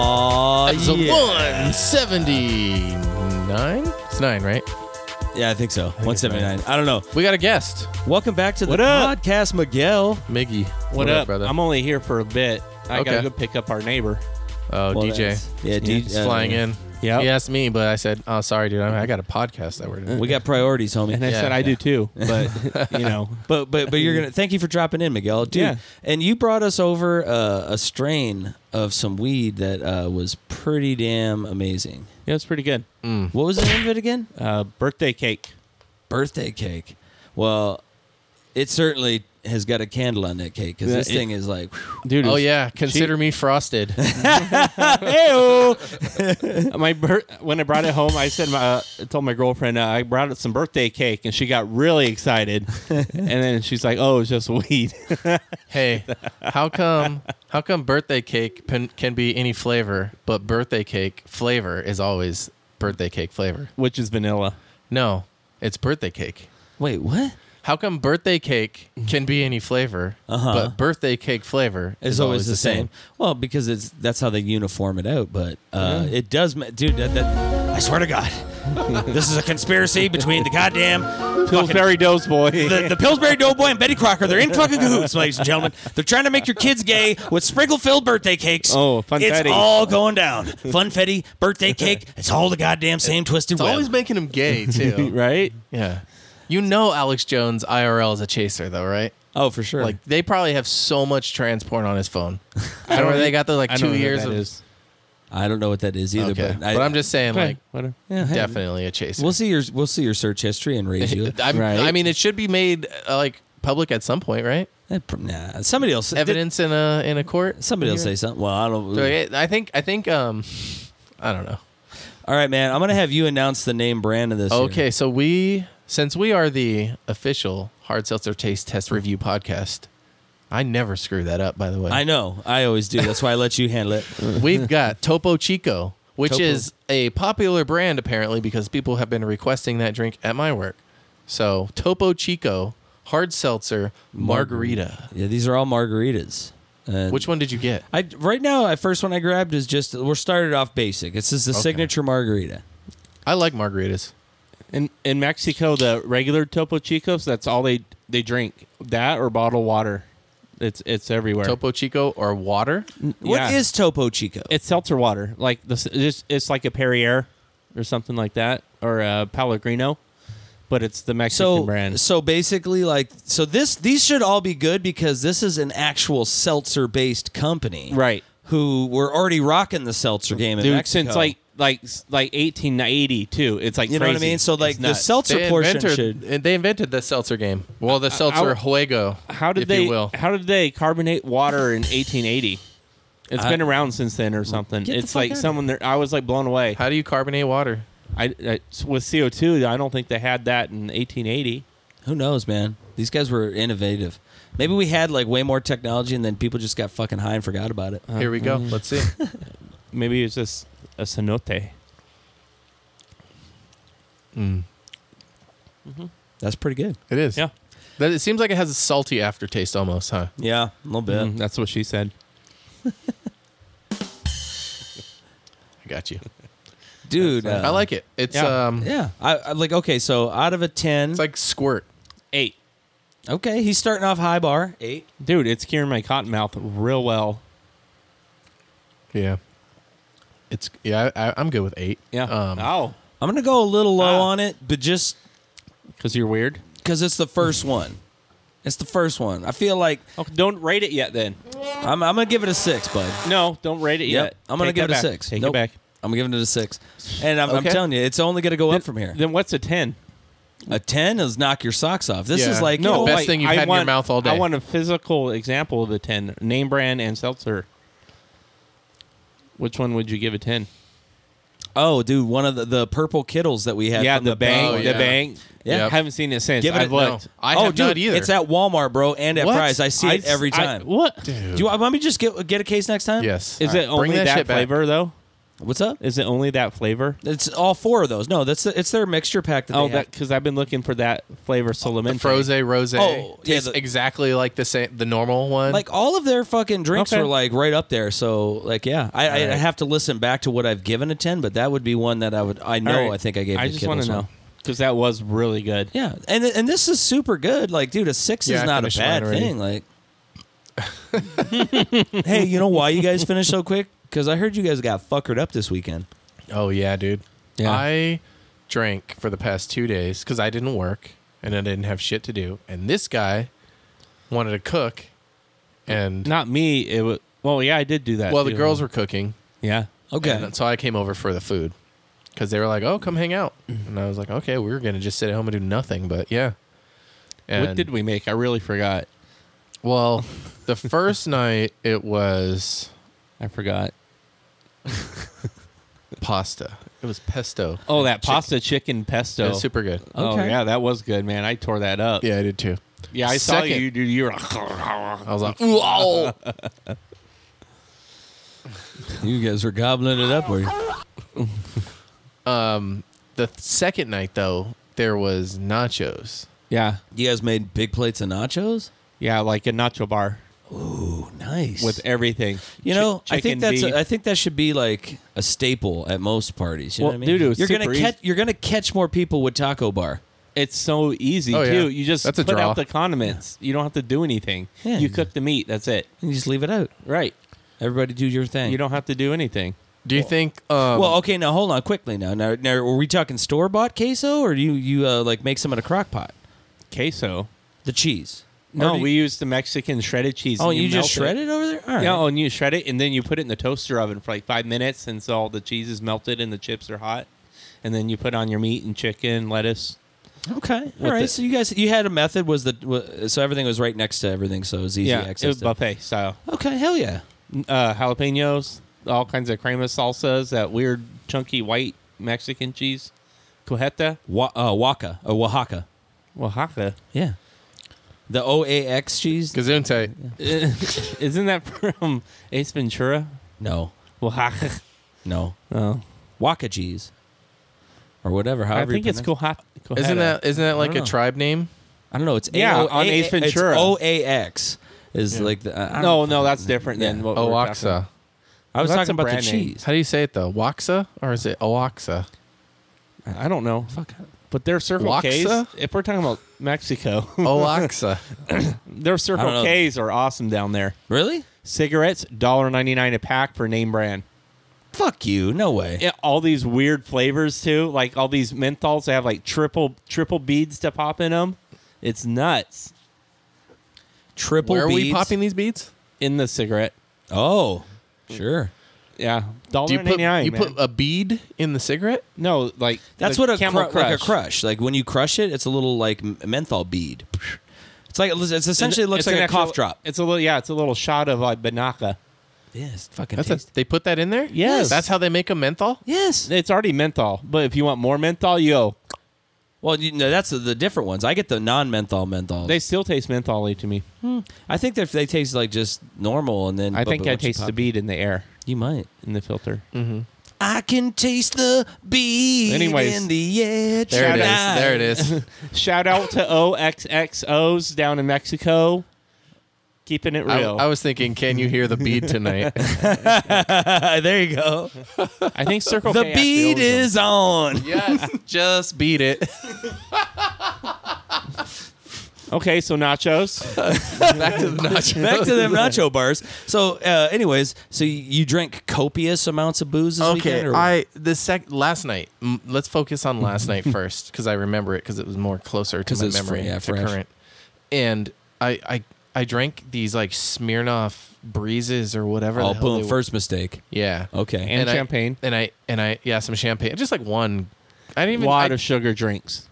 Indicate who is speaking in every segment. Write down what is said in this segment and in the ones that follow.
Speaker 1: Aw,
Speaker 2: episode
Speaker 1: yeah.
Speaker 2: 179? It's nine, right?
Speaker 1: Yeah, I think so. 179. I don't know.
Speaker 2: We got a guest,
Speaker 1: Welcome back to the
Speaker 3: What up?
Speaker 1: podcast, Miguel.
Speaker 2: Miggy.
Speaker 3: What, up,
Speaker 2: brother?
Speaker 3: I'm only here for a bit. I
Speaker 2: Okay.
Speaker 3: gotta go pick up our neighbor.
Speaker 2: oh,
Speaker 1: Well,
Speaker 2: DJ.
Speaker 1: that's- yeah, D-
Speaker 2: He's
Speaker 1: uh,
Speaker 2: flying in.
Speaker 3: Yep.
Speaker 2: He asked me, but I said, oh, sorry, dude. I, I got a podcast that we're doing.
Speaker 1: We got priorities, homie.
Speaker 3: And I
Speaker 2: Yeah,
Speaker 3: said I
Speaker 2: yeah.
Speaker 3: do too, but you know,
Speaker 1: But but but you're gonna thank you for dropping in, Miguel, dude.
Speaker 3: Yeah.
Speaker 1: And you brought us over uh, a strain of some weed that uh, was pretty damn amazing.
Speaker 3: yeah, it's pretty good.
Speaker 2: Mm.
Speaker 1: What was the name of it again?
Speaker 3: Uh, birthday cake.
Speaker 1: Birthday cake. Well, it certainly has got a candle on that cake because
Speaker 3: Yeah,
Speaker 1: this
Speaker 3: it-
Speaker 1: thing is like, whew,
Speaker 3: Dude, it
Speaker 2: Oh
Speaker 3: was-
Speaker 2: yeah, consider me frosted.
Speaker 3: Ayo. my bir- when I brought it home, I said my, uh, I told my girlfriend uh, I brought some birthday cake, and she got really excited. and then she's like, "Oh, it's just weed."
Speaker 2: hey, how come how come birthday cake pen, can be any flavor, but birthday cake flavor is always birthday cake flavor?
Speaker 3: which is vanilla.
Speaker 2: No, it's birthday cake.
Speaker 1: wait, what?
Speaker 2: How come birthday cake can be any flavor,
Speaker 1: Mm-hmm. Uh-huh.
Speaker 2: but birthday cake flavor
Speaker 1: It's
Speaker 2: is
Speaker 1: always, the same. Well, because it's that's how they uniform it out. But uh, it does, ma- dude. That, that I swear to God, this is a conspiracy between the goddamn
Speaker 3: Pillsbury Doughboy.
Speaker 1: the, the Pillsbury Doughboy and Betty Crocker, they're in fucking cahoots, ladies and gentlemen. They're trying to make your kids gay with sprinkle-filled birthday cakes.
Speaker 3: Oh,
Speaker 1: It's
Speaker 3: funfetti.
Speaker 1: all going down. Funfetti, birthday cake, it's all the goddamn same twisted
Speaker 2: It's
Speaker 1: web.
Speaker 2: always making him gay too.
Speaker 3: right?
Speaker 2: Yeah. You know Alex Jones IRL is a chaser though, right?
Speaker 1: oh, for sure.
Speaker 2: Like they probably have so much trans porn on his phone. I don't know. They got the like
Speaker 3: I know
Speaker 2: two
Speaker 3: who
Speaker 2: years
Speaker 3: that
Speaker 2: of.
Speaker 3: is.
Speaker 1: I don't know what that is either,
Speaker 2: Okay,
Speaker 1: but, I,
Speaker 2: am just saying
Speaker 3: Okay,
Speaker 2: like
Speaker 3: whatever.
Speaker 1: yeah, hey,
Speaker 2: definitely a chaser.
Speaker 1: We'll see your we'll see your search history and raise you.
Speaker 2: I'm-
Speaker 3: Right.
Speaker 2: I mean, it should be made uh, like public at some point, right?
Speaker 1: That pr- nah, somebody else.
Speaker 2: Evidence in a in a court.
Speaker 1: Somebody will say something. Well, I don't.
Speaker 2: So, yeah, I think I think um, I don't know.
Speaker 1: All right, man. I'm gonna have you announce the name brand of this. here.
Speaker 2: Okay, so we since we are the official hard seltzer taste test review podcast, I never screw that up. By the way,
Speaker 1: I know. I always do. That's why I let you handle it.
Speaker 3: Mm.
Speaker 2: We've got Topo Chico, which
Speaker 1: Topo.
Speaker 2: is a popular brand apparently because people have been requesting that drink at my work. So Topo Chico hard seltzer margarita.
Speaker 1: Yeah, these are all margaritas. And
Speaker 2: Which one did you get?
Speaker 1: I right now, I first one I grabbed is just we're started off basic. This is the signature margarita.
Speaker 2: I like margaritas.
Speaker 3: In in Mexico, the regular Topo Chicos, that's all they they drink. That or bottled water. It's it's everywhere.
Speaker 2: Topo Chico or water?
Speaker 1: What
Speaker 3: Yeah.
Speaker 1: is Topo Chico?
Speaker 3: it's seltzer water. Like this it's, it's like a Perrier or something like that or a Pellegrino, but it's the Mexican
Speaker 1: so
Speaker 3: brand.
Speaker 1: so basically like so this these should all be good because this is an actual seltzer based company,
Speaker 3: Right.
Speaker 1: Who were already rocking the seltzer game in
Speaker 3: Dude,
Speaker 1: Mexico.
Speaker 3: since like like like 1880 too. It's like
Speaker 1: you know what I
Speaker 3: crazy.
Speaker 1: mean. So
Speaker 3: It's
Speaker 1: like the
Speaker 3: nuts.
Speaker 1: seltzer
Speaker 2: They
Speaker 1: portion
Speaker 2: invented,
Speaker 1: should.
Speaker 2: they invented the seltzer game. Well, the seltzer
Speaker 3: I-
Speaker 2: juego.
Speaker 3: Uh, how did
Speaker 2: if
Speaker 3: they
Speaker 2: You will.
Speaker 3: how did they carbonate water in 1880? It's
Speaker 1: I-
Speaker 3: been around since then or something.
Speaker 1: Get the
Speaker 3: It's
Speaker 1: fuck
Speaker 3: like
Speaker 1: outta
Speaker 3: someone there. I was like blown away.
Speaker 2: How do you carbonate water?
Speaker 3: I, I with CO two. I don't think they had that in 1880.
Speaker 1: Who knows, man? These guys were innovative. Maybe we had like way more technology, and then people just got fucking high and forgot about it.
Speaker 2: Here we
Speaker 3: Mm.
Speaker 2: go. Let's see.
Speaker 3: Maybe it's just a cenote.
Speaker 1: That's pretty good.
Speaker 2: It is.
Speaker 3: Yeah,
Speaker 2: That, it seems like it has a salty aftertaste almost, huh?
Speaker 1: Yeah, a little bit.
Speaker 3: Mm, that's what she said.
Speaker 2: I got you.
Speaker 1: dude. uh,
Speaker 2: I like it. It's
Speaker 3: Yeah.
Speaker 2: um
Speaker 1: Yeah, I, I like. Okay, so out of a ten,
Speaker 2: it's like squirt.
Speaker 3: Eight,
Speaker 1: okay, he's starting off high bar eight.
Speaker 3: dude, it's curing my cotton mouth real well.
Speaker 2: Yeah. It's yeah. I, I, I'm good with eight.
Speaker 3: Yeah.
Speaker 2: Um,
Speaker 3: oh,
Speaker 1: I'm gonna go a little low
Speaker 3: Ah.
Speaker 1: on it, but just
Speaker 3: because you're weird.
Speaker 1: because it's the first one. It's the first one. I feel like
Speaker 3: Oh, don't rate it yet. Then
Speaker 1: I'm, I'm gonna give it a six, bud.
Speaker 3: no, don't rate it
Speaker 1: Yep,
Speaker 3: yet.
Speaker 1: I'm gonna
Speaker 3: Take
Speaker 1: give it
Speaker 3: that
Speaker 1: a
Speaker 3: back.
Speaker 1: six.
Speaker 3: Take
Speaker 1: Nope.
Speaker 3: it back.
Speaker 1: I'm giving it a six, and I'm, I'm
Speaker 2: Okay.
Speaker 1: telling you, it's only gonna go up from here.
Speaker 3: Then what's a ten?
Speaker 1: A ten is knock your socks off. This
Speaker 2: Yeah.
Speaker 1: is like oh,
Speaker 2: No,
Speaker 1: you know,
Speaker 2: best
Speaker 1: like-
Speaker 2: thing you've had in your mouth all day.
Speaker 3: I want a physical example of a ten, name brand and seltzer. Which one would you give a ten?
Speaker 1: oh, dude, one of the, the purple kittles that we had.
Speaker 3: yeah,
Speaker 1: from
Speaker 3: the,
Speaker 1: the
Speaker 3: bang,
Speaker 2: Oh,
Speaker 3: the
Speaker 2: yeah.
Speaker 3: bang.
Speaker 1: Yeah.
Speaker 3: I haven't seen it since.
Speaker 1: Give it
Speaker 3: I've
Speaker 1: a-
Speaker 3: looked.
Speaker 2: no. I
Speaker 1: oh,
Speaker 2: have
Speaker 1: dude,
Speaker 2: not either.
Speaker 1: It's at Walmart, bro, and at
Speaker 3: What?
Speaker 1: Fry's. I see it
Speaker 3: I-
Speaker 1: every
Speaker 3: I-
Speaker 1: time.
Speaker 3: what?
Speaker 1: Do you want me to just get get a case next time?
Speaker 2: yes.
Speaker 3: Is
Speaker 2: All right.
Speaker 3: it only
Speaker 2: Bring that,
Speaker 3: that,
Speaker 2: shit back.
Speaker 3: flavor though?
Speaker 1: What's up?
Speaker 3: Is it only that flavor?
Speaker 1: It's all four of those. No, that's it's their mixture pack that
Speaker 3: Oh,
Speaker 1: they
Speaker 3: that
Speaker 1: have.
Speaker 3: because I've been looking for that flavor
Speaker 2: The
Speaker 3: Solamente.
Speaker 2: froze rose
Speaker 1: Oh, yeah,
Speaker 2: tastes
Speaker 1: the-
Speaker 2: exactly like the same, the normal one.
Speaker 1: Like all of their fucking drinks
Speaker 3: Okay.
Speaker 1: were like right up there. So like yeah, I, I, I
Speaker 2: Alright.
Speaker 1: have to listen back to what I've given a ten, but that would be one that I would I
Speaker 3: All
Speaker 1: know
Speaker 3: right.
Speaker 1: I think I gave.
Speaker 3: I
Speaker 1: the
Speaker 3: just
Speaker 1: kid
Speaker 3: want
Speaker 1: this
Speaker 3: to
Speaker 1: one.
Speaker 3: know because that was really good.
Speaker 1: Yeah, and and this is super good. Like, dude, a six
Speaker 2: Yeah,
Speaker 1: is
Speaker 2: I
Speaker 1: not a
Speaker 2: finished
Speaker 1: bad
Speaker 2: mine already.
Speaker 1: thing. Like, hey, you know why you guys finished so quick? Because I heard you guys got fuckered up this weekend.
Speaker 2: oh yeah, dude.
Speaker 1: Yeah.
Speaker 2: I drank for the past two days because I didn't work and I didn't have shit to do. And this guy wanted to cook, and
Speaker 3: Not me. It was. Well, yeah, I did do that.
Speaker 2: well, the
Speaker 3: too.
Speaker 2: girls were cooking,
Speaker 3: Yeah.
Speaker 1: Okay,
Speaker 2: and so I came over for the food because they were like, "Oh, come hang out,"
Speaker 3: Mm-hmm.
Speaker 2: and I was like, "Okay, we were gonna just sit at home and do nothing." But yeah, and
Speaker 3: what did we make? I really forgot.
Speaker 2: well, the first night it was
Speaker 3: I forgot.
Speaker 2: pasta. It was pesto.
Speaker 3: Oh,
Speaker 2: Chick-
Speaker 3: that pasta chicken
Speaker 2: It
Speaker 3: pesto.
Speaker 2: was super good.
Speaker 3: Oh
Speaker 1: Okay.
Speaker 3: yeah, that was good, man. I tore that up.
Speaker 2: uh, Yeah, I did too.
Speaker 3: Yeah, I saw
Speaker 2: Second-
Speaker 3: you, dude. You were.
Speaker 2: I was like, "Wow!"
Speaker 1: you guys were gobbling it up. Were you?
Speaker 2: Um, the th- second night though, there was nachos.
Speaker 3: Yeah,
Speaker 1: You guys made big plates of nachos.
Speaker 3: yeah, like a nacho bar
Speaker 1: Ooh, nice.
Speaker 3: with everything.
Speaker 1: you know,
Speaker 3: Chi-
Speaker 1: I think
Speaker 3: chicken,
Speaker 1: that's
Speaker 3: beef.
Speaker 1: a, I think that should be like a staple at most parties. You know
Speaker 3: Well,
Speaker 1: what I mean?
Speaker 3: dude, it was
Speaker 1: you're
Speaker 3: super
Speaker 1: gonna
Speaker 3: easy.
Speaker 1: catch you're gonna catch more people with taco bar.
Speaker 3: It's so easy
Speaker 2: Oh, yeah.
Speaker 3: too. You just
Speaker 2: That's a
Speaker 3: put
Speaker 2: draw.
Speaker 3: out the condiments. You don't have to do anything.
Speaker 1: Yeah.
Speaker 3: You cook the meat. That's it.
Speaker 1: You just leave it out.
Speaker 3: Right.
Speaker 1: Everybody do your thing.
Speaker 3: You don't have to do anything.
Speaker 2: Do you think? Um,
Speaker 1: Well, okay, now hold on quickly now. Now, now were we talking store bought queso or do you you uh, like make some in a crock pot?
Speaker 3: Queso.
Speaker 1: The cheese.
Speaker 3: No,
Speaker 1: Or do
Speaker 3: we
Speaker 1: you-
Speaker 3: use the Mexican shredded cheese.
Speaker 1: Oh,
Speaker 3: and
Speaker 1: you, just
Speaker 3: melt
Speaker 1: shred it over there? All right.
Speaker 3: Yeah, oh, and you shred it, and then you put it in the toaster oven for like five minutes, and so all the cheese is melted and the chips are hot, and then you put on your meat and chicken, lettuce.
Speaker 1: okay. All
Speaker 3: with
Speaker 1: right.
Speaker 3: it.
Speaker 1: So you guys you had a method was the wa- so everything was right next to everything so it was easy
Speaker 3: yeah,
Speaker 1: access.
Speaker 3: it was
Speaker 1: to-
Speaker 3: buffet style.
Speaker 1: Okay, hell yeah.
Speaker 3: Uh, jalapenos, all kinds of crema salsas, that weird chunky white Mexican cheese, cojeta,
Speaker 1: Wa- uh, Oaxaca or Oaxaca.
Speaker 3: Oaxaca.
Speaker 1: Yeah. The OAX cheese?
Speaker 2: Gesundheit.
Speaker 3: Isn't that from Ace Ventura?
Speaker 1: No.
Speaker 3: Oaxaca.
Speaker 1: No.
Speaker 3: Oh,
Speaker 1: Waka cheese. Or whatever.
Speaker 3: I
Speaker 1: However you
Speaker 3: think it's
Speaker 1: pronounce-
Speaker 3: cojeta.
Speaker 2: Isn't that isn't that like
Speaker 1: don't
Speaker 2: a
Speaker 1: know.
Speaker 2: tribe name?
Speaker 1: I don't know. It's
Speaker 3: Yeah,
Speaker 1: A-O-
Speaker 3: on Ace
Speaker 1: A- it's
Speaker 3: Ventura.
Speaker 1: OAX is
Speaker 2: Yeah.
Speaker 1: like the I- I
Speaker 3: No,
Speaker 1: don't-
Speaker 3: no, that's different than
Speaker 1: Yeah.
Speaker 3: what we were talking
Speaker 2: Oaxa.
Speaker 1: I was
Speaker 3: Well, that's
Speaker 1: talking
Speaker 3: a
Speaker 1: about the
Speaker 3: brand name.
Speaker 1: cheese.
Speaker 2: How do you say it though? Waxa or is it Oaxa?
Speaker 3: I don't know.
Speaker 1: Fuck.
Speaker 3: But their Circle
Speaker 2: Waxa?
Speaker 3: K's, if we're talking about Mexico,
Speaker 2: Oaxa.
Speaker 3: their
Speaker 1: Oh. I
Speaker 3: Circle
Speaker 1: don't know.
Speaker 3: K's are awesome down there.
Speaker 1: Really?
Speaker 3: Cigarettes, $1.99 a pack for name brand.
Speaker 1: Fuck you. No way.
Speaker 3: Yeah, all these weird flavors too, like all these menthols. They have like triple triple beads to pop in them. It's nuts
Speaker 1: Triple
Speaker 2: Where are we
Speaker 1: beads.
Speaker 2: popping these beads?
Speaker 3: in the cigarette.
Speaker 1: Oh, sure.
Speaker 3: Yeah,
Speaker 2: Do you put
Speaker 3: $1.99.
Speaker 2: you
Speaker 3: man.
Speaker 2: put a bead in the cigarette?
Speaker 3: no like
Speaker 1: That's
Speaker 3: the
Speaker 1: what a
Speaker 3: Camel
Speaker 1: cru- like a
Speaker 3: Crush.
Speaker 1: crush. Like when you crush it, it's a little like m- menthol bead. It's like it's essentially it looks
Speaker 3: It's
Speaker 1: like
Speaker 3: an
Speaker 1: a
Speaker 3: extra-
Speaker 1: cough drop.
Speaker 3: It's a little yeah, it's a little shot of like banaka.
Speaker 1: Yes, fucking
Speaker 2: That's
Speaker 1: tasty.
Speaker 2: a, they put that in there.
Speaker 3: Yes.
Speaker 2: that's how they make a menthol.
Speaker 1: yes.
Speaker 3: It's already menthol, but if you want more menthol, yo,
Speaker 1: Well, you know, that's the, the different ones. I get the non-menthol menthol.
Speaker 3: they still taste mentholy to me.
Speaker 1: I think that they taste like just normal, and then
Speaker 3: I
Speaker 1: but-
Speaker 3: think
Speaker 1: but
Speaker 3: I
Speaker 1: once you
Speaker 3: taste
Speaker 1: pop
Speaker 3: the
Speaker 1: it-
Speaker 3: bead in the air
Speaker 1: You might.
Speaker 3: in the filter.
Speaker 2: Mm.
Speaker 1: I can taste the bead
Speaker 3: Anyways.
Speaker 1: in the air.
Speaker 2: There it is.
Speaker 1: tonight.
Speaker 2: There it is.
Speaker 3: Shout out to OXXOs down in Mexico, keeping it
Speaker 2: I,
Speaker 3: real.
Speaker 2: I was thinking, can you hear the bead tonight?
Speaker 1: there you go.
Speaker 3: I think Circle
Speaker 1: The
Speaker 3: K actually
Speaker 1: bead
Speaker 3: owns them.
Speaker 1: is on.
Speaker 2: yes, just beat it.
Speaker 3: okay. So nachos.
Speaker 2: Back to the nachos.
Speaker 1: Back to them nacho bars. So, uh, anyways, so you, you drank copious amounts of booze this
Speaker 2: Okay,
Speaker 1: weekend? or-
Speaker 2: I the sec last night. Mm, let's focus on last night first because I remember it because it was more closer to
Speaker 1: 'Cause
Speaker 2: my
Speaker 1: it's fr-
Speaker 2: memory.
Speaker 1: yeah,
Speaker 2: to
Speaker 1: fresh.
Speaker 2: current. And I I I drank these like Smirnoff breezes or whatever.
Speaker 1: oh,
Speaker 2: the hell they
Speaker 1: boom!
Speaker 2: were.
Speaker 1: First mistake.
Speaker 2: yeah,
Speaker 1: Okay.
Speaker 3: And-
Speaker 2: I-
Speaker 3: champagne.
Speaker 2: and I and I yeah, some champagne. Just like one. I didn't even.
Speaker 3: Lot
Speaker 2: I-
Speaker 3: of sugar drinks.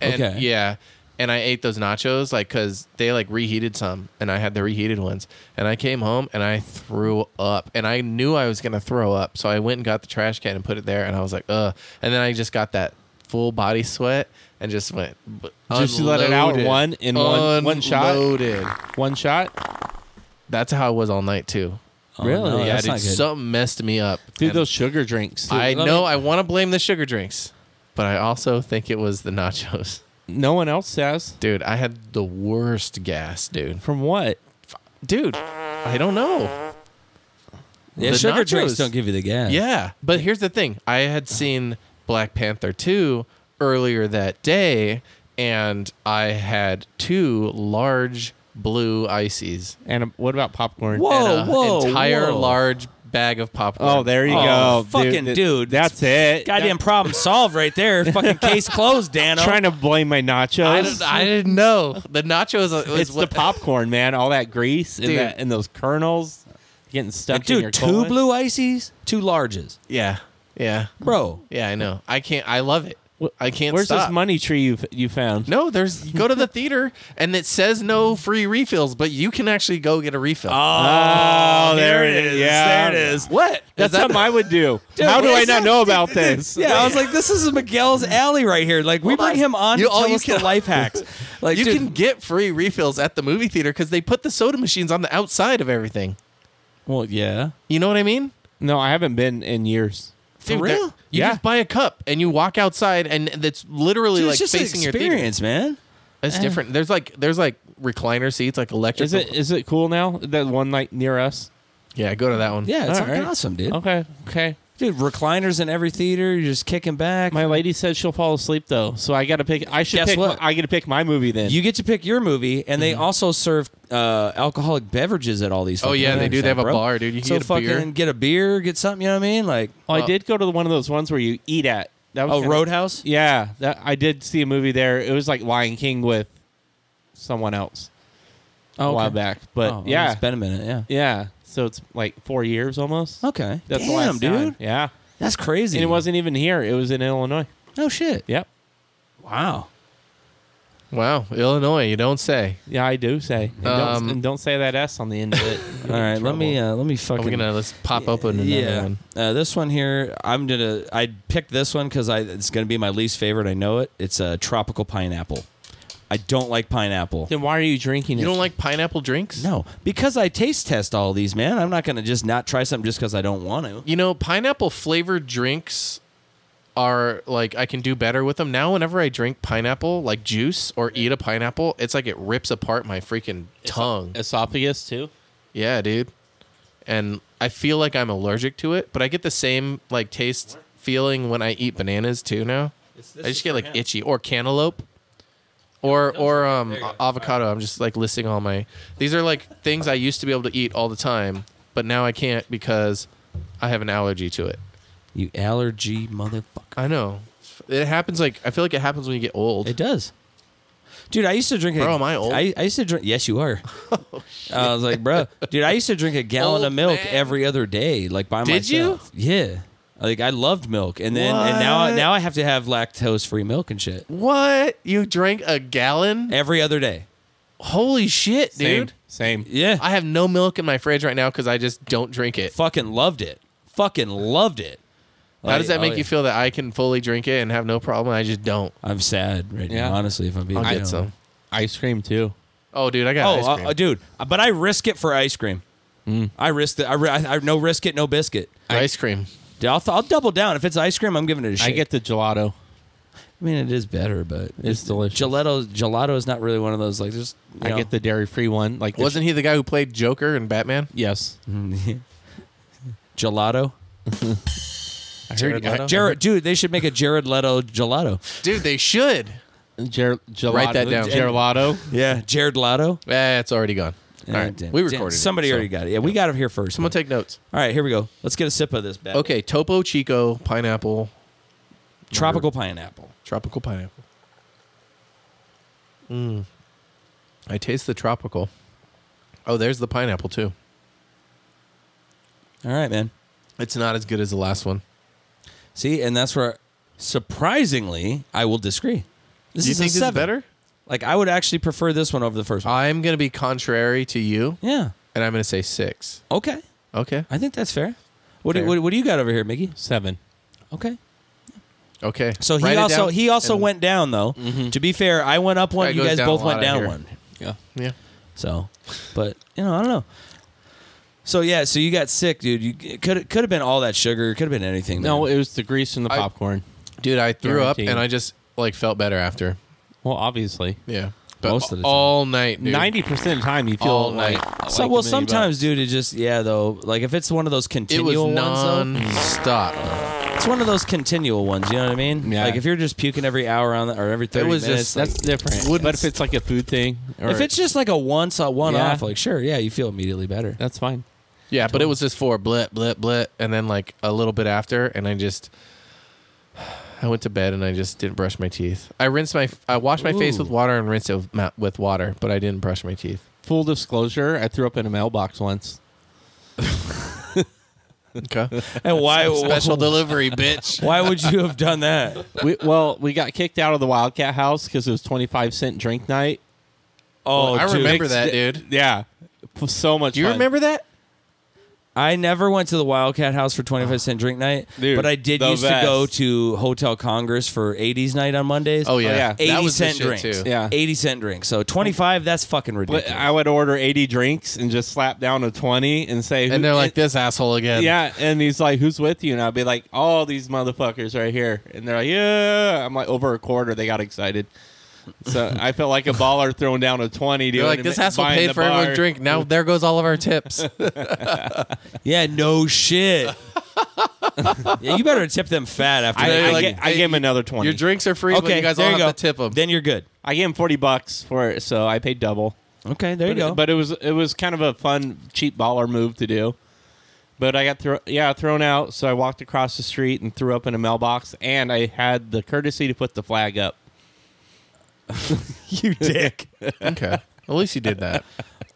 Speaker 2: And,
Speaker 1: Okay.
Speaker 2: Yeah. And I ate those nachos like because they like reheated some, and I had the reheated ones. And I came home and I threw up, and I knew I was gonna throw up, so I went and got the trash can and put it there, and I was like, ugh. And then I just got that full body sweat and just went. b-
Speaker 3: Just let it out
Speaker 2: unloaded.
Speaker 3: one- in one- one shot?
Speaker 2: Unloaded.
Speaker 3: One shot.
Speaker 2: That's how I was all night too.
Speaker 1: Oh,
Speaker 3: Really?
Speaker 1: no,
Speaker 2: yeah,
Speaker 1: that's
Speaker 2: dude,
Speaker 1: not good.
Speaker 2: something messed me up.
Speaker 3: Dude,
Speaker 2: And
Speaker 3: those sugar drinks.
Speaker 2: I
Speaker 3: Dude,
Speaker 2: know I want to blame the sugar drinks, but I also think it was the nachos.
Speaker 3: No one else says.
Speaker 2: Dude, I had the worst gas, dude.
Speaker 3: From what?
Speaker 2: Dude, I don't know.
Speaker 1: yeah,
Speaker 2: the
Speaker 1: sugar
Speaker 2: nachos.
Speaker 1: drinks don't give you the gas.
Speaker 2: Yeah, but here's the thing. I had seen Black Panther 2 earlier that day and I had two large blue ices.
Speaker 3: And um, what about popcorn?
Speaker 1: Whoa.
Speaker 2: and a entire
Speaker 1: whoa.
Speaker 2: large bag of popcorn.
Speaker 3: Oh, there you
Speaker 1: Oh,
Speaker 3: go.
Speaker 1: fucking
Speaker 3: th-
Speaker 1: dude.
Speaker 3: That's it.
Speaker 1: Goddamn problem solved right there. Fucking case closed, Dano.
Speaker 3: Trying to blame my nachos.
Speaker 2: I, don't, I didn't know. The nachos was
Speaker 3: it's
Speaker 2: what
Speaker 3: the popcorn, man. All that grease and,
Speaker 2: Dude.
Speaker 3: that, and those kernels getting stuck in your
Speaker 1: Dude, two
Speaker 3: colon.
Speaker 1: blue ices, two larges.
Speaker 2: Yeah. Yeah.
Speaker 1: Bro,
Speaker 2: Yeah, I know. I can't I love it. I can't
Speaker 3: Where's
Speaker 2: stop.
Speaker 3: this money tree you you found?
Speaker 2: No, there's go to the theater and it says no free refills, but you can actually go get a refill.
Speaker 3: Oh,
Speaker 1: there it is.
Speaker 3: Yeah.
Speaker 1: There it is.
Speaker 2: what? Is that-
Speaker 3: That's something I would do.
Speaker 1: Dude,
Speaker 3: How do
Speaker 1: what
Speaker 3: I
Speaker 1: is
Speaker 3: not
Speaker 1: that?
Speaker 3: know about this?
Speaker 1: Yeah, I was like, this is Miguel's alley right here. Like, we
Speaker 2: Hold
Speaker 1: bring
Speaker 2: on.
Speaker 1: him on
Speaker 2: You-
Speaker 1: to
Speaker 2: all
Speaker 1: tell
Speaker 2: you
Speaker 1: us
Speaker 2: can-
Speaker 1: the life hacks. Like,
Speaker 2: you
Speaker 1: dude,
Speaker 2: can get free refills at the movie theater because they put the soda machines on the outside of everything.
Speaker 1: well, yeah.
Speaker 2: You know what I mean?
Speaker 3: No, I haven't been in years.
Speaker 1: For
Speaker 2: they're-
Speaker 1: real?
Speaker 2: You
Speaker 3: Yeah.
Speaker 2: just buy a cup and you walk outside, and that's literally
Speaker 1: Dude,
Speaker 2: like
Speaker 1: it's just an
Speaker 2: facing your theater.
Speaker 1: experience, Eh. man.
Speaker 2: It's different. There's like there's like recliner seats, like electric.
Speaker 3: Is it is it cool now? That one like near us.
Speaker 2: Yeah, go to that one.
Speaker 1: Yeah, it's
Speaker 3: All right.
Speaker 1: awesome, dude.
Speaker 3: Okay, okay.
Speaker 1: Dude, recliners in every theater. You're just kicking back.
Speaker 3: My lady said she'll fall asleep though, so I gotta pick. I should
Speaker 1: Guess
Speaker 3: pick.
Speaker 1: what?
Speaker 3: My, I gotta pick my movie then.
Speaker 1: you get to pick your movie, and they also serve uh, alcoholic beverages at all these.
Speaker 2: Oh,
Speaker 1: fucking
Speaker 2: yeah, they
Speaker 1: theaters
Speaker 2: do. They
Speaker 1: now,
Speaker 2: have a
Speaker 1: bro.
Speaker 2: bar, dude. You can
Speaker 1: so
Speaker 2: get a
Speaker 1: fucking
Speaker 2: beer.
Speaker 1: get a beer, get something. You know what I mean? Like,
Speaker 3: oh, I
Speaker 2: uh,
Speaker 3: did go to the, one of those ones where you eat at. That was
Speaker 1: oh,
Speaker 3: kinda-
Speaker 1: Roadhouse.
Speaker 3: Yeah, that, I did see a movie there. It was like Lion King with someone else
Speaker 1: Oh,
Speaker 3: a while
Speaker 1: okay.
Speaker 3: back, but
Speaker 1: Oh, well,
Speaker 3: yeah,
Speaker 1: it's been a minute. Yeah.
Speaker 3: yeah. So it's like four years almost.
Speaker 1: Okay.
Speaker 3: That's the
Speaker 1: Oh, Damn,
Speaker 3: last
Speaker 1: dude.
Speaker 3: time. Yeah,
Speaker 1: That's crazy.
Speaker 3: and it wasn't even here. It was in Illinois.
Speaker 1: Oh shit.
Speaker 3: Yep.
Speaker 1: Wow.
Speaker 2: Wow, Illinois, you don't say.
Speaker 3: Yeah, I do say. And,
Speaker 2: Um,
Speaker 3: don't, and don't say that S on the end of it. You'll get
Speaker 1: All right.
Speaker 3: in
Speaker 1: Let me
Speaker 3: trouble.
Speaker 1: uh, let me
Speaker 2: Are
Speaker 1: fucking.
Speaker 2: Oh, we gonna let's pop open another
Speaker 1: yeah.
Speaker 2: one?
Speaker 1: Uh, this one here, I'm gonna. I picked this one because I it's gonna be my least favorite. I know it. It's a tropical pineapple. I don't like pineapple.
Speaker 3: Then why are you drinking?
Speaker 2: You
Speaker 3: it?
Speaker 2: don't like pineapple drinks?
Speaker 1: No, because I taste test all these, man. I'm not gonna just not try something just because I don't want to.
Speaker 2: You know, pineapple flavored drinks are like I can do better with them now. Whenever I drink pineapple, like juice or eat a pineapple, it's like it rips apart my freaking tongue.
Speaker 3: esophagus too.
Speaker 2: Yeah, dude. And I feel like I'm allergic to it, but I get the same like taste feeling when I eat bananas too now. I just get like itchy or cantaloupe. Or or um avocado. I'm just like listing all my these are like things I used to be able to eat all the time, but now I can't because I have an allergy to it.
Speaker 1: You allergy motherfucker.
Speaker 2: I know. It happens like I feel like it happens when you get old.
Speaker 1: It does. Dude, I used to drink.
Speaker 2: Bro,
Speaker 1: a,
Speaker 2: am I old? Oh,
Speaker 1: I, I used to drink. Yes, you are. I was like, bro, dude, I used to drink a gallon
Speaker 2: Old
Speaker 1: of milk
Speaker 2: man.
Speaker 1: every other day, like by
Speaker 2: Did
Speaker 1: myself. you? Yeah. Like I loved milk, and then and now I-
Speaker 2: What?
Speaker 1: now I have to have lactose free milk and shit
Speaker 2: what? You drank a gallon?
Speaker 1: every other day.
Speaker 2: Holy shit, dude.
Speaker 3: Same. Same.
Speaker 1: Yeah, I
Speaker 2: I have no milk in my fridge right now because I just don't drink it.
Speaker 1: fucking loved it. Fucking loved it.
Speaker 2: How does
Speaker 1: Like,
Speaker 2: that make
Speaker 1: oh,
Speaker 2: you
Speaker 1: yeah.
Speaker 2: feel that I can fully drink it and have no problem? I just don't.
Speaker 1: I'm sad right
Speaker 3: Yeah.
Speaker 1: now, honestly. If I'm being
Speaker 2: I'll
Speaker 1: honest.
Speaker 2: get some.
Speaker 3: Ice cream too.
Speaker 2: Oh, dude, I got
Speaker 1: Oh,
Speaker 2: ice cream.
Speaker 1: uh, dude, but I risk it for ice cream. I risk it. I, ri- I, I no risk it, no biscuit.
Speaker 2: ice cream.
Speaker 1: Dude, I'll, I'll double down. If it's ice cream, I'm giving it a shake.
Speaker 3: I get the gelato.
Speaker 1: I mean, it is better, but
Speaker 3: It's delicious.
Speaker 1: Gelato, gelato is not really one of those like just.
Speaker 3: I get the dairy free one. Like the
Speaker 2: Wasn't he the guy who played Joker and Batman?
Speaker 3: yes.
Speaker 1: the gelato.
Speaker 3: I heard
Speaker 2: Leto?
Speaker 1: Jared, dude, they should make a Jared Leto gelato.
Speaker 2: Dude, they should.
Speaker 3: Ger- gelato.
Speaker 2: Write that down.
Speaker 3: Gelato.
Speaker 1: Yeah, Jared Leto.
Speaker 2: Eh, it's already gone. All right,
Speaker 1: Damn,
Speaker 2: we
Speaker 1: damn,
Speaker 2: recorded.
Speaker 1: Somebody
Speaker 2: it, so.
Speaker 1: already got it. Yeah, we got it here first.
Speaker 2: Someone take notes.
Speaker 1: All right, here we go. Let's get a sip of this. Bad
Speaker 2: Okay, Topo Chico pineapple,
Speaker 1: tropical pineapple.
Speaker 2: tropical pineapple. Mm. I taste the tropical. Oh, there's the pineapple too.
Speaker 1: All right, man.
Speaker 2: It's not as good as the last one.
Speaker 1: See, and that's where surprisingly I will disagree. This
Speaker 2: Do you
Speaker 1: is
Speaker 2: think
Speaker 1: a
Speaker 2: this is
Speaker 1: seven.
Speaker 2: better?
Speaker 1: Like I would actually prefer this one over the first one.
Speaker 2: I'm gonna be contrary to you,
Speaker 1: yeah.
Speaker 2: and I'm gonna say six.
Speaker 1: Okay.
Speaker 2: Okay.
Speaker 1: I think that's fair. What, Do,
Speaker 2: Fair.
Speaker 1: what, what do you got over here, Mickey?
Speaker 3: Seven.
Speaker 1: Okay.
Speaker 2: Okay.
Speaker 1: So he
Speaker 2: Write it
Speaker 1: also
Speaker 2: down
Speaker 1: he also
Speaker 2: and-
Speaker 1: went down though. To be fair, I went up one.
Speaker 2: Yeah, it
Speaker 1: you
Speaker 2: goes
Speaker 1: guys
Speaker 2: down
Speaker 1: both
Speaker 2: a
Speaker 1: went
Speaker 2: lot out
Speaker 1: down
Speaker 2: here.
Speaker 1: one.
Speaker 3: Yeah.
Speaker 2: Yeah.
Speaker 1: So, but you know, I don't know. So yeah, so you got sick, dude. You could could have been all that sugar. Could have been anything.
Speaker 3: No,
Speaker 1: man.
Speaker 3: it was the grease and the
Speaker 2: I-
Speaker 3: popcorn.
Speaker 2: Dude, I threw
Speaker 3: Guaranteed.
Speaker 2: up and I just like felt better after.
Speaker 3: Well, obviously,
Speaker 2: Yeah. But
Speaker 1: Most of the time.
Speaker 2: all night, dude.
Speaker 3: ninety percent of the time you feel
Speaker 2: All
Speaker 3: like,
Speaker 2: night.
Speaker 3: like
Speaker 1: so
Speaker 3: a
Speaker 1: well,
Speaker 3: million
Speaker 1: sometimes, dude, it just yeah though. Like if it's one of those
Speaker 2: it was
Speaker 1: continual ones, though,
Speaker 2: non-stop.
Speaker 1: it's one of those continual ones. You know what I mean?
Speaker 3: Yeah.
Speaker 1: Like if you're just puking every hour on the, or every thirty
Speaker 2: was
Speaker 1: minutes,
Speaker 2: just-
Speaker 1: like-
Speaker 3: bucks. that's different.
Speaker 2: Wouldn't-
Speaker 3: but if it's like a food thing, or
Speaker 1: if it's just like a once a one
Speaker 3: Yeah.
Speaker 1: off, like sure, yeah, you feel immediately better.
Speaker 3: that's fine.
Speaker 2: Yeah, but it was just four blip, blip, blip, and then like a little bit after, and I just I went to bed and I just didn't brush my teeth. I rinsed my I washed my face
Speaker 1: Ooh.
Speaker 2: with water and rinsed it with, ma- with water, but I didn't brush my teeth.
Speaker 3: Full disclosure: I threw up in a mailbox once.
Speaker 2: Okay,
Speaker 1: And why
Speaker 2: special delivery, bitch.
Speaker 1: Why would you have done that?
Speaker 3: we, well, we got kicked out of the Wildcat house because it was twenty five cent drink night.
Speaker 1: Oh,
Speaker 2: I
Speaker 1: dude.
Speaker 2: remember
Speaker 3: Mixed
Speaker 2: that,
Speaker 3: it-
Speaker 2: dude.
Speaker 3: Yeah, It was so much.
Speaker 2: Do you
Speaker 3: fun.
Speaker 2: remember that?
Speaker 1: I never went to the Wildcat House for 25 cent drink night,
Speaker 3: Dude,
Speaker 1: but I did
Speaker 3: the
Speaker 1: used
Speaker 3: best.
Speaker 1: to go to Hotel Congress for 80s night on Mondays.
Speaker 2: Oh yeah,
Speaker 3: yeah.
Speaker 2: that
Speaker 1: 80
Speaker 2: was the
Speaker 1: cent
Speaker 2: shit,
Speaker 1: drinks.
Speaker 2: too.
Speaker 3: Yeah.
Speaker 1: 80 cent drinks. So 25, that's fucking ridiculous.
Speaker 3: But I would order eighty drinks and just slap down a twenty and say,
Speaker 2: And they're like this asshole again.
Speaker 3: Yeah, and he's like, "Who's with you?" And I'd be like, "All these motherfuckers right here." And they're like, "Yeah." I'm like, over a quarter. They got excited, so I felt like a baller throwing down a twenty.
Speaker 2: You're
Speaker 3: dude,
Speaker 2: like
Speaker 3: and
Speaker 2: this asshole
Speaker 3: buying
Speaker 2: paid
Speaker 3: the
Speaker 2: for everyone's
Speaker 3: bar."
Speaker 2: drink. Now there goes all of our tips.
Speaker 1: yeah, no shit. yeah, you better tip them fat after
Speaker 3: I,
Speaker 1: that.
Speaker 3: I,
Speaker 2: like,
Speaker 3: ga- I
Speaker 2: hey,
Speaker 3: gave him another twenty.
Speaker 2: Your drinks are free, but
Speaker 1: okay,
Speaker 2: you guys all
Speaker 1: there you
Speaker 2: have
Speaker 1: go.
Speaker 2: to tip them.
Speaker 1: Then you're good.
Speaker 3: I gave him forty bucks for it, so I paid double.
Speaker 1: Okay, there you
Speaker 3: but,
Speaker 1: go.
Speaker 3: But it was it was kind of a fun cheap baller move to do. But I got thrown yeah thrown out, so I walked across the street and threw up in a mailbox, and I had the courtesy to put the flag up.
Speaker 1: you dick.
Speaker 2: okay, at least you did that.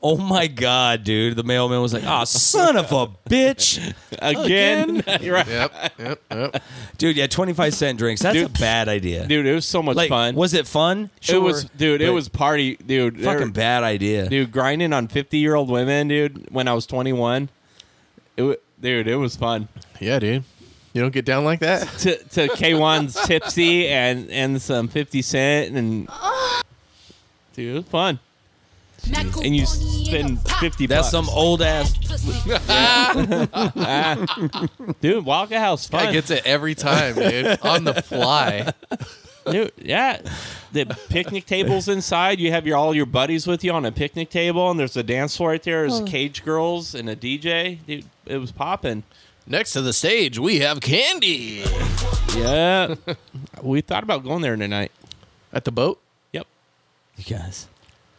Speaker 1: Oh my god, dude. The mailman was like, "Ah, son of a bitch."
Speaker 3: Again, Right.
Speaker 2: Yep, yep, yep.
Speaker 1: Dude, yeah, 25 cent drinks. That's a
Speaker 3: Dude.
Speaker 1: bad idea.
Speaker 3: dude, it was so much
Speaker 1: like,
Speaker 3: fun.
Speaker 1: was it fun?
Speaker 3: it was
Speaker 1: Sure,
Speaker 3: dude, it
Speaker 1: but
Speaker 3: was party, dude. there-
Speaker 1: fucking bad idea.
Speaker 3: dude, grinding on fifty year old women, dude. When I was twenty one, it wa- dude, it was fun.
Speaker 2: Yeah, dude. You don't get down like that.
Speaker 3: to to K1's tipsy and and some fifty cent and dude, it was fun. And you spend fifty.
Speaker 1: That's
Speaker 3: bucks.
Speaker 1: some old ass.
Speaker 3: Ah. dude. Wildcat House
Speaker 2: Guy
Speaker 3: fun.
Speaker 2: gets it every time, dude. On the fly.
Speaker 3: dude, yeah. The picnic tables inside. You have your all your buddies with you on a picnic table, and there's a dance floor right there. There's cage girls and a DJ. Dude, it was popping.
Speaker 2: Next to the stage, we have candy.
Speaker 3: Yeah, we thought about going there tonight.
Speaker 2: At the boat?
Speaker 3: Yep.
Speaker 1: You guys.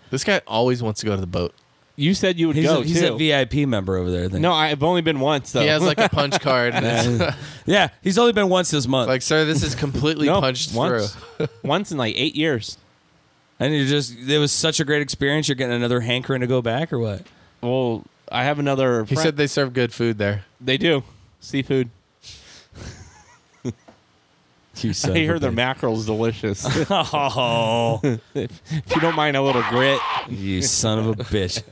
Speaker 2: This guy always wants to go to the boat.
Speaker 3: You said you would
Speaker 1: He's,
Speaker 3: go
Speaker 1: a, he's
Speaker 3: too.
Speaker 1: a VIP member over there. Then.
Speaker 3: no, I've only been once though.
Speaker 2: He has like a punch card. And it's
Speaker 1: Yeah, he's only been once this month.
Speaker 2: like, sir, this is completely
Speaker 3: no,
Speaker 2: punched
Speaker 3: once,
Speaker 2: through.
Speaker 3: once in like eight years.
Speaker 1: and you're just, it was such a great experience. You're getting another hankering to go back or what?
Speaker 3: Well, I have another.
Speaker 2: He
Speaker 3: friend-
Speaker 2: said they serve good food there.
Speaker 3: they do seafood.
Speaker 1: You son
Speaker 3: I
Speaker 1: of
Speaker 3: hear
Speaker 1: a
Speaker 3: their
Speaker 1: bitch.
Speaker 3: mackerel's delicious. if
Speaker 1: Oh,
Speaker 3: you don't mind a little grit.
Speaker 1: you son of a bitch.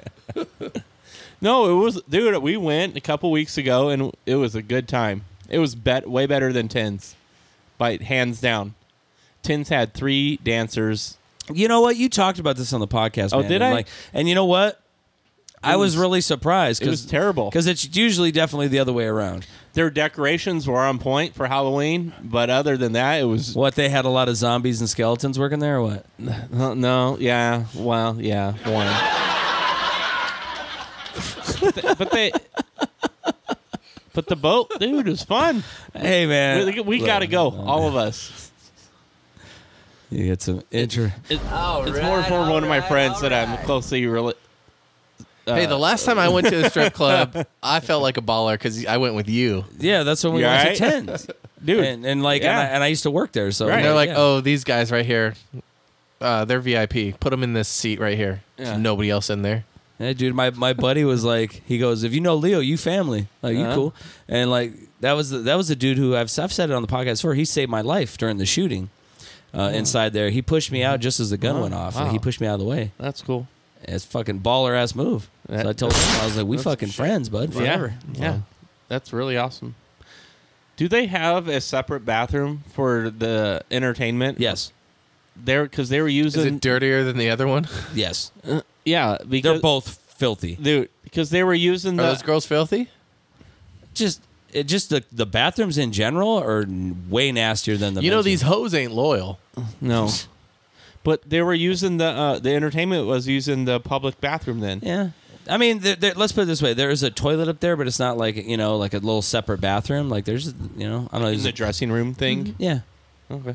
Speaker 3: No, it was dude. We went a couple weeks ago, and it was a good time. It was bet way better than tins, by hands down. Tins had three dancers.
Speaker 1: You know what? You talked about this on the podcast.
Speaker 3: Oh,
Speaker 1: man,
Speaker 3: did
Speaker 1: and
Speaker 3: I?
Speaker 1: Like, and you know what? I was,
Speaker 3: was-
Speaker 1: really surprised
Speaker 3: It was terrible.
Speaker 1: because it's usually definitely the other way around.
Speaker 3: Their decorations were on point for Halloween, but other than that, it was
Speaker 1: What they had a lot of zombies and skeletons working there, or what?
Speaker 3: Uh, no, yeah, well, yeah, one. but they, but the boat, dude, is fun.
Speaker 1: Hey man,
Speaker 3: We, we got to go, all of us.
Speaker 1: You get some intro.
Speaker 3: It- it's more for one of my friends that I'm closely uh, related.
Speaker 2: hey, the last time I went to a strip club, I felt like a baller because I went with you.
Speaker 1: Yeah, that's when we
Speaker 3: You
Speaker 1: went
Speaker 3: alright?
Speaker 1: to tens,
Speaker 3: dude.
Speaker 1: and, and like, and,
Speaker 3: Yeah.
Speaker 1: I, and I used to work there, so
Speaker 3: Right.
Speaker 2: And they're like,
Speaker 1: yeah.
Speaker 2: oh, these guys right here, uh, they're VIP. Put them in this seat right here. There's
Speaker 3: Yeah.
Speaker 2: Nobody else in there.
Speaker 1: Yeah, dude, my, my buddy was like, he goes, if you know Leo, you family, like you
Speaker 3: Uh-huh.
Speaker 1: cool, and like that was the, that was the dude who I've I've said it on the podcast before. He saved my life during the shooting uh, inside there. He pushed me out just as the gun
Speaker 3: Oh,
Speaker 1: went off.
Speaker 3: wow.
Speaker 1: And he pushed me out of the way.
Speaker 3: that's cool.
Speaker 1: It's fucking baller ass move.
Speaker 3: That-
Speaker 1: so I told him, I was like, we
Speaker 3: that's
Speaker 1: fucking friends, bud.
Speaker 3: Yeah,
Speaker 1: Forever.
Speaker 3: yeah, that's really awesome. Do they have a separate bathroom for the entertainment?
Speaker 1: Yes.
Speaker 3: there because they were
Speaker 2: Is
Speaker 3: using
Speaker 2: it dirtier than the other one?
Speaker 1: Yes.
Speaker 3: yeah
Speaker 1: They're
Speaker 3: because
Speaker 1: both filthy.
Speaker 3: dude, because they were using
Speaker 2: Are
Speaker 3: the
Speaker 2: those girls filthy?
Speaker 1: Just it just the the bathrooms in general are n- way nastier than the.
Speaker 2: you know
Speaker 1: men's
Speaker 2: these hoes ain't loyal.
Speaker 3: no, but they were using the uh, the entertainment was using the public bathroom then.
Speaker 1: Yeah. I mean, there, there, let's put it this way: there is a toilet up there, but it's not like you know, like a little separate bathroom. Like there's, you know, I don't know.
Speaker 3: In
Speaker 1: there's
Speaker 3: the
Speaker 1: a-
Speaker 3: dressing room thing,
Speaker 1: yeah,
Speaker 3: okay.
Speaker 1: Mm-hmm.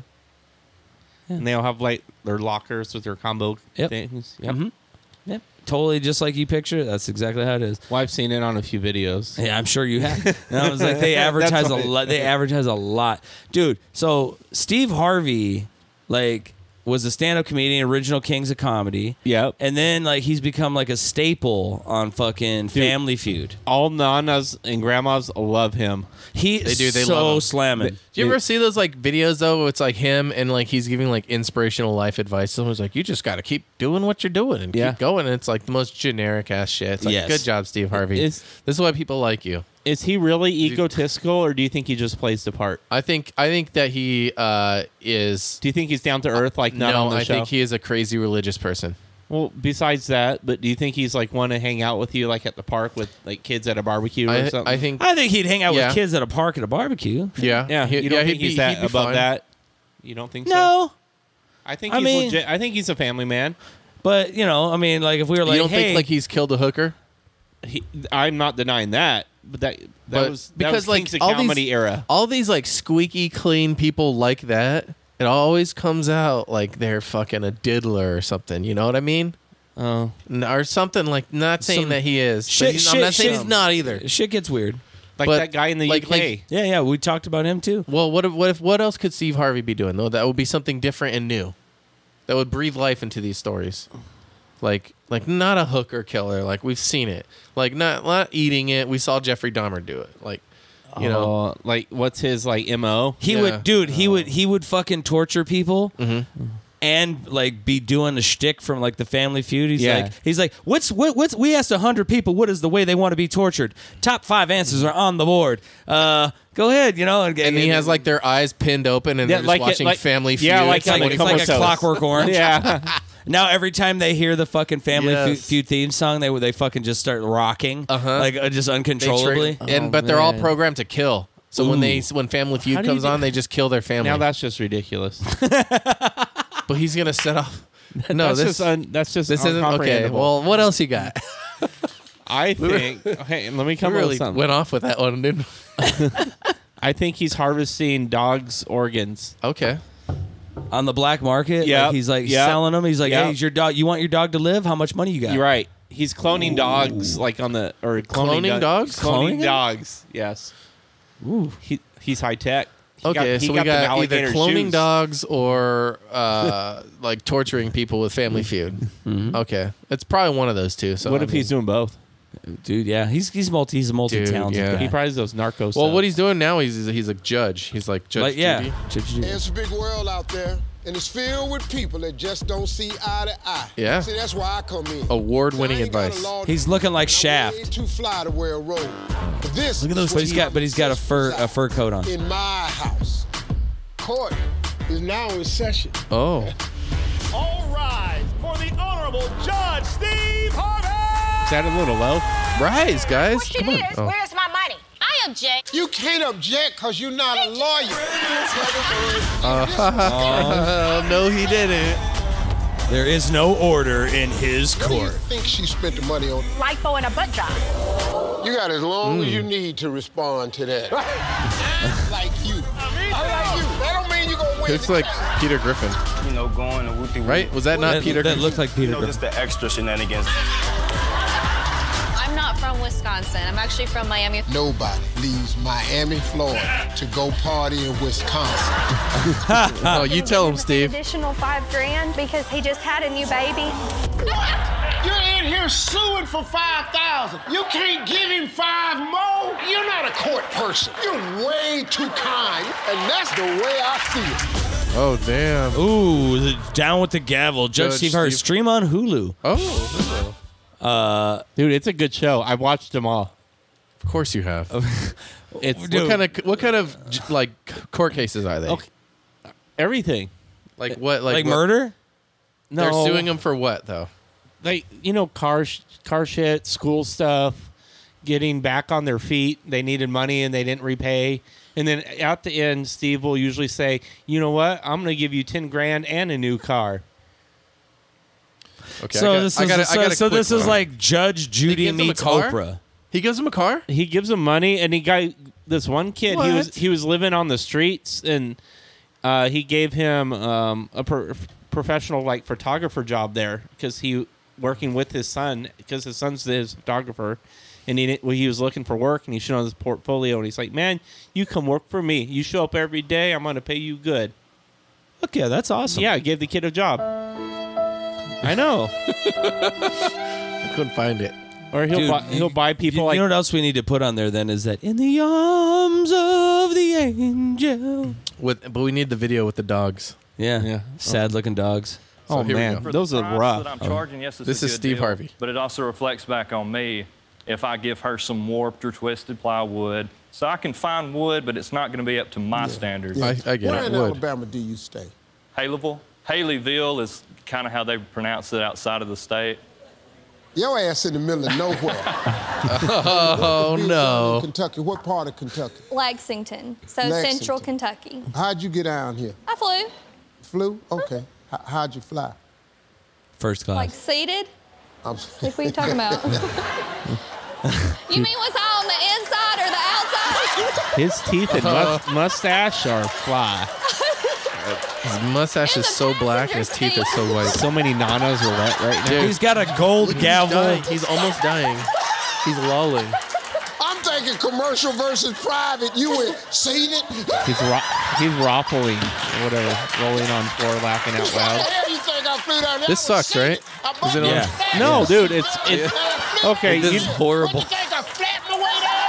Speaker 1: Yeah.
Speaker 3: And they all have like their lockers with their combo
Speaker 1: Yep.
Speaker 3: things. Yep.
Speaker 1: Mhm.
Speaker 2: Mm-hmm.
Speaker 1: yep, totally, just like you picture. it. That's exactly how it is.
Speaker 3: Well, I've seen it on a few videos.
Speaker 1: Yeah, I'm sure you have. And I was like, they advertise a
Speaker 3: why.
Speaker 1: lot. They advertise a lot, dude. So Steve Harvey, like, was a stand-up comedian, original Kings of Comedy.
Speaker 3: Yep.
Speaker 1: And then like he's become like a staple on fucking Family Feud.
Speaker 3: All nanas and grandmas love him.
Speaker 1: He
Speaker 2: They do, they
Speaker 1: so
Speaker 2: love him.
Speaker 1: slamming.
Speaker 2: Do you ever see those like videos though? Where it's like him and like he's giving like inspirational life advice. Someone's like, "You just got to keep doing what you're doing and
Speaker 3: Yeah.
Speaker 2: keep going." And it's like the most generic ass shit. It's like,
Speaker 1: Yes.
Speaker 2: "Good job, Steve Harvey."
Speaker 3: It's-
Speaker 2: this is why people like you.
Speaker 3: Is he really egotistical, or do you think he just plays the part?
Speaker 2: I think I think that he uh, is.
Speaker 3: Do you think he's down to earth, like not
Speaker 2: no,
Speaker 3: on the
Speaker 2: I
Speaker 3: show?
Speaker 2: think he is a crazy religious person.
Speaker 3: well, besides that, but do you think he's like want to hang out with you, like at the park with like kids at a barbecue or
Speaker 2: I,
Speaker 3: something?
Speaker 2: I think.
Speaker 1: I think he'd hang out
Speaker 2: Yeah.
Speaker 1: with kids at a park at a barbecue.
Speaker 2: yeah,
Speaker 3: Yeah,
Speaker 2: He-
Speaker 3: you don't
Speaker 2: yeah,
Speaker 3: think
Speaker 2: he'd
Speaker 3: he's
Speaker 2: be-
Speaker 3: that
Speaker 2: he'd be
Speaker 3: above
Speaker 2: fine.
Speaker 3: that? You don't think so?
Speaker 1: No,
Speaker 3: I think
Speaker 1: I
Speaker 3: he's
Speaker 1: mean-
Speaker 3: legit. I think he's a family man.
Speaker 1: but you know, I mean, like if we were like,
Speaker 2: you don't
Speaker 1: hey,
Speaker 2: think like he's killed a hooker?
Speaker 3: He, I'm not denying that, but that that
Speaker 2: But-
Speaker 3: was that
Speaker 2: because
Speaker 3: was
Speaker 2: like
Speaker 3: Kings of
Speaker 2: all
Speaker 3: comedy
Speaker 2: these
Speaker 3: era.
Speaker 2: all these like squeaky clean people like that, it always comes out like they're fucking a diddler or something. You know what I mean?
Speaker 3: Oh,
Speaker 2: N- Or something like not saying
Speaker 1: Some-
Speaker 2: that he is. but
Speaker 1: Shit,
Speaker 2: he's- I'm
Speaker 1: shit,
Speaker 2: not saying
Speaker 1: shit.
Speaker 2: he's not either.
Speaker 1: shit gets weird.
Speaker 3: like
Speaker 2: But,
Speaker 3: that guy in the
Speaker 2: like-
Speaker 3: UK.
Speaker 2: like-
Speaker 1: Yeah, yeah, we talked about him too.
Speaker 2: Well, what if what if what else could Steve Harvey be doing though? That would be something different and new. That would breathe life into these stories. Like like not a hooker killer. Like we've seen it. Like not not eating it. We saw Jeffrey Dahmer do it. Like you know.
Speaker 3: Oh, like what's his like mo?
Speaker 1: He
Speaker 2: Yeah. Uh,
Speaker 1: would, dude. He would, he would fucking torture people
Speaker 2: Mm-hmm.
Speaker 1: and like be doing a shtick from like the Family Feud. He's
Speaker 3: Yeah.
Speaker 1: like, he's like, what's what, what's? We asked hundred people what is the way they want to be tortured. Top five answers are on the board. Uh, go ahead, you know.
Speaker 2: And he has like their eyes pinned open and they're
Speaker 3: Yeah,
Speaker 2: just
Speaker 3: like it-
Speaker 2: watching
Speaker 3: like-
Speaker 2: Family Feud.
Speaker 3: yeah, like
Speaker 1: It's like,
Speaker 3: on
Speaker 1: it's like a
Speaker 2: 24/7.
Speaker 3: Comatose.
Speaker 1: clockwork orange.
Speaker 3: Yeah,
Speaker 1: Now every time they hear the fucking Family
Speaker 2: Yes.
Speaker 1: Fe- Feud theme song, they they fucking just start rocking,
Speaker 2: Uh-huh.
Speaker 1: like uh, just
Speaker 2: They trigger-
Speaker 1: uncontrollably.
Speaker 2: and
Speaker 3: Oh,
Speaker 2: but they're all
Speaker 3: man.
Speaker 2: programmed to kill. So when they
Speaker 1: Ooh.
Speaker 2: when Family Feud
Speaker 3: do you
Speaker 2: comes
Speaker 3: do-
Speaker 2: on, they just kill their family.
Speaker 3: now that's just ridiculous.
Speaker 2: but he's gonna set off. No,
Speaker 3: that's
Speaker 2: this
Speaker 3: just un, that's just
Speaker 2: this isn't okay.
Speaker 3: incomprehensible.
Speaker 2: Well, what else you got?
Speaker 3: I think. hey, let me
Speaker 2: I
Speaker 3: come up
Speaker 2: really
Speaker 3: with something.
Speaker 2: went off with that one, dude.
Speaker 3: I think he's harvesting dogs' organs.
Speaker 2: Okay.
Speaker 1: on the black market. Yeah,
Speaker 3: Yep,
Speaker 1: he's like
Speaker 3: yep,
Speaker 1: selling them. He's like,
Speaker 3: yep.
Speaker 1: hey, is your dog? You want your dog to live? How much money you got?
Speaker 3: You're right. He's cloning dogs, like on the or cloning,
Speaker 2: Cloning
Speaker 3: do-
Speaker 2: dogs?
Speaker 1: Cloning
Speaker 3: Cloning,
Speaker 1: them?
Speaker 3: dogs. Yes.
Speaker 1: Ooh.
Speaker 3: He he's high tech. He
Speaker 2: Okay,
Speaker 3: he
Speaker 2: so we
Speaker 3: them
Speaker 2: got, either
Speaker 3: alligator
Speaker 2: cloning
Speaker 3: shoes.
Speaker 2: dogs or uh, like torturing people with Family Feud. Okay, it's probably one of those two. So
Speaker 3: Mm-hmm. What
Speaker 2: I
Speaker 3: if
Speaker 2: mean-
Speaker 3: he's doing both?
Speaker 1: dude. Yeah, he's he's multi he's a multi talented
Speaker 2: yeah.
Speaker 1: guy.
Speaker 3: He probably does those narcos.
Speaker 2: well? What he's doing now? He's he's a judge. He's like judge.
Speaker 1: like yeah,
Speaker 2: Judy.
Speaker 1: Judge Judy.
Speaker 4: And It's a big world out there, and it's filled with people that just don't see eye to eye.
Speaker 2: Yeah.
Speaker 4: See, that's why I come in.
Speaker 2: Award-winning
Speaker 4: See, I ain't got a
Speaker 2: advice.
Speaker 4: law
Speaker 1: He's looking like
Speaker 4: degree, and I'm
Speaker 1: Shaft.
Speaker 4: way too fly to wear a robe. But this.
Speaker 1: Look at those.
Speaker 4: is
Speaker 1: But
Speaker 4: what
Speaker 1: he's got but he's got a fur a fur coat on.
Speaker 4: In my house, court is now in session.
Speaker 2: Oh,
Speaker 5: All rise for the Honorable Judge Steve Harvey!
Speaker 3: is that a little low?
Speaker 2: rise, guys!
Speaker 6: Question
Speaker 2: Come on.
Speaker 6: is,
Speaker 2: Oh.
Speaker 6: where's my money? I object.
Speaker 4: You can't object because you're not a lawyer.
Speaker 2: Uh, no, he didn't.
Speaker 1: There is no order in his
Speaker 4: What do you
Speaker 1: court.
Speaker 4: think she spent the money on?
Speaker 6: LIFO and a butt job.
Speaker 4: You got as long as
Speaker 2: Mm.
Speaker 4: you need to respond to that. I like you. I like you. That don't mean you're gonna win.
Speaker 2: Looks
Speaker 4: the
Speaker 2: like
Speaker 4: case.
Speaker 2: Peter Griffin,
Speaker 5: You know, going to Wooty
Speaker 2: right? Was that not
Speaker 1: That,
Speaker 2: Peter?
Speaker 1: that
Speaker 2: Griffin?
Speaker 1: looked like Peter.
Speaker 5: You know,
Speaker 1: Griffin.
Speaker 5: just the extra shenanigans.
Speaker 7: I'm not from Wisconsin. I'm actually from Miami.
Speaker 4: Nobody leaves Miami, Florida to go party in Wisconsin.
Speaker 2: oh, you tell him, Steve.
Speaker 6: Additional five grand because he just had a new baby.
Speaker 4: You're in here suing for 5,000. You can't give him five more? You're not a court person. You're way too kind, and that's the way I feel.
Speaker 2: Oh, damn.
Speaker 1: Ooh, the, down with the gavel. Judge,
Speaker 2: Judge
Speaker 1: Steve Harris.
Speaker 2: Steve-
Speaker 1: Stream on Hulu.
Speaker 2: Oh,
Speaker 3: Dude, it's a good show. I watched them all.
Speaker 2: of course you have.
Speaker 3: It's
Speaker 2: What kind of what kind of j- like c- court cases are they?
Speaker 3: Okay. everything.
Speaker 2: Like what? Like,
Speaker 1: Like
Speaker 2: what-
Speaker 1: murder?
Speaker 3: No,
Speaker 2: They're suing him for what though?
Speaker 3: like you know car sh- car shit, school stuff, getting back on their feet. They needed money and they didn't repay. And then at the end, Steve will usually say, "You know what? I'm going to give you ten grand and a new car."
Speaker 2: Okay,
Speaker 1: so
Speaker 2: I got-
Speaker 1: this
Speaker 2: I
Speaker 1: is
Speaker 2: got a- I
Speaker 1: so,
Speaker 2: got a
Speaker 1: so
Speaker 2: quick
Speaker 1: this is
Speaker 2: one.
Speaker 1: like Judge
Speaker 2: He
Speaker 1: Judy
Speaker 2: gives him a
Speaker 1: meets
Speaker 2: car?
Speaker 1: Oprah.
Speaker 2: he gives him a car.
Speaker 3: he gives him money and he got this one kid he was
Speaker 2: What?
Speaker 3: he was living on the streets and uh, he gave him um, a pro- professional like photographer job there because he working with his son because his son's his photographer and he didn't- well, he was looking for work and he showed him his portfolio and he's like man you come work for me you show up every day i'm gonna pay you good
Speaker 1: Look, yeah, that's awesome.
Speaker 3: yeah I gave the kid a job i know
Speaker 2: I couldn't find it.
Speaker 3: or he'll
Speaker 1: Dude,
Speaker 3: buy,
Speaker 1: you-
Speaker 3: he'll buy
Speaker 1: You,
Speaker 3: people
Speaker 1: you
Speaker 3: like
Speaker 1: know what else we need to put on there then is that in the arms of the angel.
Speaker 2: With but we need the video with the dogs.
Speaker 1: Yeah,
Speaker 3: Yeah.
Speaker 1: sad looking dogs.
Speaker 2: So
Speaker 3: oh
Speaker 2: here we
Speaker 3: man
Speaker 2: go.
Speaker 3: those
Speaker 8: price
Speaker 3: are rough
Speaker 8: That I'm charging. Yes, it's
Speaker 2: This
Speaker 8: a
Speaker 2: is
Speaker 8: good
Speaker 2: Steve
Speaker 8: deal,
Speaker 2: Harvey.
Speaker 8: But it also reflects back on me if I give her some warped or twisted plywood. So I can find wood, but it's not going to be up to my standards.
Speaker 2: I, I get
Speaker 9: Where
Speaker 2: it.
Speaker 9: in
Speaker 2: Wood.
Speaker 9: Alabama do you stay?
Speaker 8: Haleyville, Haleyville is kind of how they pronounce it outside of the state.
Speaker 9: Your ass in the middle of nowhere.
Speaker 2: Oh no!
Speaker 9: Kentucky. What part of Kentucky?
Speaker 7: Lexington, so
Speaker 9: Lexington.
Speaker 7: central Kentucky.
Speaker 9: How'd you get down here?
Speaker 7: I flew,
Speaker 9: Flew? Okay. H- how'd you fly?
Speaker 1: First
Speaker 7: like
Speaker 1: class.
Speaker 7: seated.
Speaker 9: I'm
Speaker 7: Like, what are you talking about? you mean was I on the inside or the outside?
Speaker 3: His teeth and must- mustache are fly.
Speaker 2: His mustache
Speaker 7: In
Speaker 2: is
Speaker 7: the
Speaker 2: so black, and his
Speaker 7: passenger
Speaker 2: teeth are so white.
Speaker 3: So many nanas are wet right now.
Speaker 1: He's got a gold gavel.
Speaker 2: Dying. He's almost dying. He's lolling.
Speaker 9: I'm thinking commercial versus private. You went seen it?
Speaker 3: He's ro- he's ruffling, whatever, rolling on floor, laughing out
Speaker 9: How the
Speaker 3: loud.
Speaker 9: hell you think I flew down there?
Speaker 2: This
Speaker 9: I would've
Speaker 2: sucks,
Speaker 9: seen
Speaker 2: right?
Speaker 9: it. I
Speaker 2: Is it
Speaker 9: bought
Speaker 2: on-
Speaker 9: a
Speaker 1: Yeah.
Speaker 9: flat.
Speaker 3: No, dude, it's it's
Speaker 9: What,
Speaker 3: okay. You,
Speaker 1: This is horrible.
Speaker 9: You think I flapped my way down?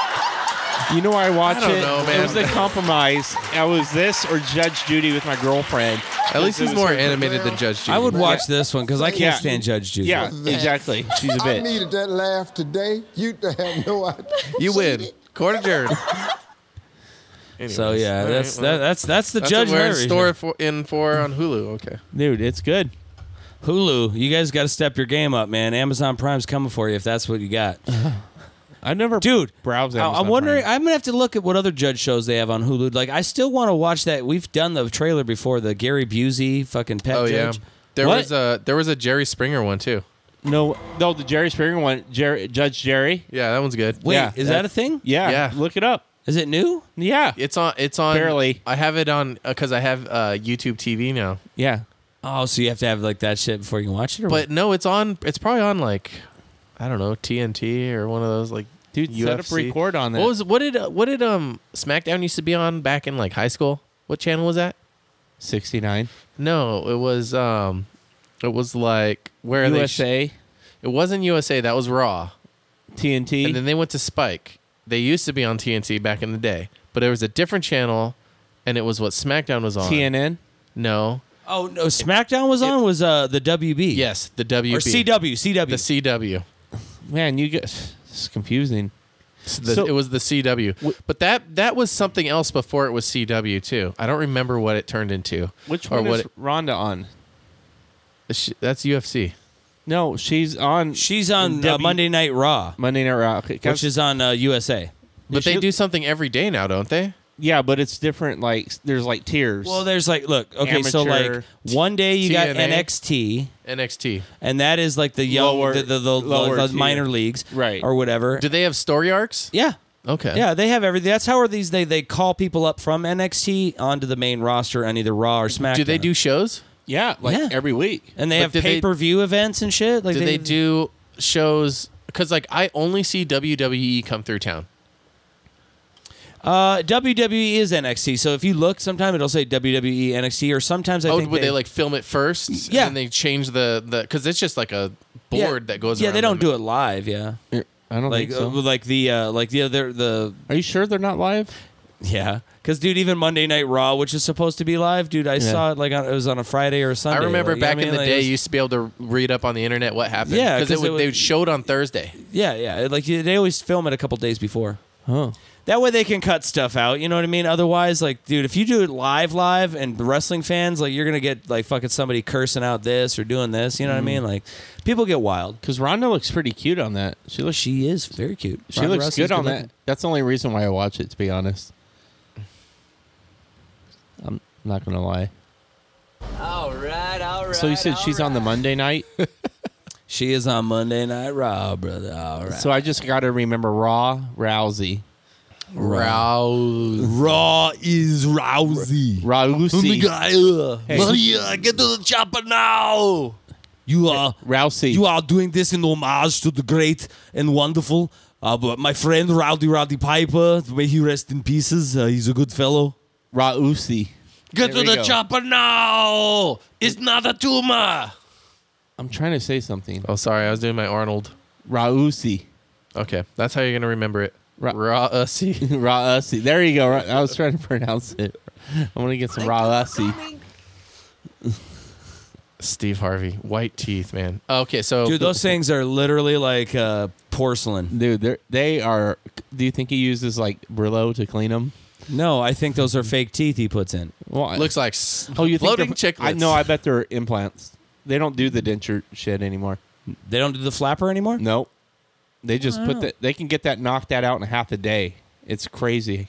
Speaker 3: you know why I watch
Speaker 2: I don't
Speaker 3: it?
Speaker 2: know,
Speaker 3: It
Speaker 2: man.
Speaker 3: was a compromise. I was this or Judge Judy with my girlfriend.
Speaker 2: At least he's more animated than Judge Judy.
Speaker 1: I would watch this one because I can't
Speaker 3: Yeah.
Speaker 1: stand Judge Judy.
Speaker 3: Yeah, exactly. She's a
Speaker 9: I
Speaker 3: bitch.
Speaker 9: needed that laugh today. You have no idea.
Speaker 2: You
Speaker 9: Seen
Speaker 2: win.
Speaker 9: it?
Speaker 2: Court adjourned.
Speaker 1: So yeah, that's that, that's that's the
Speaker 2: That's
Speaker 1: Judge
Speaker 2: what we're in
Speaker 1: Jury.
Speaker 2: store for, in for on Hulu. Okay.
Speaker 3: Dude, it's good.
Speaker 1: Hulu, you guys got to step your game up, man. Amazon Prime's coming for you if that's what you got.
Speaker 3: I never
Speaker 1: Dude,
Speaker 3: browse.
Speaker 1: I-
Speaker 3: Amazon
Speaker 1: I'm wondering.
Speaker 3: Prime.
Speaker 1: I'm gonna have to look at what other judge shows they have on Hulu. Like, I still want to watch that. We've done the trailer before. The Gary Busey fucking pet
Speaker 2: Oh yeah.
Speaker 1: judge.
Speaker 2: There
Speaker 3: What?
Speaker 2: was a there was a Jerry Springer one too.
Speaker 3: no, no, the Jerry Springer one, Jerry, Judge Jerry.
Speaker 2: Yeah, that one's good.
Speaker 1: Wait,
Speaker 3: Yeah,
Speaker 1: is that a thing?
Speaker 3: Yeah,
Speaker 2: Yeah.
Speaker 3: look it up.
Speaker 1: Is it new?
Speaker 3: Yeah,
Speaker 2: It's on. It's on.
Speaker 3: Barely.
Speaker 2: I have it on because I have uh, YouTube TV now.
Speaker 3: yeah.
Speaker 1: Oh, so you have to have like that shit before you can watch it. Or
Speaker 2: But no, it's on. It's probably on like, I don't know, TNT or one of those like.
Speaker 3: Dude, set up
Speaker 2: UFC.
Speaker 3: record on that.
Speaker 2: What was what did uh, what did um SmackDown used to be on back in like high school? What channel was that?
Speaker 3: 69
Speaker 2: No, it was um, it was like where they sh-
Speaker 3: USA
Speaker 2: it wasn't USA. That was Raw,
Speaker 3: TNT
Speaker 2: and then they went to Spike. They used to be on TNT back in the day, but there was a different channel, and it was what SmackDown was on.
Speaker 3: TNN
Speaker 2: No.
Speaker 1: what? oh no, SmackDown was on. Was uh the WB?
Speaker 2: Yes, the
Speaker 1: Or
Speaker 2: WB.
Speaker 1: CW,
Speaker 2: The
Speaker 1: CW.
Speaker 2: CW.
Speaker 3: man you get it's confusing
Speaker 2: The-
Speaker 3: So-
Speaker 2: it was the CW, but that that was something else before it was CW too. I don't remember what it turned into.
Speaker 3: which
Speaker 2: or
Speaker 3: one
Speaker 2: what
Speaker 3: is Ronda on
Speaker 2: it- sh- that's UFC.
Speaker 3: no she's on
Speaker 1: She's on uh,
Speaker 3: W-
Speaker 1: Monday Night Raw,
Speaker 3: Monday Night Raw okay, 'cause-
Speaker 1: which is on uh, USA.
Speaker 2: But
Speaker 3: she-
Speaker 2: they do something every day now, don't they?
Speaker 3: yeah but it's different like there's like tiers
Speaker 1: Well, there's like, look, okay, so
Speaker 3: Amateur.
Speaker 1: like one day you got
Speaker 2: TNA.
Speaker 1: NXT,
Speaker 2: NXT.
Speaker 1: and that is like the young,
Speaker 3: Lower-
Speaker 1: the, the, the,
Speaker 3: lower
Speaker 1: the
Speaker 3: tier.
Speaker 1: minor leagues,
Speaker 3: Right.
Speaker 1: or whatever.
Speaker 2: Do they have story arcs?
Speaker 1: yeah,
Speaker 2: Okay.
Speaker 1: yeah, they have everything. That's how are these? They they call people up from NXT onto the main roster on either Raw or SmackDown.
Speaker 2: Do they do shows?
Speaker 3: yeah like
Speaker 1: Yeah.
Speaker 3: every week
Speaker 1: And they
Speaker 2: but
Speaker 1: have
Speaker 2: do they-
Speaker 1: pay per view events and shit. Like
Speaker 2: Do they do shows? Because like I only see WWE come through town.
Speaker 1: uh, WWE is NXT. So if you look, sometimes it'll say E, WWE NXT, or sometimes I
Speaker 2: Oh,
Speaker 1: think
Speaker 2: would they, like film it first?
Speaker 1: Yeah.
Speaker 2: And then they change the the because it's just like a board that goes.
Speaker 1: Yeah,
Speaker 2: around
Speaker 1: they don't
Speaker 2: the-
Speaker 1: do it live. Yeah,
Speaker 3: I don't
Speaker 1: like
Speaker 3: think so
Speaker 1: uh, like the uh, like the other the
Speaker 3: are you sure they're not live
Speaker 1: Yeah, because dude, even Monday Night Raw, which is supposed to be live, dude, I saw it like on, it was on a Friday or a
Speaker 2: I
Speaker 1: Sunday.
Speaker 2: remember
Speaker 1: Like, I
Speaker 2: back
Speaker 1: mean,
Speaker 2: in the
Speaker 1: like, it
Speaker 2: day,
Speaker 1: was-
Speaker 2: you used to be able to read up on the internet what happened.
Speaker 1: Yeah,
Speaker 2: because
Speaker 1: 'cause
Speaker 2: it
Speaker 1: it
Speaker 2: would, they
Speaker 1: was-
Speaker 2: showed on Thursday.
Speaker 1: yeah, yeah, like you- they always film it a couple days before.
Speaker 3: oh
Speaker 1: That way they can cut stuff out. You know what I mean? Otherwise, like, dude, if you do it live, live, and the wrestling fans, like, you're gonna get like fucking somebody cursing out this or doing this. You know what I
Speaker 3: Mm.
Speaker 1: mean? Like, people get wild.
Speaker 3: Because Rhonda looks pretty cute on that. She looks
Speaker 1: She is very cute.
Speaker 3: she
Speaker 1: Ronda
Speaker 3: looks
Speaker 1: Rousey's
Speaker 3: good on
Speaker 1: good-looking.
Speaker 3: that. That's the only reason why I watch it, to be honest. I'm not gonna lie.
Speaker 10: All right, all right.
Speaker 3: So you said she's on the Monday night.
Speaker 1: She is on Monday Night Raw, brother. All right.
Speaker 3: So I just got to remember Raw Rousey.
Speaker 2: Rouse.
Speaker 1: Raw is Rousey.
Speaker 3: Rousey. Hey.
Speaker 1: Maria, get to the chopper now. You are
Speaker 3: Rousey.
Speaker 1: You are doing this in homage to the great and wonderful, uh, but my friend Rowdy Rowdy Piper. May he rest in pieces. Uh, he's a good fellow.
Speaker 3: Rousey.
Speaker 1: Get to
Speaker 3: There we
Speaker 1: the
Speaker 3: go.
Speaker 1: chopper now. It's not a tumor.
Speaker 3: I'm trying to say something.
Speaker 2: Oh, sorry. I was doing my Arnold.
Speaker 3: Rousey.
Speaker 2: Okay. That's how you're going to remember it.
Speaker 3: Ra-
Speaker 2: Rousey.
Speaker 3: Rousey. There you go. Ra- I was trying to pronounce it. I want to get some Rousey.
Speaker 2: Steve Harvey. White teeth, man. Okay. So
Speaker 1: Dude, those things are literally like uh, porcelain.
Speaker 3: Dude, they're- they are. Do you think he uses like Brillo to clean them?
Speaker 1: No, I think those are fake teeth he puts in.
Speaker 3: Well,
Speaker 2: looks like s-
Speaker 3: Oh, you think
Speaker 2: floating
Speaker 3: they're-
Speaker 2: chicklets.
Speaker 3: I no, I bet they're implants. They don't do the denture shit anymore.
Speaker 1: They don't do the flapper anymore.
Speaker 3: Nope. They just put
Speaker 1: Oh.
Speaker 3: that. They can get that knocked that out in half a day. It's crazy.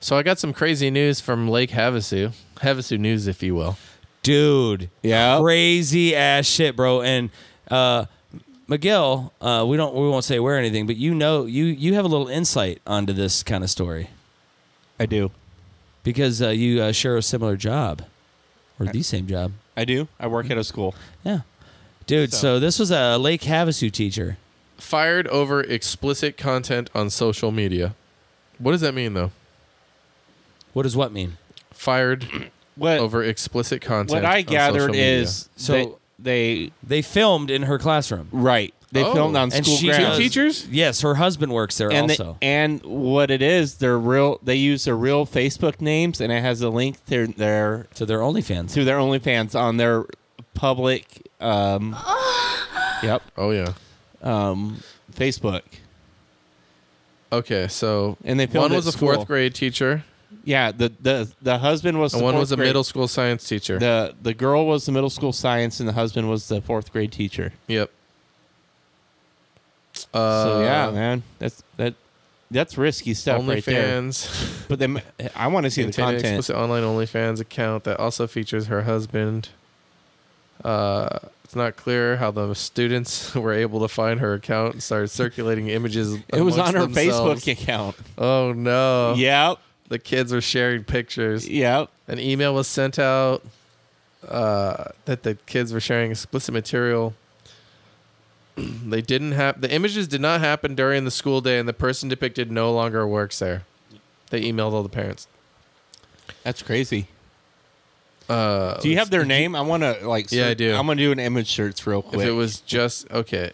Speaker 2: So I got some crazy news from Lake Havasu. Havasu news, if you will.
Speaker 1: dude.
Speaker 3: Yeah.
Speaker 1: crazy ass shit, bro. And uh, Miguel, uh, we don't, we won't say where or anything, but you know, you you have a little insight onto this kind of story
Speaker 3: I do.
Speaker 1: because uh, you uh, share a similar job or the same job.
Speaker 3: I do. I work at a school.
Speaker 1: Yeah, dude. So, this was a Lake Havasu teacher.
Speaker 2: Fired over explicit content on social media. What does that mean, though?
Speaker 1: What does what mean?
Speaker 2: Fired
Speaker 3: What
Speaker 2: over explicit content.
Speaker 3: what I
Speaker 2: on social
Speaker 3: gathered
Speaker 2: media.
Speaker 3: is
Speaker 1: So-
Speaker 3: so they,
Speaker 1: They filmed in her classroom.
Speaker 3: right they
Speaker 2: Oh.
Speaker 3: filmed on
Speaker 1: And
Speaker 3: school
Speaker 1: she
Speaker 3: grounds.
Speaker 1: does-
Speaker 2: teachers?
Speaker 1: Yes, her husband works there
Speaker 3: and they-
Speaker 1: also.
Speaker 3: and what it is, they're real. They use their real Facebook names, and it has a link to their
Speaker 1: so they're OnlyFans.
Speaker 3: to their OnlyFans on their public. Um, yep.
Speaker 2: Oh yeah.
Speaker 3: Um, Facebook.
Speaker 2: Okay, so
Speaker 3: And they
Speaker 2: one
Speaker 3: filmed
Speaker 2: was a
Speaker 3: at school.
Speaker 2: fourth grade teacher,
Speaker 3: Yeah. The the the husband was
Speaker 2: and
Speaker 3: the
Speaker 2: one
Speaker 3: fourth
Speaker 2: was a
Speaker 3: grade-
Speaker 2: middle school science teacher.
Speaker 3: The the girl was the middle school science, and the husband was the fourth grade teacher.
Speaker 2: yep. Uh,
Speaker 3: So yeah, man, that's that. That's risky stuff right there.
Speaker 2: OnlyFans.
Speaker 3: But then I want to see the
Speaker 2: maintain an
Speaker 3: content.
Speaker 2: explicit online OnlyFans account that also features her husband. Uh, it's not clear how the students were able to find her account and started circulating images.
Speaker 3: It was on
Speaker 2: amongst
Speaker 3: her
Speaker 2: themselves.
Speaker 3: Facebook account.
Speaker 2: Oh no!
Speaker 3: Yep.
Speaker 2: the kids were sharing pictures.
Speaker 3: Yep.
Speaker 2: An email was sent out uh, that the kids were sharing explicit material. they didn't have the images did not happen during the school day, and the person depicted no longer works there. They emailed all the parents.
Speaker 3: That's crazy.
Speaker 2: Uh,
Speaker 3: Do you have their name? I want to like.
Speaker 2: Yeah, I
Speaker 3: search-
Speaker 2: do.
Speaker 3: I'm gonna do an image search real quick.
Speaker 2: If it was just okay,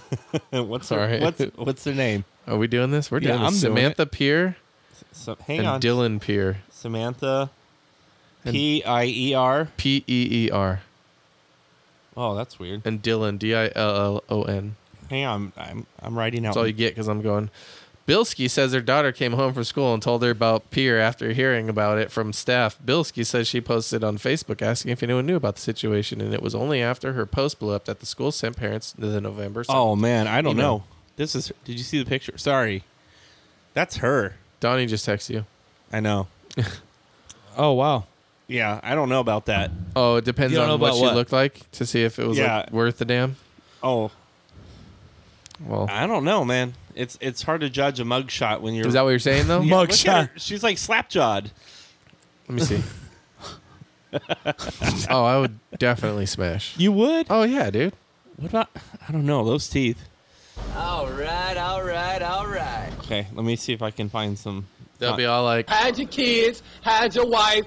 Speaker 3: what's
Speaker 2: all
Speaker 3: her,
Speaker 2: right.
Speaker 3: what's what's their name?
Speaker 2: are we doing this? We're
Speaker 3: Yeah,
Speaker 2: doing this.
Speaker 3: I'm doing
Speaker 2: Samantha Peer
Speaker 3: So, hang
Speaker 2: and
Speaker 3: on,
Speaker 2: Dylan Peer.
Speaker 3: Samantha. P I E R.
Speaker 2: P E E R
Speaker 3: Oh, that's weird.
Speaker 2: and Dylan D I L L O N.
Speaker 3: Hang on, I'm I'm writing out.
Speaker 2: That's all you get because I'm going. Bilski says her daughter came home from school and told her about Peer after hearing about it from staff. Bilski says she posted on Facebook asking if anyone knew about the situation, and it was only after her post blew up that the school sent parents to the November.
Speaker 3: oh man, I don't
Speaker 2: Email.
Speaker 3: know. This is. Did you see the picture? Sorry, that's her.
Speaker 2: Donnie just texted you.
Speaker 3: I know.
Speaker 1: Oh wow.
Speaker 3: Yeah, I don't know about that.
Speaker 2: Oh, it depends
Speaker 1: You don't
Speaker 2: on
Speaker 1: know
Speaker 2: what
Speaker 1: about
Speaker 2: she
Speaker 1: what?
Speaker 2: looked like to see if it was
Speaker 3: Yeah.
Speaker 2: like worth the damn.
Speaker 3: Oh,
Speaker 2: Well,
Speaker 3: I don't know, man. It's it's hard to judge a mugshot when you're.
Speaker 2: is that what you're saying though?
Speaker 3: Look at her. She's like slapjawed.
Speaker 2: Let me see. oh, I would definitely smash.
Speaker 3: You would?
Speaker 2: Oh yeah, dude.
Speaker 3: What about? I don't know. Those teeth.
Speaker 10: All right, all right, all right.
Speaker 3: Okay, let me see if I can find some.
Speaker 2: They'll be all like,
Speaker 10: Hide your kids, hide your wife.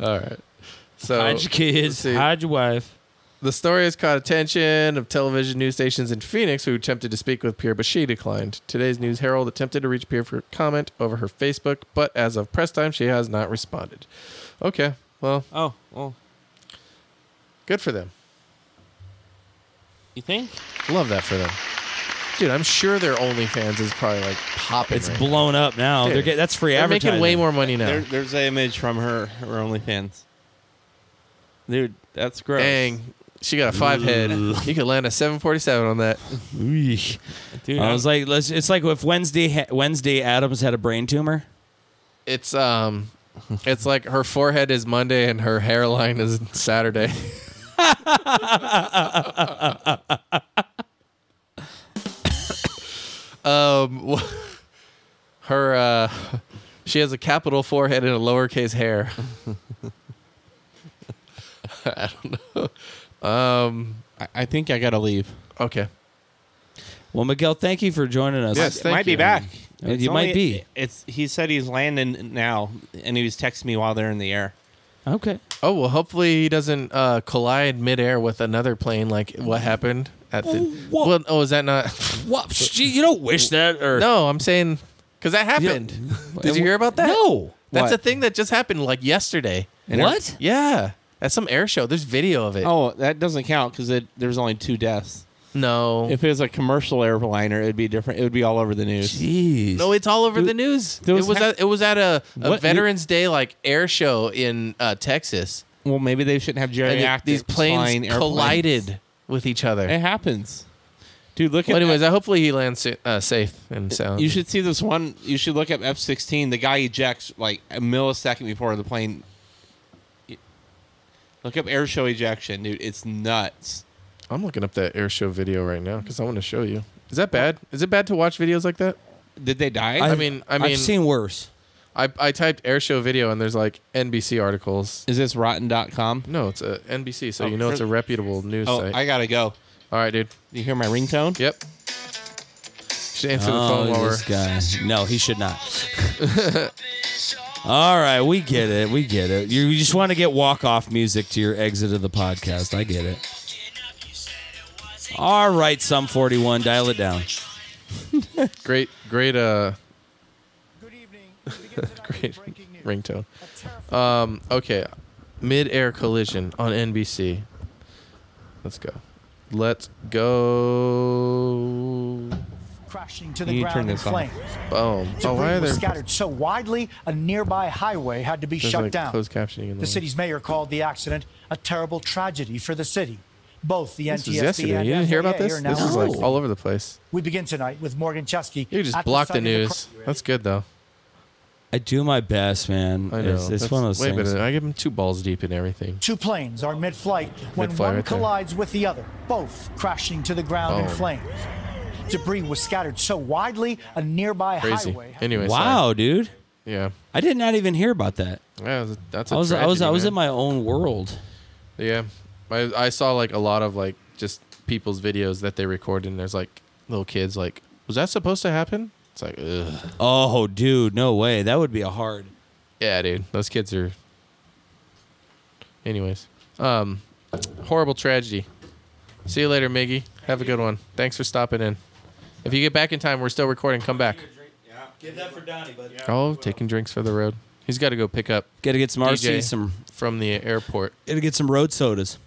Speaker 2: all right. So
Speaker 1: Hide your kids.
Speaker 2: see.
Speaker 1: Hide your wife.
Speaker 2: The story has caught attention of television news stations in Phoenix who attempted to speak with Pierre, but she declined. Today's News Herald attempted to reach Pierre for comment over her Facebook, but as of press time, she has not responded. Okay, well,
Speaker 3: Oh, well,
Speaker 2: good for them.
Speaker 3: you think?
Speaker 2: Love that for them. Dude, I'm sure their OnlyFans is probably like popping.
Speaker 1: It's
Speaker 2: right
Speaker 1: blown up now.
Speaker 2: Dude.
Speaker 1: They're get, that's free
Speaker 2: They're
Speaker 1: advertising.
Speaker 2: making way more money now.
Speaker 3: There, there's an image from her her OnlyFans. Dude, that's gross.
Speaker 2: Dang, she got a five head. You could land a 747 on that.
Speaker 1: Eesh.
Speaker 3: Dude,
Speaker 1: I was like, let's, it's like if Wednesday ha- Wednesday Adams had a brain tumor.
Speaker 2: It's um, it's like her forehead is Monday and her hairline is Saturday. um, wh- her uh, she has a capital forehead and a lowercase hair. I don't know. Um,
Speaker 3: I, I think I gotta leave.
Speaker 2: okay.
Speaker 1: Well, Miguel, thank you for joining us.
Speaker 2: Yes, thank
Speaker 3: might be
Speaker 2: you.
Speaker 3: back.
Speaker 1: You
Speaker 3: It's
Speaker 1: might be.
Speaker 3: It's. He said he's landing now, and he was texting me while they're in the air.
Speaker 1: Okay.
Speaker 2: Oh well, hopefully he doesn't uh, collide midair with another plane like what happened at the.
Speaker 1: wha-
Speaker 2: Well, oh, is that not?
Speaker 1: What? Gee, you don't wish that, or
Speaker 2: no, I'm saying because that
Speaker 1: You-
Speaker 2: happened. Did you hear about that?
Speaker 1: No.
Speaker 2: that's
Speaker 3: What?
Speaker 2: a thing that just happened like yesterday.
Speaker 1: What?
Speaker 2: Yeah, at some air show. There's video of it.
Speaker 3: Oh, that doesn't count because there's only two deaths.
Speaker 2: no,
Speaker 3: If it was a commercial airliner, it'd be different. It would be all over the news.
Speaker 1: Jeez.
Speaker 2: no, it's all over the news.
Speaker 3: there was
Speaker 2: it was
Speaker 3: ha-
Speaker 2: at, it was at a, a
Speaker 3: What?
Speaker 2: Veterans Day like air show in uh, Texas,
Speaker 3: Well, maybe they shouldn't have
Speaker 2: and
Speaker 3: Jerry
Speaker 2: the-
Speaker 3: Act.
Speaker 2: these planes collided with each other.
Speaker 3: It happens, dude. Look
Speaker 2: Well,
Speaker 3: at.
Speaker 2: anyways, I hopefully he lands sa- uh, safe and sound.
Speaker 3: you should see this one. You should look up F sixteen. The guy ejects like a millisecond before the plane. e-, Look up air show ejection, dude. It's nuts.
Speaker 2: I'm looking up that air show video right now because I want to show you. Is that bad? Is it bad to watch videos like that?
Speaker 3: Did they die?
Speaker 2: I mean, I mean,
Speaker 1: have seen worse.
Speaker 2: I, I typed air show video and there's like NBC articles.
Speaker 3: is this rotten.com?
Speaker 2: No, it's a NBC, so
Speaker 3: Oh,
Speaker 2: you know it's a
Speaker 3: really?
Speaker 2: reputable news
Speaker 3: Oh,
Speaker 2: site.
Speaker 3: I gotta go.
Speaker 2: All right, dude.
Speaker 3: You hear my ringtone?
Speaker 2: Yep. Should answer the phone while
Speaker 1: Oh,
Speaker 2: we're.
Speaker 1: this guy. No, he should not. All right, we get it. We get it. You, you just want to get walk off music to your exit of the podcast. I get it. All right, some 41, dial it down.
Speaker 2: Great, great, uh. great ringtone. Um, okay. Mid air collision on NBC. Let's go. Let's go.
Speaker 11: crashing to
Speaker 3: the You need to ground turn in this off. flames.
Speaker 2: Boom. Oh, why are
Speaker 11: Debris
Speaker 2: there
Speaker 11: was scattered so widely, a nearby highway had to be
Speaker 2: there's,
Speaker 11: shut
Speaker 2: like,
Speaker 11: down.
Speaker 2: closed captioning in
Speaker 11: the
Speaker 2: the-
Speaker 11: city's mayor called the accident a terrible tragedy for the city. Both the
Speaker 2: This was
Speaker 11: NTSB
Speaker 2: yesterday.
Speaker 11: and
Speaker 2: You didn't hear about
Speaker 11: FAA
Speaker 2: this?
Speaker 11: are now
Speaker 2: This is like
Speaker 11: investigating.
Speaker 2: all over the place.
Speaker 11: We begin tonight with Morgan Chesky.
Speaker 2: You just
Speaker 11: at
Speaker 2: block the
Speaker 11: site of
Speaker 2: news. That's good though.
Speaker 1: I do my best, man.
Speaker 2: I know.
Speaker 1: It's, it's
Speaker 2: That's-
Speaker 1: one of those
Speaker 2: wait
Speaker 1: things.
Speaker 2: a minute. I give him two balls deep in everything.
Speaker 11: Two planes are mid-flight when
Speaker 2: Mid-flight
Speaker 11: one
Speaker 2: right there.
Speaker 11: collides with the other, both crashing to the ground in
Speaker 2: Oh.
Speaker 11: flames. Debris was scattered so widely, a nearby
Speaker 2: Crazy.
Speaker 11: highway. had-
Speaker 2: Anyway.
Speaker 1: wow,
Speaker 2: sorry.
Speaker 1: dude.
Speaker 2: Yeah.
Speaker 1: I did not even hear about that.
Speaker 2: Yeah. that's- That's. a
Speaker 1: I was I was
Speaker 2: tragedy,
Speaker 1: I was
Speaker 2: man.
Speaker 1: in my own world.
Speaker 2: Yeah, I I saw like a lot of like just people's videos that they recorded. and There's like little kids like, was that supposed to happen? It's like, ugh.
Speaker 1: Oh, dude, no way. That would be a hard.
Speaker 2: Yeah, dude, those kids are. Anyways, um, horrible tragedy. See you later, Miggy. Have a good one. Thanks for stopping in. If you get back in time, we're still recording. Come back.
Speaker 1: Give that for Donnie, bud.
Speaker 2: Oh, taking drinks for the road. He's got to go pick up
Speaker 1: Got to get some
Speaker 2: DJ
Speaker 1: RC, some.
Speaker 2: from the airport.
Speaker 1: Got to get some road sodas.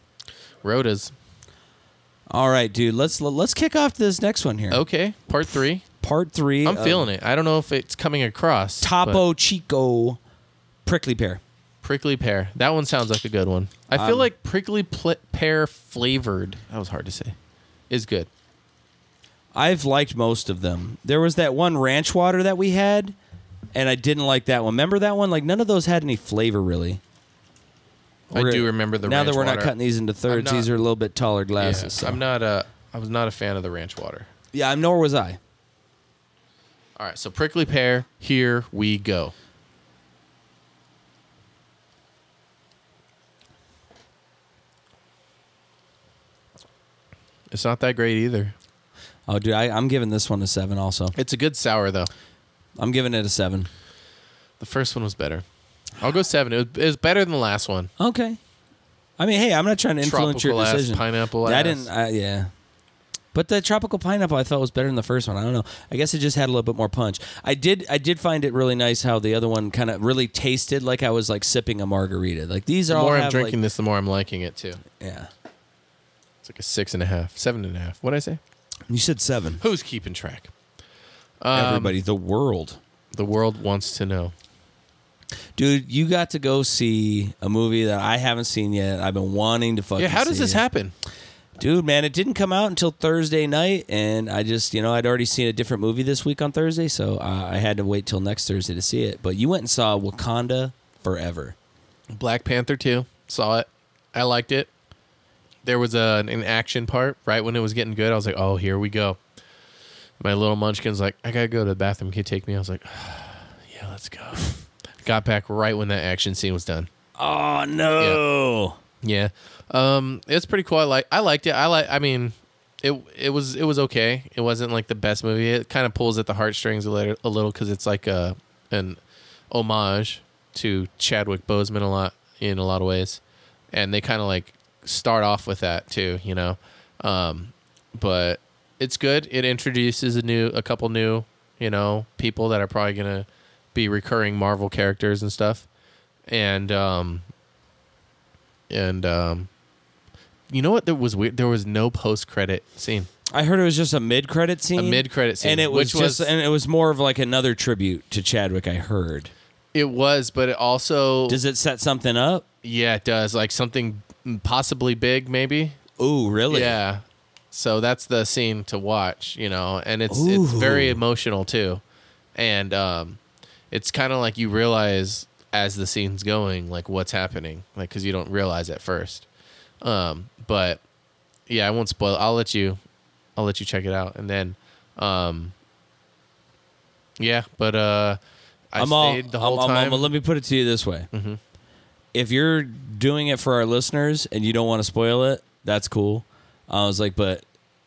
Speaker 2: Rhoda's.
Speaker 1: All right, dude. Let's let's kick off to this next one here.
Speaker 2: Okay, part three.
Speaker 1: Part three.
Speaker 2: I'm
Speaker 1: of
Speaker 2: feeling it. I don't know if it's coming across. but-
Speaker 1: Topo Chico prickly pear.
Speaker 2: Prickly pear. That one sounds like a good one. I
Speaker 1: Um,
Speaker 2: feel like prickly pl- pear flavored. That was hard to say. Is good.
Speaker 1: I've liked most of them. There was that one ranch water that we had, and I didn't like that one. Remember that one? Like none of those had any flavor really.
Speaker 2: I
Speaker 1: We're-
Speaker 2: do remember the.
Speaker 1: Now
Speaker 2: ranch
Speaker 1: that we're not
Speaker 2: water.
Speaker 1: cutting these into thirds,
Speaker 2: not-
Speaker 1: these are a little bit taller
Speaker 2: Yeah,
Speaker 1: glasses. so.
Speaker 2: I'm not a. I was not a fan of the ranch water.
Speaker 1: Yeah, I'm- nor was I.
Speaker 2: All right, so prickly pear. Here we go. It's not that great either.
Speaker 1: Oh, dude, I, I'm giving this one a seven. Also,
Speaker 2: It's a good sour though.
Speaker 1: I'm giving it a seven.
Speaker 2: The first one was better. I'll go seven. It was, it was better than the last one.
Speaker 1: Okay. I mean, hey, I'm not trying to influence your
Speaker 2: Tropical-ass,
Speaker 1: decision.
Speaker 2: pineapple
Speaker 1: I
Speaker 2: ass.
Speaker 1: didn't. I, yeah. But the tropical pineapple I thought was better than the first one. I don't know. I guess it just had a little bit more punch. I did. I did find it really nice how the other one kind of really tasted like I was like sipping a margarita. Like these are
Speaker 2: The
Speaker 1: all
Speaker 2: more I'm
Speaker 1: have,
Speaker 2: drinking
Speaker 1: like-
Speaker 2: this, the more I'm liking it too.
Speaker 1: yeah.
Speaker 2: It's like a six and a half, seven and a half. What What'd I say?
Speaker 1: You said seven.
Speaker 2: Who's keeping track? Um,
Speaker 1: Everybody, the world.
Speaker 2: The world wants to know.
Speaker 1: Dude, you got to go see a movie that I haven't seen yet. I've been wanting to fucking
Speaker 2: Yeah, how does
Speaker 1: see
Speaker 2: this
Speaker 1: it.
Speaker 2: happen?
Speaker 1: Dude, man, it didn't come out until Thursday night, and I just, you know, I'd already seen a different movie this week on Thursday, so uh, I had to wait till next Thursday to see it. But you went and saw Wakanda Forever.
Speaker 2: Black Panther 2. Saw it. I liked it. There was a, an, action part right when it was getting good. I was like, oh, here we go. My little munchkin's like, I got to go to the bathroom. Can you take me? I was like, yeah, let's go. Got back right when that action scene was done.
Speaker 1: Oh no.
Speaker 2: Yeah. Um, it's pretty cool. I like I liked it. I like I mean it it was it was okay. It wasn't like the best movie. It kind of pulls at the heartstrings a little a little cuz it's like a an homage to Chadwick Boseman a lot in a lot of ways. And they kind of like start off with that too, you know. Um, but it's good. It introduces a new a couple new, you know, people that are probably going to be recurring Marvel characters and stuff. And um and um, you know what? There was weird. There was no post credit scene.
Speaker 1: I heard it was just a mid credit scene.
Speaker 2: A mid-credit scene,
Speaker 1: And it was
Speaker 2: which was-
Speaker 1: just and it was more of like another tribute to Chadwick, I heard.
Speaker 2: It was, but it also
Speaker 1: Does it set something up?
Speaker 2: yeah, it does like something possibly big, maybe.
Speaker 1: Ooh, really?
Speaker 2: Yeah. So that's the scene to watch, you know, and it's it's very
Speaker 1: Ooh.
Speaker 2: emotional too, and um, it's kind of like you realize as the scene's going, like what's happening, like because you don't realize at first. Um, but yeah, I won't spoil. I'll let you, I'll let you check it out, and then, um, yeah, but uh, I
Speaker 1: I'm all,
Speaker 2: stayed the whole
Speaker 1: I'm- I'm- I'm-
Speaker 2: time. Mm-hmm.
Speaker 1: let me put it to you this way: if you're doing it for our listeners and you don't want to spoil it, that's cool. I was like, but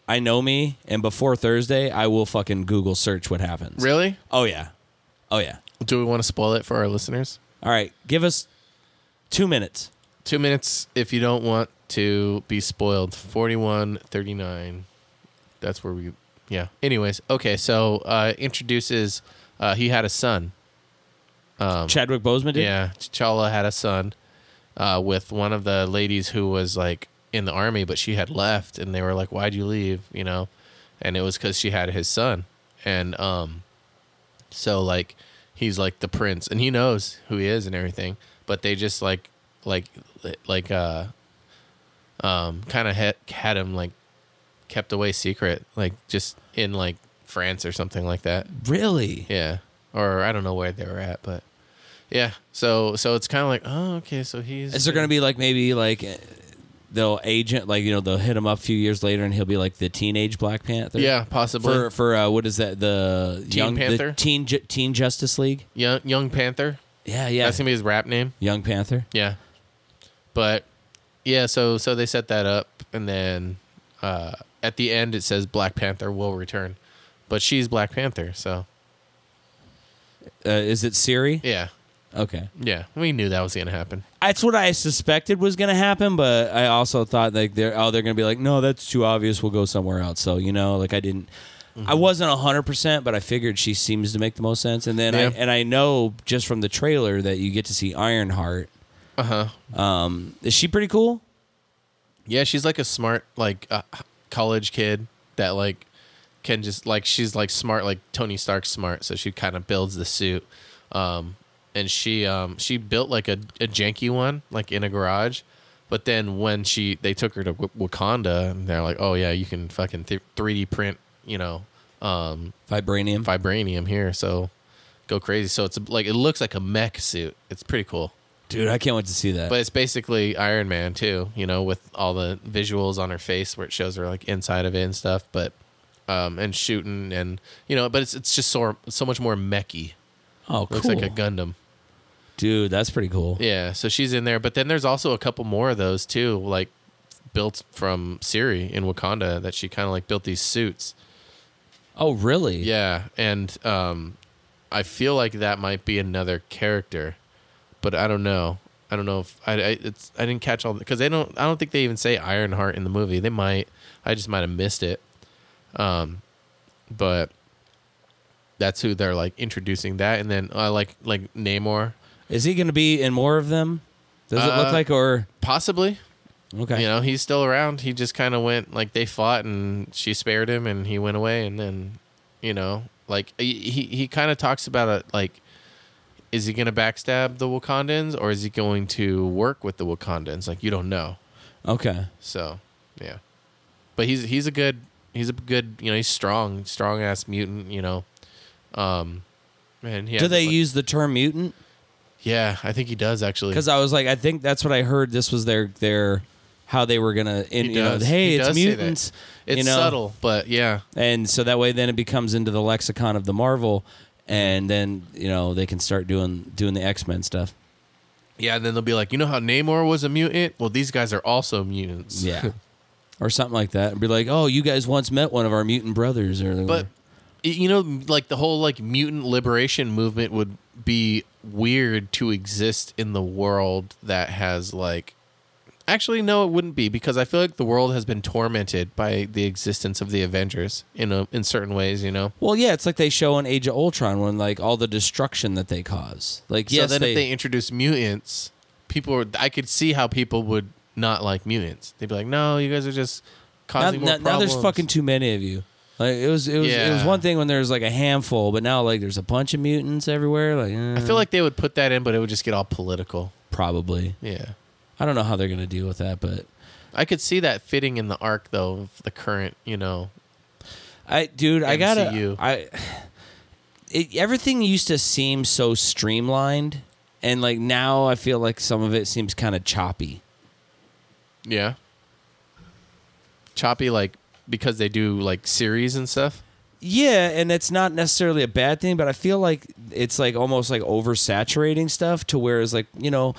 Speaker 1: I know me, and before Thursday, I will fucking Google search what happens.
Speaker 2: really?
Speaker 1: Oh yeah, oh yeah.
Speaker 2: Do we want to spoil it for our listeners?
Speaker 1: All right, give us two minutes.
Speaker 2: Two minutes if you don't want to be spoiled. 41 39. That's where we. Yeah. Anyways, okay. So uh, introduces. Uh, he had a son. Um,
Speaker 1: Chadwick Boseman did.
Speaker 2: yeah. T'Challa had a son uh, with one of the ladies who was like in the army, but she had left, and they were like, "Why'd you leave?" You know, and it was because she had his son, and um, so like he's like the prince, and he knows who he is and everything, but they just like like like uh um kind of had, had him like kept away secret, like just in like France or something like that.
Speaker 1: Really?
Speaker 2: Yeah. Or I don't know where they were at, but yeah. So so it's kind of like, oh, okay, so he's
Speaker 1: Is there going to be like maybe like eh, they'll agent like you know they'll hit him up a few years later and he'll be like the teenage Black Panther?
Speaker 2: Yeah, possibly.
Speaker 1: For for uh, what is that the
Speaker 2: Teen
Speaker 1: young the
Speaker 2: Panther?
Speaker 1: teen Ju- Teen Justice League?
Speaker 2: Young Young Panther.
Speaker 1: Yeah, yeah.
Speaker 2: That's gonna be his rap name.
Speaker 1: Young Panther.
Speaker 2: Yeah. But yeah, so so they set that up and then uh at the end it says Black Panther will return. But she's Black Panther, so
Speaker 1: Uh, is it Siri?
Speaker 2: yeah.
Speaker 1: Okay.
Speaker 2: Yeah. We knew that was gonna happen.
Speaker 1: That's what I suspected was going to happen, but I also thought like they're oh they're going to be like no that's too obvious we'll go somewhere else. So you know like I didn't.
Speaker 2: Mm-hmm.
Speaker 1: I wasn't hundred percent, but I figured she seems to make the most sense. And then
Speaker 2: Yeah.
Speaker 1: I and I know just from the trailer that you get to see Ironheart.
Speaker 2: Uh-huh.
Speaker 1: Um, is she pretty cool?
Speaker 2: Yeah, she's like a smart like uh, college kid that like can just like she's like smart like Tony Stark smart, so she kind of builds the suit. Um and she um she built like a, a janky one like in a garage, but then when she they took her to w- Wakanda and they're like, "Oh yeah, you can fucking th- 3D print, you know, um
Speaker 1: Vibranium.
Speaker 2: vibranium here." So go crazy. So it's like it looks like a mech suit. It's pretty cool.
Speaker 1: Dude, I can't wait to see that.
Speaker 2: But it's basically Iron Man too, you know, with all the visuals on her face where it shows her like inside of it and stuff, but um and shooting and you know, but it's it's just so so much more mechy.
Speaker 1: oh, cool.
Speaker 2: Looks like a Gundam.
Speaker 1: Dude, that's pretty cool.
Speaker 2: Yeah, so she's in there, but then there's also a couple more of those too, like built from Siri in Wakanda that she kind of like built these suits.
Speaker 1: Oh, really?
Speaker 2: Yeah, and um I feel like that might be another character, but I don't know. I don't know if I, I it's I didn't catch all because they don't I don't think they even say Ironheart in the movie. They might I just might have missed it, um, but that's who they're like introducing that, and then I like like Namor
Speaker 1: Is he going to be in more of them? Does it
Speaker 2: Uh,
Speaker 1: look like or
Speaker 2: possibly.
Speaker 1: Okay.
Speaker 2: You know, he's still around. He just kind of went like they fought and she spared him and he went away and then, you know, like he he, he kind of talks about it like is he going to backstab the Wakandans or is he going to work with the Wakandans? Like you don't know.
Speaker 1: Okay.
Speaker 2: So, yeah. But he's he's a good he's a good, you know, he's strong, strong ass mutant, you know. Um and he
Speaker 1: Do
Speaker 2: had,
Speaker 1: they
Speaker 2: like-
Speaker 1: use the term mutant?
Speaker 2: Yeah, I think he does actually.
Speaker 1: Because I was like, I think that's what I heard. This was their their how they were gonna. In,
Speaker 2: He
Speaker 1: you know,
Speaker 2: does.
Speaker 1: hey,
Speaker 2: He
Speaker 1: it's
Speaker 2: does say that.
Speaker 1: mutants.
Speaker 2: It's
Speaker 1: you know?
Speaker 2: subtle, but yeah.
Speaker 1: And so that way, then it becomes into the lexicon of the Marvel, and then you know they can start doing doing the X Men stuff.
Speaker 2: Yeah, and then they'll be like, you know how Namor was a mutant? Well, these guys are also mutants.
Speaker 1: Yeah. Or something like that, and be like, "Oh, you guys once met one of our mutant brothers," or
Speaker 2: but y- you know, like the whole like mutant liberation movement would be weird to exist in the world that has like. Actually, no, it wouldn't be because I feel like the world has been tormented by the existence of the Avengers in a, in certain ways. You know.
Speaker 1: Well, yeah, it's like they show in Age of Ultron when like all the destruction that they cause. Like,
Speaker 2: so
Speaker 1: yes,
Speaker 2: then
Speaker 1: they,
Speaker 2: if they introduce mutants, people would I could see how people would not like mutants. They'd be like, "No, you guys are just
Speaker 1: now,
Speaker 2: causing more
Speaker 1: now- now there's
Speaker 2: problems."
Speaker 1: fucking too many of you. Like it was, it was, it was
Speaker 2: Yeah.
Speaker 1: one thing when there was like a handful, but now like there's a bunch of mutants everywhere. Like, eh,
Speaker 2: I feel like they would put that in, but it would just get all political.
Speaker 1: probably.
Speaker 2: Yeah,
Speaker 1: I don't know how they're gonna deal with that, but
Speaker 2: I could see that fitting in the arc though of the current. You know,
Speaker 1: I, dude, I gotta,
Speaker 2: MCU.
Speaker 1: I, it, everything used to seem so streamlined, and like now I feel like some of it seems kind of choppy.
Speaker 2: yeah, choppy like because they do like series and stuff.
Speaker 1: Yeah, and it's not necessarily a bad thing, but I feel like it's like almost like oversaturating stuff to where it's like, you know,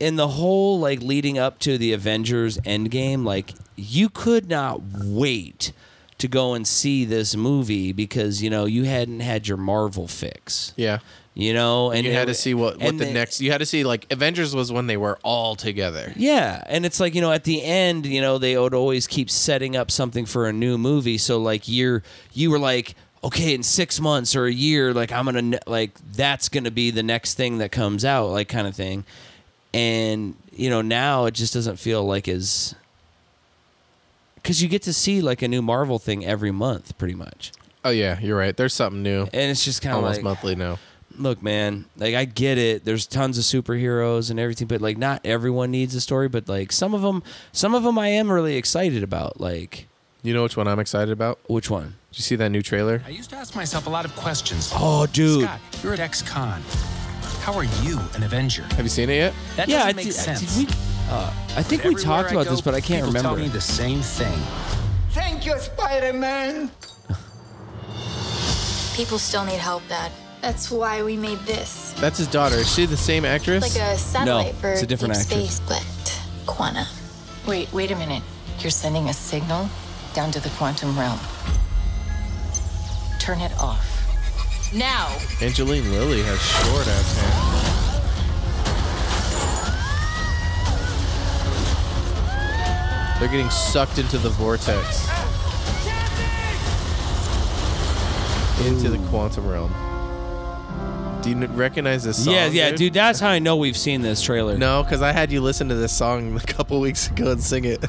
Speaker 1: in the whole like leading up to the Avengers Endgame, like you could not wait to go and see this movie because, you know, you hadn't had your Marvel fix.
Speaker 2: Yeah.
Speaker 1: You know, and
Speaker 2: you had to
Speaker 1: it-
Speaker 2: see what what
Speaker 1: and
Speaker 2: the
Speaker 1: the-
Speaker 2: next. You had to see like Avengers was when they were all together.
Speaker 1: Yeah, and it's like you know at the end, you know they would always keep setting up something for a new movie. So like you're you were like, okay, in six months or a year, like I'm gonna kn- like that's gonna be the next thing that comes out, like kind of thing. And you know now it just doesn't feel like as because you get to see like a new Marvel thing every month, pretty much.
Speaker 2: Oh yeah, you're right. There's something new.
Speaker 1: And it's just kinda
Speaker 2: almost
Speaker 1: like-
Speaker 2: monthly now.
Speaker 1: Look, man, like I get it. There's tons of superheroes and everything, but like not everyone needs a story. But like some of them, some of them, I am really excited about. Like,
Speaker 2: you know which one I'm excited about?
Speaker 1: Which one?
Speaker 2: Did you see that new trailer?
Speaker 12: I used to ask myself a lot of questions.
Speaker 1: Oh, dude.
Speaker 12: Scott, you're an ex-con. How are you an Avenger?
Speaker 2: Have you seen it yet?
Speaker 12: That
Speaker 1: Yeah,
Speaker 12: doesn't
Speaker 1: I
Speaker 12: make
Speaker 1: did- I-
Speaker 12: sense.
Speaker 1: did we- uh, I think we
Speaker 12: everywhere
Speaker 1: talked about
Speaker 12: go,
Speaker 1: this, but I can't
Speaker 12: people Tell
Speaker 1: remember.
Speaker 12: me the same thing.
Speaker 13: Thank you, Spider Man.
Speaker 14: People still need help, Dad. That's why we made this.
Speaker 2: That's his daughter. Is she the same actress?
Speaker 14: Like a satellite for
Speaker 2: it's a different
Speaker 14: deep
Speaker 2: actress.
Speaker 14: space, but Quanta.
Speaker 15: Wait, wait a minute. You're sending a signal down to the quantum realm. Turn it off. Now!
Speaker 2: Angeline Lilly has short ass hair. They're getting sucked into the vortex. Into the quantum realm. Do you kn- recognize this song?
Speaker 1: yeah, yeah, dude? that's how I know we've seen this trailer.
Speaker 2: No, because I had you listen to this song a couple weeks ago and sing it.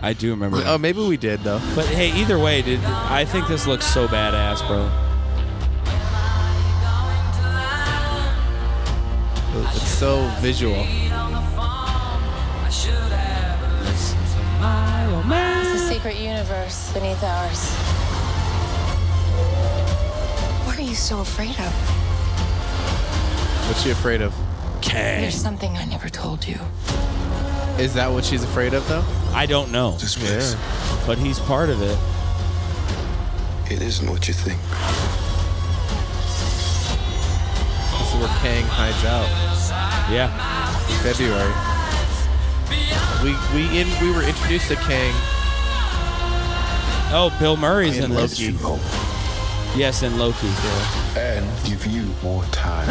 Speaker 1: I do remember.
Speaker 2: Oh, maybe we did though.
Speaker 1: But hey, either way, dude, I think this looks so badass, bro.
Speaker 2: It's so visual.
Speaker 14: It's a secret universe beneath ours. What are you so afraid of?
Speaker 2: What's she afraid of?
Speaker 15: There's something I never told you.
Speaker 2: Is that what she's afraid of though?
Speaker 1: I don't know. But he's part of it.
Speaker 16: It isn't what you think.
Speaker 2: This is where Kang hides out.
Speaker 1: Yeah.
Speaker 2: February. We we in we were introduced to Kang.
Speaker 1: Oh, Bill Murray's
Speaker 2: And
Speaker 1: in Loki. Yes, in Loki.
Speaker 16: And give you more time.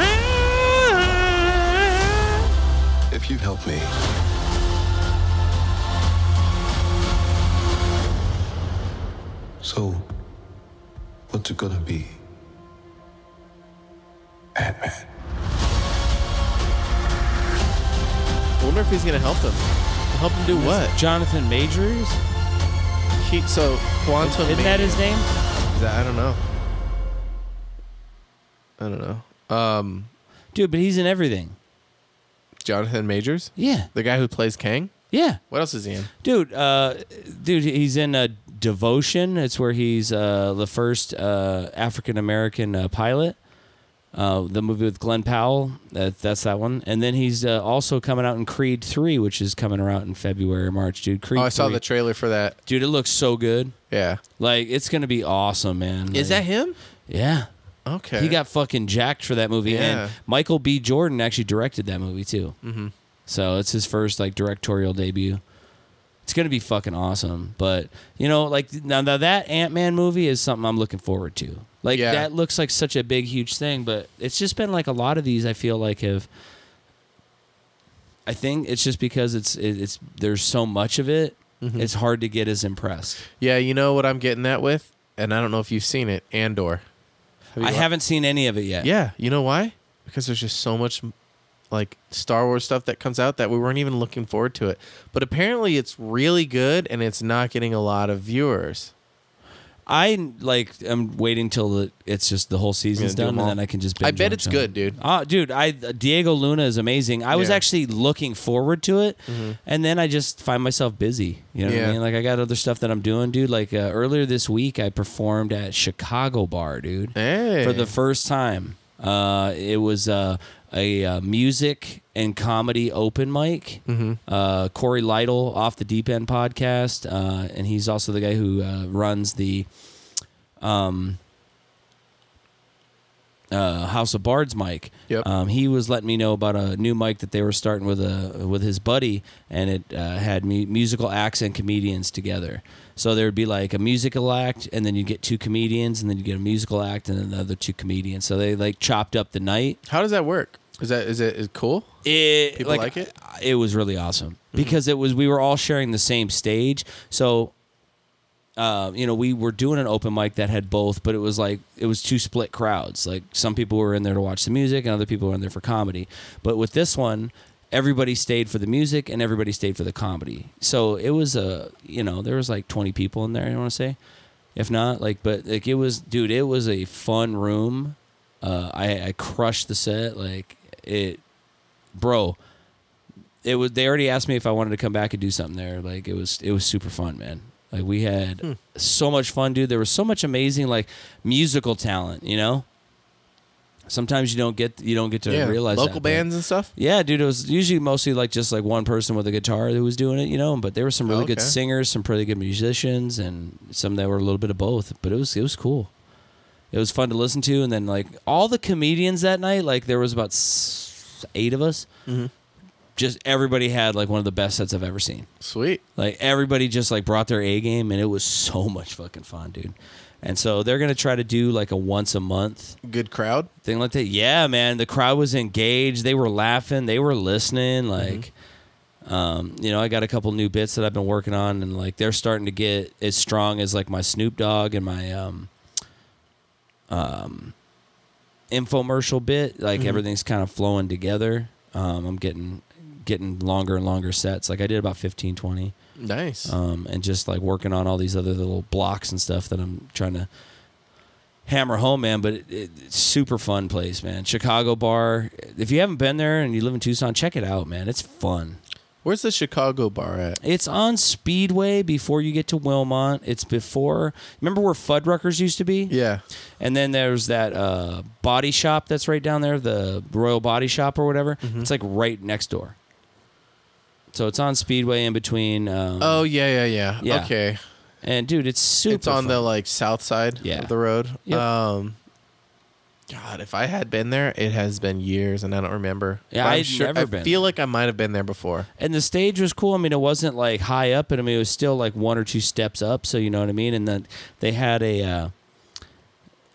Speaker 16: If you help me, so what's it gonna be?
Speaker 2: I wonder if he's gonna help them. Help him do what?
Speaker 1: Jonathan Majors?
Speaker 2: He, so, Quantum.
Speaker 1: Isn't that his name?
Speaker 2: Is that- I don't know. I don't know. Um,
Speaker 1: Dude, but he's in everything.
Speaker 2: Jonathan Majors?
Speaker 1: Yeah.
Speaker 2: The guy who plays Kang?
Speaker 1: Yeah.
Speaker 2: What else is he in?
Speaker 1: Dude, uh, dude, he's in uh, Devotion. It's where he's uh, the first uh, African American uh, pilot. Uh, the movie with Glenn Powell. That, that's that one. And then he's uh, also coming out in Creed Three, which is coming out in February or March, dude. Creed.
Speaker 2: Oh, I saw
Speaker 1: 3.
Speaker 2: the trailer for that.
Speaker 1: dude. It looks so good.
Speaker 2: Yeah.
Speaker 1: Like it's gonna be awesome, man.
Speaker 2: Is that
Speaker 1: Like,
Speaker 2: him?
Speaker 1: Yeah.
Speaker 2: Okay.
Speaker 1: He got fucking jacked for that movie,
Speaker 2: Yeah.
Speaker 1: and Michael B. Jordan actually directed that movie too.
Speaker 2: Mm-hmm.
Speaker 1: So it's his first like directorial debut. It's gonna be fucking awesome. But you know, like now, now that Ant Man movie is something I'm looking forward to. Like
Speaker 2: Yeah.
Speaker 1: that looks like such a big, huge thing, but it's just been like a lot of these. I feel like have. I think it's just because it's it, it's there's so much of it.
Speaker 2: Mm-hmm.
Speaker 1: It's hard to get as impressed.
Speaker 2: Yeah, you know what I'm getting that with? And I don't know if you've seen it, Andor. Have you
Speaker 1: I
Speaker 2: wa-
Speaker 1: haven't seen any of it yet.
Speaker 2: Yeah, you know why? Because there's just so much like Star Wars stuff that comes out that we weren't even looking forward to it. But apparently it's really good and it's not getting a lot of viewers.
Speaker 1: I like. I'm waiting till the, it's just the whole season's
Speaker 2: Yeah, do
Speaker 1: done,
Speaker 2: 'em
Speaker 1: and
Speaker 2: all.
Speaker 1: then I can just.
Speaker 2: I
Speaker 1: binge
Speaker 2: bet
Speaker 1: watch
Speaker 2: it's
Speaker 1: them.
Speaker 2: good, dude.
Speaker 1: Ah, dude, I Diego Luna is amazing. I was
Speaker 2: Yeah.
Speaker 1: actually looking forward to it, and then I just find myself busy. You know what I
Speaker 2: Mm-hmm. Yeah.
Speaker 1: mean? Like I got other stuff that I'm doing, dude. Like uh, earlier this week, I performed at Chicago Bar, dude,
Speaker 2: Hey.
Speaker 1: for the first time. Uh, it was uh, a uh, music and comedy open mic.
Speaker 2: Mm-hmm.
Speaker 1: Uh, Corey Lytle off the Deep End podcast, uh, and he's also the guy who uh, runs the. Um, uh, House of Bards mic.
Speaker 2: Yep.
Speaker 1: Um, he was letting me know about a new mic that they were starting with a with his buddy, and it uh, had mu- musical acts and comedians together. So there would be like a musical act, and then you get two comedians, and then you get a musical act, and then another two comedians. So they like chopped up the night.
Speaker 2: How does that work? Is that is it is it cool?
Speaker 1: It,
Speaker 2: People like it? Mm-hmm.
Speaker 1: It was really awesome because it was we were all sharing the same stage. So uh, you know, we were doing an open mic that had both, but it was like it was two split crowds. Like some people were in there to watch the music, and other people were in there for comedy. But with this one, everybody stayed for the music and everybody stayed for the comedy. So it was a you know there was like twenty people in there. I want to say, if not like, but like it was, dude, it was a fun room. Uh, I I crushed the set like it, bro. It was. They already asked me if I wanted to come back and do something there. Like it was. It was super fun, man. Like we had
Speaker 2: Hmm.
Speaker 1: so much fun, dude. There was so much amazing like musical talent. You know, sometimes you don't get you don't get to
Speaker 2: yeah.
Speaker 1: realize
Speaker 2: local
Speaker 1: that, but-
Speaker 2: bands and stuff?
Speaker 1: yeah, dude, it was usually mostly like just like one person with a guitar who was doing it, you know. But there were some really good
Speaker 2: Okay.
Speaker 1: singers, some pretty good musicians, and some that were a little bit of both. But it was it was cool. It was fun to listen to, and then like all the comedians that night, like there was about s- eight of us. Just everybody had like one of the best sets I've ever seen.
Speaker 2: Sweet.
Speaker 1: Like everybody just like brought their A game, and it was so much fucking fun, dude. And so they're gonna try to do like a once a month
Speaker 2: Good crowd.
Speaker 1: thing like that. Yeah, man, the crowd was engaged. They were laughing. They were listening. Like, um, you know, I got a couple new bits that I've been working on, and like they're starting to get as strong as like my Snoop Dogg and my um, um, infomercial bit. Like
Speaker 2: Mhm.
Speaker 1: everything's kind of flowing together. Um, I'm getting getting longer and longer sets. Like I did about 15, 20
Speaker 2: Nice.
Speaker 1: um, and just like working on all these other little blocks and stuff that I'm trying to hammer home, man. But it, it, it's super fun place, man. Chicago Bar. If you haven't been there and you live in Tucson, check it out, man. It's fun.
Speaker 2: Where's the Chicago bar at?
Speaker 1: It's on Speedway before you get to Wilmont. It's before. Remember where Fuddruckers used to be?
Speaker 2: Yeah.
Speaker 1: And then there's that uh, body shop that's right down there, the Royal Body Shop or whatever.
Speaker 2: Mm-hmm.
Speaker 1: It's like right next door. So it's on Speedway in between. Um,
Speaker 2: Oh yeah, yeah, yeah.
Speaker 1: Yeah.
Speaker 2: Okay.
Speaker 1: And dude, it's super.
Speaker 2: it's on
Speaker 1: fun.
Speaker 2: the like south side
Speaker 1: Yeah.
Speaker 2: of the road.
Speaker 1: Yep.
Speaker 2: Um God, if I had been there, it has been years and I don't remember.
Speaker 1: Yeah,
Speaker 2: But I'm
Speaker 1: I'd never
Speaker 2: I
Speaker 1: been
Speaker 2: feel like I might have been there before.
Speaker 1: and the stage was cool. I mean, it wasn't like high up, but I mean, it was still like one or two steps up. So you know what I mean. And then they had a uh,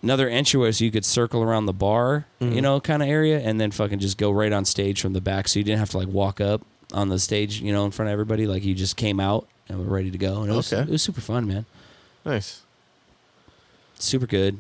Speaker 1: another entryway so you could circle around the bar, you know, kind of area, and then fucking just go right on stage from the back, so you didn't have to like walk up on the stage, you know, in front of everybody. Like you just came out and were ready to go. And it was
Speaker 2: Okay.
Speaker 1: it was super fun, man.
Speaker 2: Nice.
Speaker 1: Super good.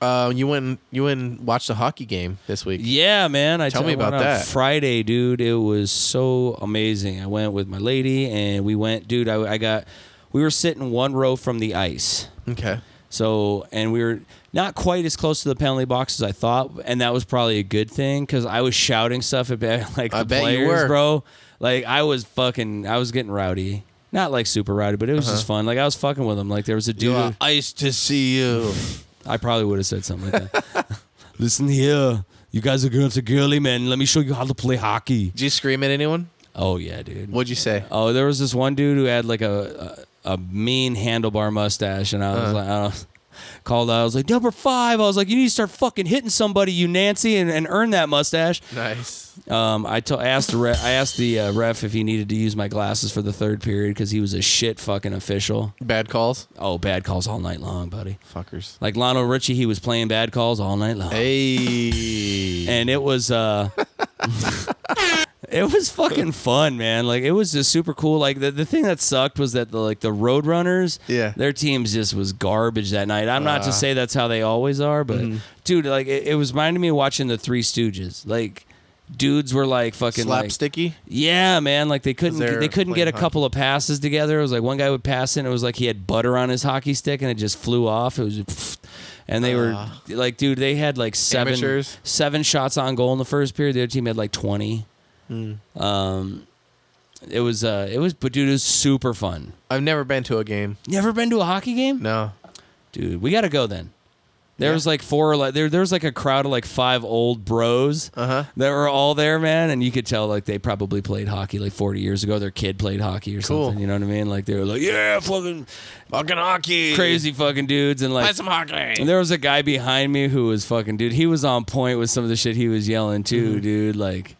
Speaker 2: Uh, you went and- you went and watched a hockey game this week.
Speaker 1: Yeah, man. I
Speaker 2: Tell
Speaker 1: t-
Speaker 2: me
Speaker 1: I went
Speaker 2: about
Speaker 1: on
Speaker 2: that.
Speaker 1: Friday, dude. It was so amazing. I went with my lady, and we went, dude. I, I got. We were sitting one row from the ice.
Speaker 2: Okay.
Speaker 1: So, and we were not quite as close to the penalty box as I thought, and that was probably a good thing because I was shouting stuff at like the
Speaker 2: I bet you
Speaker 1: players,
Speaker 2: were.
Speaker 1: bro. Like I was fucking, I was getting rowdy. Not like super rowdy, but it was
Speaker 2: Uh-huh. uh,
Speaker 1: just fun. Like I was fucking with them. Like there was a dude.
Speaker 2: are ice to see you.
Speaker 1: I probably would have said something like that. Listen here, you guys are going to girly men. Let me show you how to play hockey.
Speaker 2: Did you scream at anyone?
Speaker 1: Oh yeah, dude.
Speaker 2: What'd you say?
Speaker 1: Oh, there was this one dude who had like a a, a mean handlebar mustache, and I was
Speaker 2: Uh-huh.
Speaker 1: like, I was, called out. I was like, number five. I was like, you need to start fucking hitting somebody, you Nancy, and, and earn that mustache.
Speaker 2: Nice.
Speaker 1: Um, I to- I asked the ref, I asked the uh, ref if he needed to use my glasses for the third period because he was a shit fucking official.
Speaker 2: Bad calls.
Speaker 1: Oh, bad calls all night long, buddy.
Speaker 2: Fuckers.
Speaker 1: Like Lionel Richie, he was playing bad calls all night long.
Speaker 2: Hey.
Speaker 1: And it was uh it was fucking fun, man. Like it was just super cool. Like the, the thing that sucked was that the like the Roadrunners,
Speaker 2: Yeah.
Speaker 1: their teams just was garbage that night. I'm not
Speaker 2: Ah.
Speaker 1: to say that's how they always are, but
Speaker 2: Mhm.
Speaker 1: dude, like it, it was reminding me of watching the Three Stooges. Like dudes were like fucking like-
Speaker 2: Slapsticky.
Speaker 1: yeah, man. Like they couldn't
Speaker 2: they're
Speaker 1: they couldn't get
Speaker 2: playing
Speaker 1: a
Speaker 2: hockey.
Speaker 1: couple of passes together. It was like one guy would pass it and it was like he had butter on his hockey stick and it just flew off. It was just, and they
Speaker 2: Ah.
Speaker 1: were like, dude, they had like seven
Speaker 2: Amateurs.
Speaker 1: seven shots on goal in the first period. The other team had like twenty.
Speaker 2: Mm.
Speaker 1: Um, it was uh, it was, but dude, it was super fun.
Speaker 2: I've never been to a game.
Speaker 1: Never been to a hockey game,
Speaker 2: No.
Speaker 1: dude. We got to go then. There
Speaker 2: Yeah.
Speaker 1: was like four, like there, there was like a crowd of like five old bros
Speaker 2: Uh huh.
Speaker 1: that were all there, man. And you could tell like they probably played hockey like 40 years ago. Their kid played hockey or
Speaker 2: Cool.
Speaker 1: something. You know what I mean? Like they were like, yeah, fucking
Speaker 2: Fucking hockey.
Speaker 1: crazy fucking dudes. And
Speaker 2: Play
Speaker 1: like,
Speaker 2: some hockey.
Speaker 1: and there was a guy behind me who was fucking dude. He was on point with some of the shit he was yelling too,
Speaker 2: Mm-hmm.
Speaker 1: dude. Like,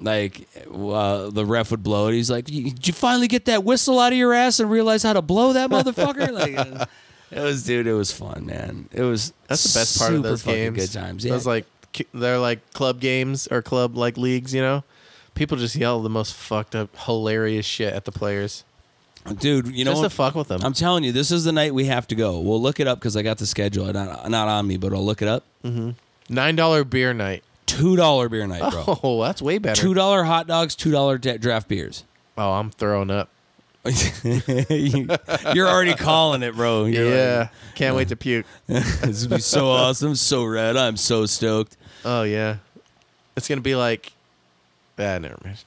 Speaker 1: like uh, the ref would blow it. He's like, "You- "Did you finally get that whistle out of your ass and realize how to blow that motherfucker?" like, it was, dude. It was fun, man. It was.
Speaker 2: That's the best part of
Speaker 1: super
Speaker 2: those
Speaker 1: fucking
Speaker 2: games.
Speaker 1: Good times. Yeah.
Speaker 2: Those like ki- they're like club games or club like leagues. You know, people just yell the most fucked up, hilarious shit at the players.
Speaker 1: dude. You know,
Speaker 2: just
Speaker 1: what?
Speaker 2: to fuck with them.
Speaker 1: I'm telling you, this is the night we have to go. We'll look it up because I got the schedule. Not, not on me, but I'll look it up.
Speaker 2: Mm. Nine dollar beer night.
Speaker 1: Two dollar beer night, bro.
Speaker 2: Oh, that's way better.
Speaker 1: Two dollar hot dogs, two dollar draft beers.
Speaker 2: Oh, I'm throwing up.
Speaker 1: You- You're already calling it, bro. You're
Speaker 2: yeah,
Speaker 1: like,
Speaker 2: can't wait to puke.
Speaker 1: this would be so awesome, so rad. I'm so stoked.
Speaker 2: Oh yeah, it's gonna be like. Ah, never mind.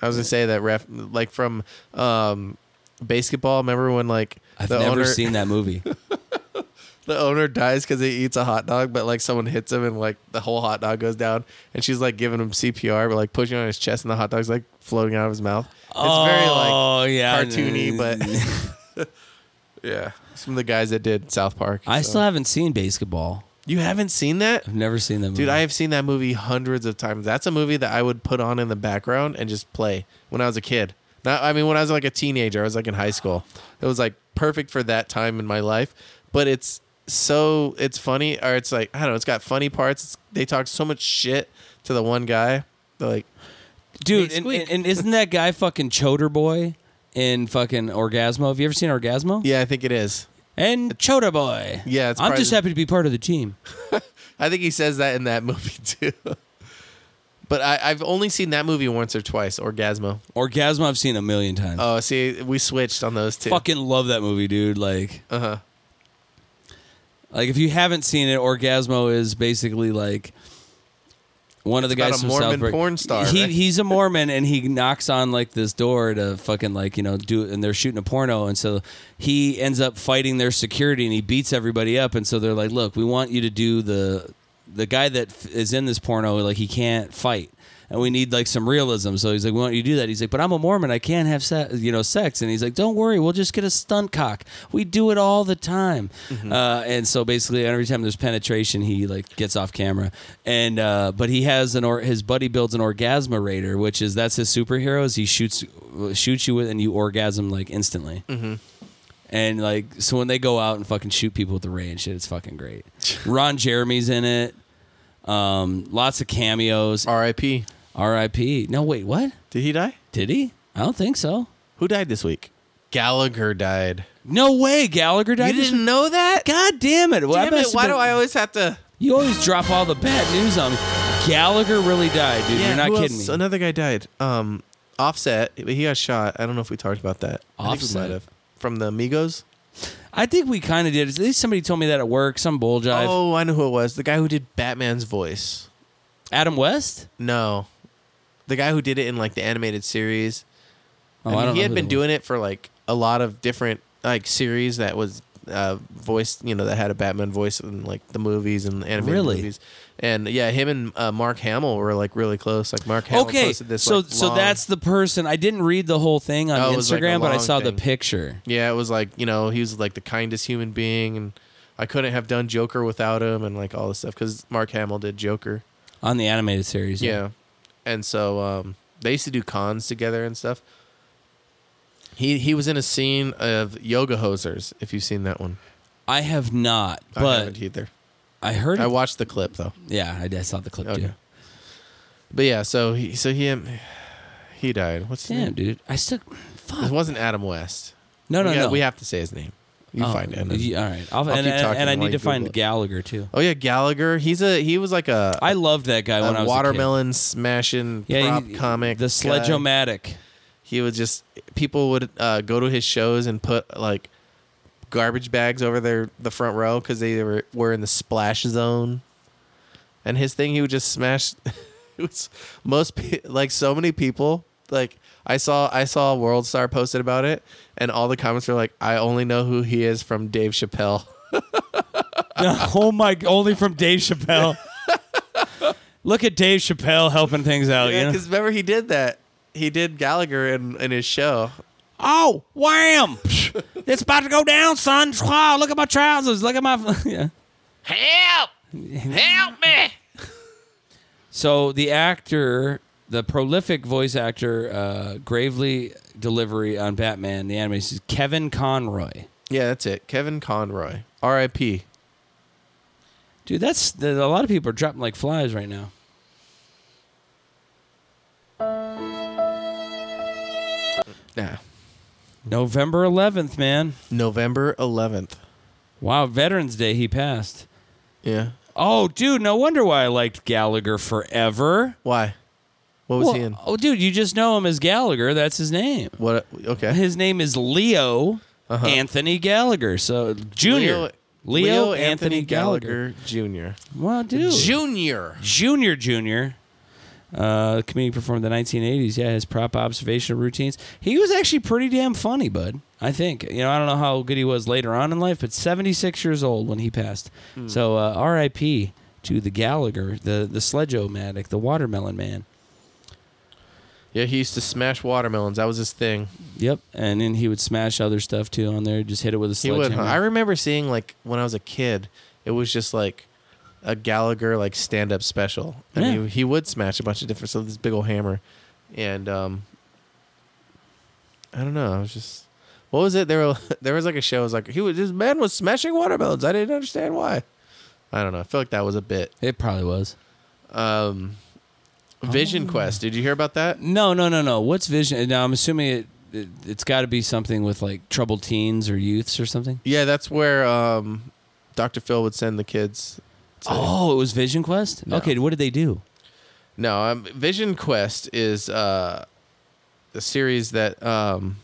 Speaker 2: I was gonna say that ref like from um, basketball. Remember when like
Speaker 1: I've
Speaker 2: the
Speaker 1: never
Speaker 2: owner
Speaker 1: seen that movie.
Speaker 2: the owner dies because he eats a hot dog, but like someone hits him and like the whole hot dog goes down, and she's like giving him CPR, but like pushing on his chest, and the hot dog's like floating out of his mouth. It's very like
Speaker 1: oh yeah, I know.
Speaker 2: cartoony, but yeah, some of the guys that did South Park.
Speaker 1: I
Speaker 2: so.
Speaker 1: still haven't seen basketball.
Speaker 2: you haven't seen that.
Speaker 1: I've never seen that movie.
Speaker 2: Dude, I have seen that movie hundreds of times. That's a movie that I would put on in the background and just play when I was a kid. Not, I mean, when I was like a teenager, I was like in high school. It was like perfect for that time in my life. But it's so it's funny, or it's like I don't know. It's got funny parts. It's, they talk so much shit to the one guy. They're like,
Speaker 1: dude,
Speaker 2: Hey,
Speaker 1: and,
Speaker 2: squeak.
Speaker 1: and, and isn't that guy fucking Choder Boy in fucking Orgasmo? Have you ever seen Orgasmo?
Speaker 2: yeah, I think it is.
Speaker 1: and Chota Boy.
Speaker 2: Yeah, it's
Speaker 1: I'm
Speaker 2: probably
Speaker 1: just
Speaker 2: the-
Speaker 1: happy to be part of the team.
Speaker 2: I think he says that in that movie too. but I, I've only seen that movie once or twice. Orgasmo.
Speaker 1: Orgasmo, I've seen a million times.
Speaker 2: Oh, see, we switched on those two.
Speaker 1: Fucking love that movie, dude. Like,
Speaker 2: Uh huh.
Speaker 1: like if you haven't seen it, Orgasmo is basically like one of the
Speaker 2: about
Speaker 1: guys
Speaker 2: a
Speaker 1: from
Speaker 2: Mormon
Speaker 1: South Park-
Speaker 2: porn star,
Speaker 1: He
Speaker 2: right?
Speaker 1: he's a Mormon and he knocks on like this door to fucking like you know do and they're shooting a porno and so he ends up fighting their security and he beats everybody up and so they're like, look, we want you to do the the guy that f- is in this porno like he can't fight. And we need like some realism, so he's like, "We want you to do that." He's like, "But I'm a Mormon. I can't have se- you know sex." And he's like, "Don't worry, we'll just get a stunt cock. We do it all the time." Uh, and so basically, every time there's penetration, he like gets off camera. And uh, but he has an or his buddy builds an orgasmerator, which is that's his superhero. Is he shoots shoots you with and you orgasm like instantly. And like so when they go out and fucking shoot people with the ray and shit, it's fucking great. Ron Jeremy's in it. Um, lots of cameos.
Speaker 2: R.I.P.
Speaker 1: R.I.P. No, wait, what?
Speaker 2: Did he die?
Speaker 1: Did he? I don't think so.
Speaker 2: Who died this week? Gallagher died.
Speaker 1: No way, Gallagher died.
Speaker 2: You didn't know that?
Speaker 1: God damn it! Well, I
Speaker 2: Damn it,
Speaker 1: must have
Speaker 2: why
Speaker 1: been-
Speaker 2: do I always have to?
Speaker 1: You always drop all the bad news on me. Gallagher really died, dude. You're not
Speaker 2: who
Speaker 1: kidding
Speaker 2: else?
Speaker 1: me.
Speaker 2: Another guy died. Um, Offset. He got shot. I don't know if we talked about that. I think we
Speaker 1: Offset?
Speaker 2: might have. from the Migos.
Speaker 1: I think we kind of did. At least somebody told me that at work. Some bull jive.
Speaker 2: Oh, I know who it was. The guy who did Batman's voice.
Speaker 1: Adam West?
Speaker 2: No, the guy who did it in like the animated series.
Speaker 1: Oh,
Speaker 2: I mean,
Speaker 1: I don't
Speaker 2: he
Speaker 1: know
Speaker 2: had
Speaker 1: who
Speaker 2: been
Speaker 1: that
Speaker 2: doing it for like a lot of different like series that was uh voiced, you know, that had a Batman voice in like the movies and the animated
Speaker 1: Really?
Speaker 2: movies. And yeah, him and uh, Mark Hamill were like really close. Like Mark Hamill
Speaker 1: okay,
Speaker 2: posted this.
Speaker 1: so
Speaker 2: like,
Speaker 1: so
Speaker 2: long-
Speaker 1: that's the person. I didn't read the whole thing on
Speaker 2: Oh, it was, like, a
Speaker 1: Instagram, but I
Speaker 2: long
Speaker 1: saw
Speaker 2: thing.
Speaker 1: the picture.
Speaker 2: Yeah, it was like you know he was like the kindest human being, and I couldn't have done Joker without him, and like all this stuff because Mark Hamill did Joker.
Speaker 1: On the animated series, yeah.
Speaker 2: Yeah, and so um, they used to do cons together and stuff. He he was in a scene of Yoga Hosers. If you've seen that one,
Speaker 1: I have not, but
Speaker 2: I haven't either.
Speaker 1: I heard.
Speaker 2: I watched the clip though.
Speaker 1: Yeah, I, did- I saw the clip too.
Speaker 2: But yeah, so he so he he died. What's his
Speaker 1: Damn,
Speaker 2: name?
Speaker 1: dude, I still. Fuck.
Speaker 2: It wasn't Adam West.
Speaker 1: No,
Speaker 2: We
Speaker 1: no,
Speaker 2: got-
Speaker 1: no.
Speaker 2: We have to say his name. You
Speaker 1: Oh,
Speaker 2: find it. and then-
Speaker 1: yeah, all right. I'll- and-
Speaker 2: keep
Speaker 1: and-
Speaker 2: talking
Speaker 1: and I
Speaker 2: while
Speaker 1: need
Speaker 2: you
Speaker 1: to
Speaker 2: Google
Speaker 1: find
Speaker 2: it.
Speaker 1: Gallagher, too.
Speaker 2: Oh yeah, Gallagher. He's a he was like a
Speaker 1: I loved that guy
Speaker 2: a
Speaker 1: when I was
Speaker 2: watermelon smashing
Speaker 1: Yeah,
Speaker 2: prop
Speaker 1: he-
Speaker 2: comic.
Speaker 1: the
Speaker 2: guy.
Speaker 1: Sledge-O-Matic.
Speaker 2: He would just people would uh, go to his shows and put like garbage bags over their the front row because they were were in the splash zone. And his thing, he would just smash. it was most pe- like so many people. Like I saw I saw World Star posted about it, and all the comments were like, "I only know who he is from Dave Chappelle."
Speaker 1: a kid. oh my! Only from Dave Chappelle. Look at Dave Chappelle helping things out.
Speaker 2: Oh, Yeah,
Speaker 1: you know?
Speaker 2: because remember he did that. He did Gallagher in, in his show.
Speaker 1: Oh, wham! it's about to go down, son. Wow, look at my trousers. Look at my. yeah.
Speaker 5: Help! Help me!
Speaker 1: So the actor, the prolific voice actor, uh, gravely delivery on Batman the anime is Kevin Conroy.
Speaker 2: Yeah, that's it. Kevin Conroy, R.I.P.
Speaker 1: Dude, that's that, a lot of people are dropping like flies right now.
Speaker 2: Nah.
Speaker 1: November 11th, man.
Speaker 2: November 11th.
Speaker 1: Wow, Veterans Day he passed.
Speaker 2: Yeah.
Speaker 1: Oh, dude, no wonder why I liked Gallagher forever.
Speaker 2: Why? What was he in?
Speaker 1: Oh, dude, you just know him as Gallagher. That's his name.
Speaker 2: What? Okay.
Speaker 1: His name is Leo
Speaker 2: Uh-huh.
Speaker 1: Anthony Gallagher. So Junior. Leo, Anthony, Gallagher.
Speaker 2: Jr.
Speaker 1: Wow, dude.
Speaker 2: Junior.
Speaker 1: Junior Junior. Uh, comedian performed in the 1980s. Yeah, his prop observational routines. He was actually pretty damn funny, bud. I think. You know, I don't know how good he was later on in life, but 76 years old when he passed.
Speaker 2: Hmm.
Speaker 1: So uh, R.I.P. to the Gallagher, the the Sledge-O-Matic, the Watermelon Man.
Speaker 2: Yeah, he used to smash watermelons. That was his thing.
Speaker 1: Yep, and then he would smash other stuff too on there. Just hit it with a
Speaker 2: He would.
Speaker 1: sledgehammer.
Speaker 2: huh? I remember seeing like when I was a kid, it was just like a Gallagher like stand up special, and
Speaker 1: Yeah.
Speaker 2: he he would smash a bunch of different stuff. with This big old hammer, and um, I don't know. I was just what was it? There were there was like a show. It was like he was this man was smashing watermelons. I didn't understand why. I don't know. I feel like that was a bit.
Speaker 1: It probably was.
Speaker 2: Um, Vision Quest. Did you hear about that?
Speaker 1: No, no, no, no. What's Vision? Now I'm assuming it, it it's got to be something with like troubled teens or youths or something.
Speaker 2: Yeah, that's where um, Dr. Phil would send the kids. to-
Speaker 1: Oh, it was Vision Quest. Okay, what did they do?
Speaker 2: No, um, Vision Quest is uh, a series that um,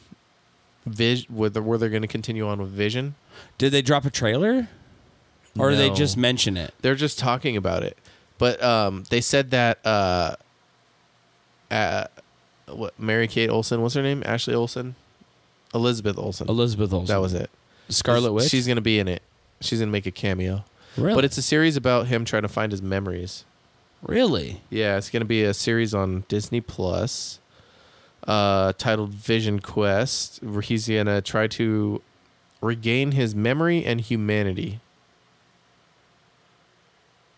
Speaker 2: Vis- where they're, where they're going to continue on with Vision.
Speaker 1: Did they drop a trailer, or did they
Speaker 2: No.
Speaker 1: just mention it?
Speaker 2: They're just talking about it, but um, they said that uh, uh, what Mary Kate Olsen, what's her name? Ashley Olsen, Elizabeth Olsen.
Speaker 1: Elizabeth Olsen.
Speaker 2: That was it.
Speaker 1: Scarlet Witch?
Speaker 2: She's going to be in it. She's going to make a cameo.
Speaker 1: Really?
Speaker 2: But it's a series about him trying to find his memories.
Speaker 1: Really?
Speaker 2: Yeah, it's going to be a series on Disney Plus uh, titled Vision Quest, where he's going to try to regain his memory and humanity.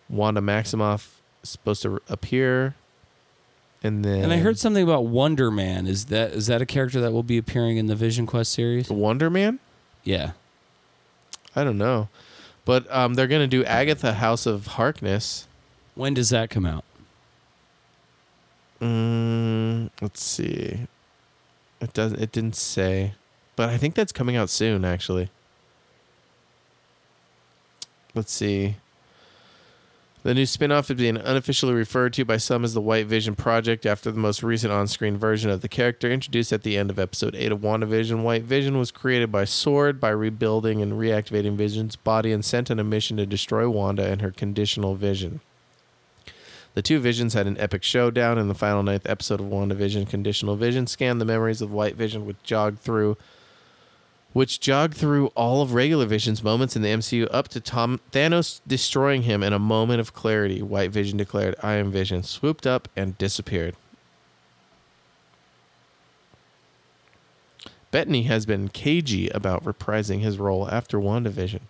Speaker 2: Wanda Maximoff is supposed to appear. And then.
Speaker 1: And I heard something about Wonder Man. Is that is that a character that will be appearing in the Vision Quest series?
Speaker 2: Wonder Man?
Speaker 1: Yeah.
Speaker 2: I don't know. But um, they're going to do Agatha House of Harkness.
Speaker 1: When does that come out?
Speaker 2: Mm, let's see. It doesn't. It didn't say. But I think that's coming out soon, actually. Let's see. The new spin-off is being unofficially referred to by some as the White Vision Project after the most recent on-screen version of the character introduced at the end of episode 8 of WandaVision. White Vision was created by Sword by rebuilding and reactivating Vision's body and sent on a mission to destroy Wanda and her conditional vision. The two visions had an epic showdown in the final ninth episode of WandaVision. Conditional Vision scanned the memories of White Vision which jogged through which jogged through all of regular Vision's moments in the MCU up to Tom Thanos destroying him in a moment of clarity. White Vision declared, "I am Vision," swooped up and disappeared. Bettany has been cagey about reprising his role after WandaVision,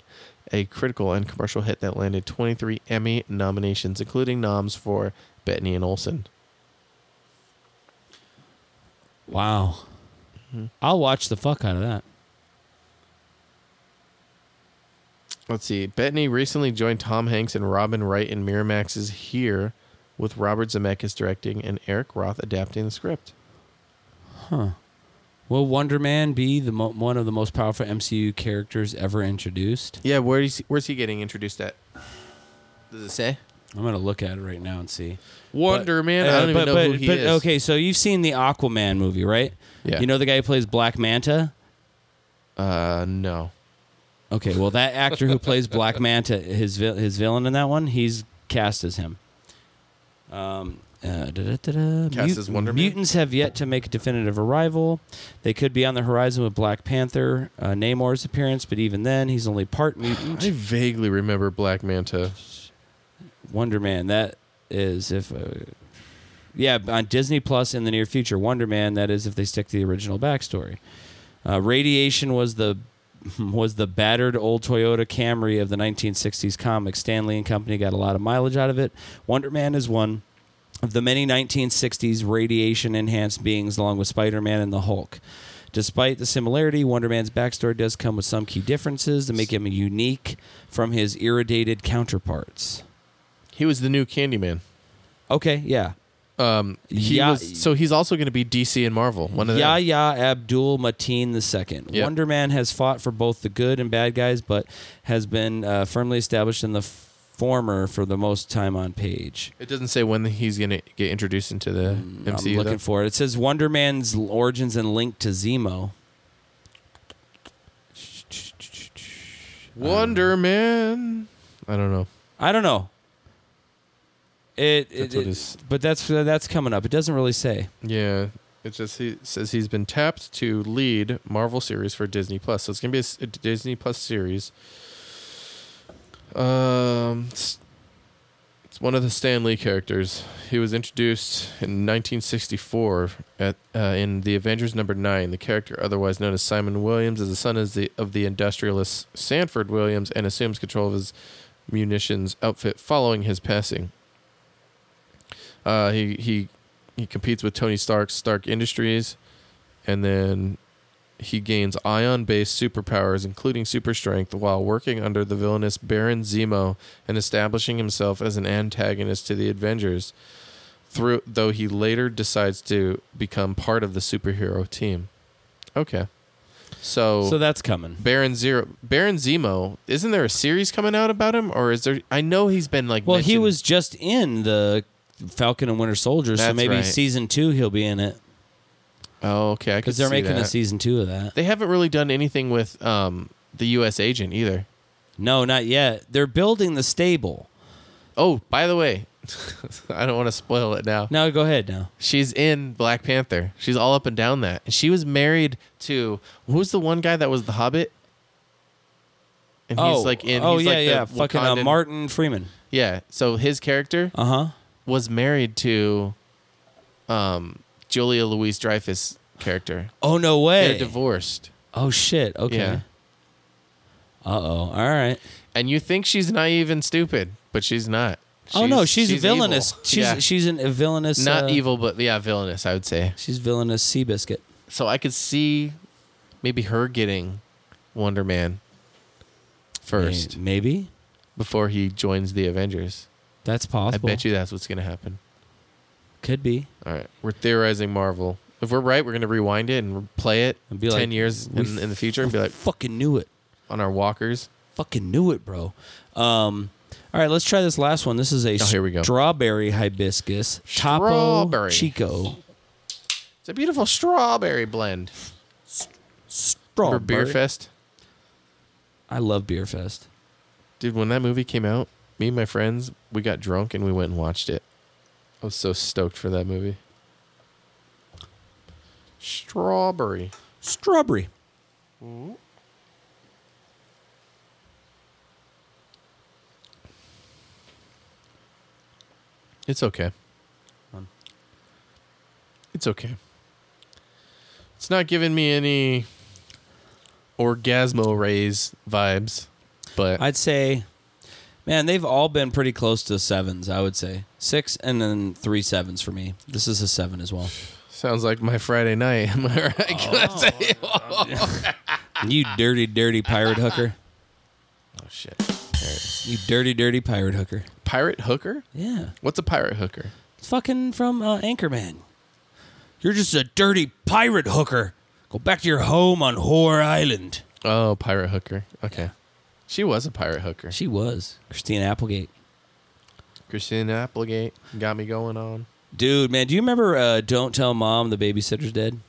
Speaker 2: a critical and commercial hit that landed 23 Emmy nominations, including noms for Bettany and Olsen.
Speaker 1: Wow.
Speaker 2: Mm-hmm.
Speaker 1: I'll watch the fuck out of that.
Speaker 2: Let's see. Bettany recently joined Tom Hanks and Robin Wright in Miramax's Here, with Robert Zemeckis directing and Eric Roth adapting the script.
Speaker 1: Huh. Will Wonder Man be the mo- one of the most powerful MCU characters ever introduced?
Speaker 2: Yeah, where is where's he getting introduced at? Does it say? uh,
Speaker 1: I'm gonna look at it right now and see. uh,
Speaker 2: Wonder Man. I don't even know who he is.
Speaker 1: Okay, so you've seen the Aquaman movie, right?
Speaker 2: Yeah.
Speaker 1: You know the guy who plays Black Manta?
Speaker 2: Uh, no.
Speaker 1: Okay, well that actor who plays Black Manta, his vil- his villain in that one, he's cast as him. Um, uh, da-da-da-da.
Speaker 2: Cast as Wonder Man?
Speaker 1: Mutants have yet to make a definitive arrival. They could be on the horizon with Black Panther, uh, Namor's appearance, but even then, he's only part mutant.
Speaker 2: I vaguely remember Black Manta.
Speaker 1: Wonder Man, that is if. Uh, yeah, on Disney Plus in the near future, Wonder Man. That is if they stick to the original backstory. Uh, radiation was the was the battered old Toyota Camry of the 1960s comics. Stanley and company got a lot of mileage out of it. Wonder Man is one of the many 1960s radiation enhanced beings, along with Spider Man and the Hulk. Despite the similarity, Wonder Man's backstory does come with some key differences to make him unique from his irradiated counterparts.
Speaker 2: He was the new Candyman.
Speaker 1: Okay, yeah.
Speaker 2: Um, he
Speaker 1: Yeah.
Speaker 2: was, so he's also going to be DC and Marvel. One of them.
Speaker 1: Yahya Abdul Mateen II.
Speaker 2: Yeah.
Speaker 1: Wonder Man has fought for both the good and bad guys, but has been uh, firmly established in the f- former for the most time on page.
Speaker 2: It doesn't say when he's going to get introduced into the MCU.
Speaker 1: I'm looking
Speaker 2: though.
Speaker 1: for it. It says Wonder Man's origins and link to Zemo.
Speaker 2: Wonder Man. I don't know.
Speaker 1: I don't know. It, it,
Speaker 2: That's what
Speaker 1: it-
Speaker 2: it's-
Speaker 1: but that's uh, that's coming up. It doesn't really say.
Speaker 2: Yeah, it just he says he's been tapped to lead Marvel series for Disney Plus. So it's gonna be a, s- a Disney Plus series. Um, it's, it's one of the Stan Lee characters. He was introduced in 1964 at uh, in the Avengers number nine. The character, otherwise known as Simon Williams, is the son of the of the industrialist Sanford Williams and assumes control of his munitions outfit following his passing. Uh, he he he competes with Tony Stark's Stark Industries, and then he gains ion-based superpowers, including super strength, while working under the villainous Baron Zemo and establishing himself as an antagonist to the Avengers. Through though he later decides to become part of the superhero team. Okay, so
Speaker 1: So that's coming.
Speaker 2: Baron Zero Baron Zemo. Isn't there a series coming out about him, or is there? I know he's been like.
Speaker 1: Well, he
Speaker 2: mentioned-
Speaker 1: was just in the Falcon and Winter Soldier, so
Speaker 2: That's
Speaker 1: maybe
Speaker 2: right.
Speaker 1: season two he'll be in it
Speaker 2: Oh, okay.
Speaker 1: because they're making a
Speaker 2: a
Speaker 1: season
Speaker 2: season.
Speaker 1: two of that.
Speaker 2: They haven't really done anything with um, the U.S. agent either.
Speaker 1: No, not yet. They're building the stable.
Speaker 2: Oh, by the way, I don't want to spoil it now.
Speaker 1: No, go ahead now.
Speaker 2: She's in Black Panther. She's all up and down that. And she was married to who's the one guy that was the Hobbit? And he's like in.
Speaker 1: Oh
Speaker 2: he's
Speaker 1: yeah,
Speaker 2: like the
Speaker 1: yeah. Fucking uh,
Speaker 2: Wakandan-
Speaker 1: Martin Freeman.
Speaker 2: Yeah. So his character
Speaker 1: Uh huh.
Speaker 2: was married to um, Julia Louise Dreyfus' character.
Speaker 1: Oh no way.
Speaker 2: They're divorced.
Speaker 1: oh shit. Okay.
Speaker 2: Yeah.
Speaker 1: Uh oh. All right.
Speaker 2: And you think she's naive and stupid, but she's not.
Speaker 1: oh no, she's, villainous.
Speaker 2: evil.
Speaker 1: She's
Speaker 2: Yeah.
Speaker 1: she's an, a villainous.
Speaker 2: not
Speaker 1: uh,
Speaker 2: evil, but yeah, villainous. I would say.
Speaker 1: She's villainous Seabiscuit.
Speaker 2: So I could see maybe her getting Wonder Man first
Speaker 1: May- Maybe
Speaker 2: before he joins the Avengers.
Speaker 1: that's
Speaker 2: I
Speaker 1: possible.
Speaker 2: bet you that's what's gonna happen.
Speaker 1: could be.
Speaker 2: All right, we're theorizing Marvel. If we're right, we're gonna rewind it and play it
Speaker 1: be
Speaker 2: ten
Speaker 1: like,
Speaker 2: years
Speaker 1: "We
Speaker 2: in, in the future and be like,
Speaker 1: "Fucking knew it."
Speaker 2: On our walkers,
Speaker 1: fucking knew it, bro. Um, all right, let's try this last one. This is a
Speaker 2: Oh, here we go.
Speaker 1: strawberry hibiscus Topo
Speaker 2: Strawberry.
Speaker 1: Chico.
Speaker 2: It's a beautiful strawberry blend.
Speaker 1: Strawberry.
Speaker 2: Remember Beer Fest?
Speaker 1: I love Beer Fest.
Speaker 2: Dude, when that movie came out, me and my friends, we got drunk and we went and watched it. I was so stoked for that movie. Strawberry.
Speaker 1: Strawberry.
Speaker 2: It's okay. It's okay. It's not giving me any orgasmo rays vibes, but
Speaker 1: I'd say, man, they've all been pretty close to sevens. I would say six and then three sevens for me. This is a seven as well.
Speaker 2: sounds like my Friday night. Am I right? Can I say-
Speaker 1: You dirty, dirty pirate hooker.
Speaker 2: Oh shit! There it is.
Speaker 1: You dirty, dirty pirate hooker.
Speaker 2: Pirate hooker?
Speaker 1: Yeah.
Speaker 2: What's a pirate hooker?
Speaker 1: It's fucking from uh, Anchorman. You're just a dirty pirate hooker. Go back to your home on Whore Island.
Speaker 2: Oh, pirate hooker. Okay. She was a pirate hooker.
Speaker 1: She was. Christina Applegate.
Speaker 2: Christina Applegate got me going on.
Speaker 1: Dude, man, do you remember uh, Don't Tell Mom the Babysitter's Dead?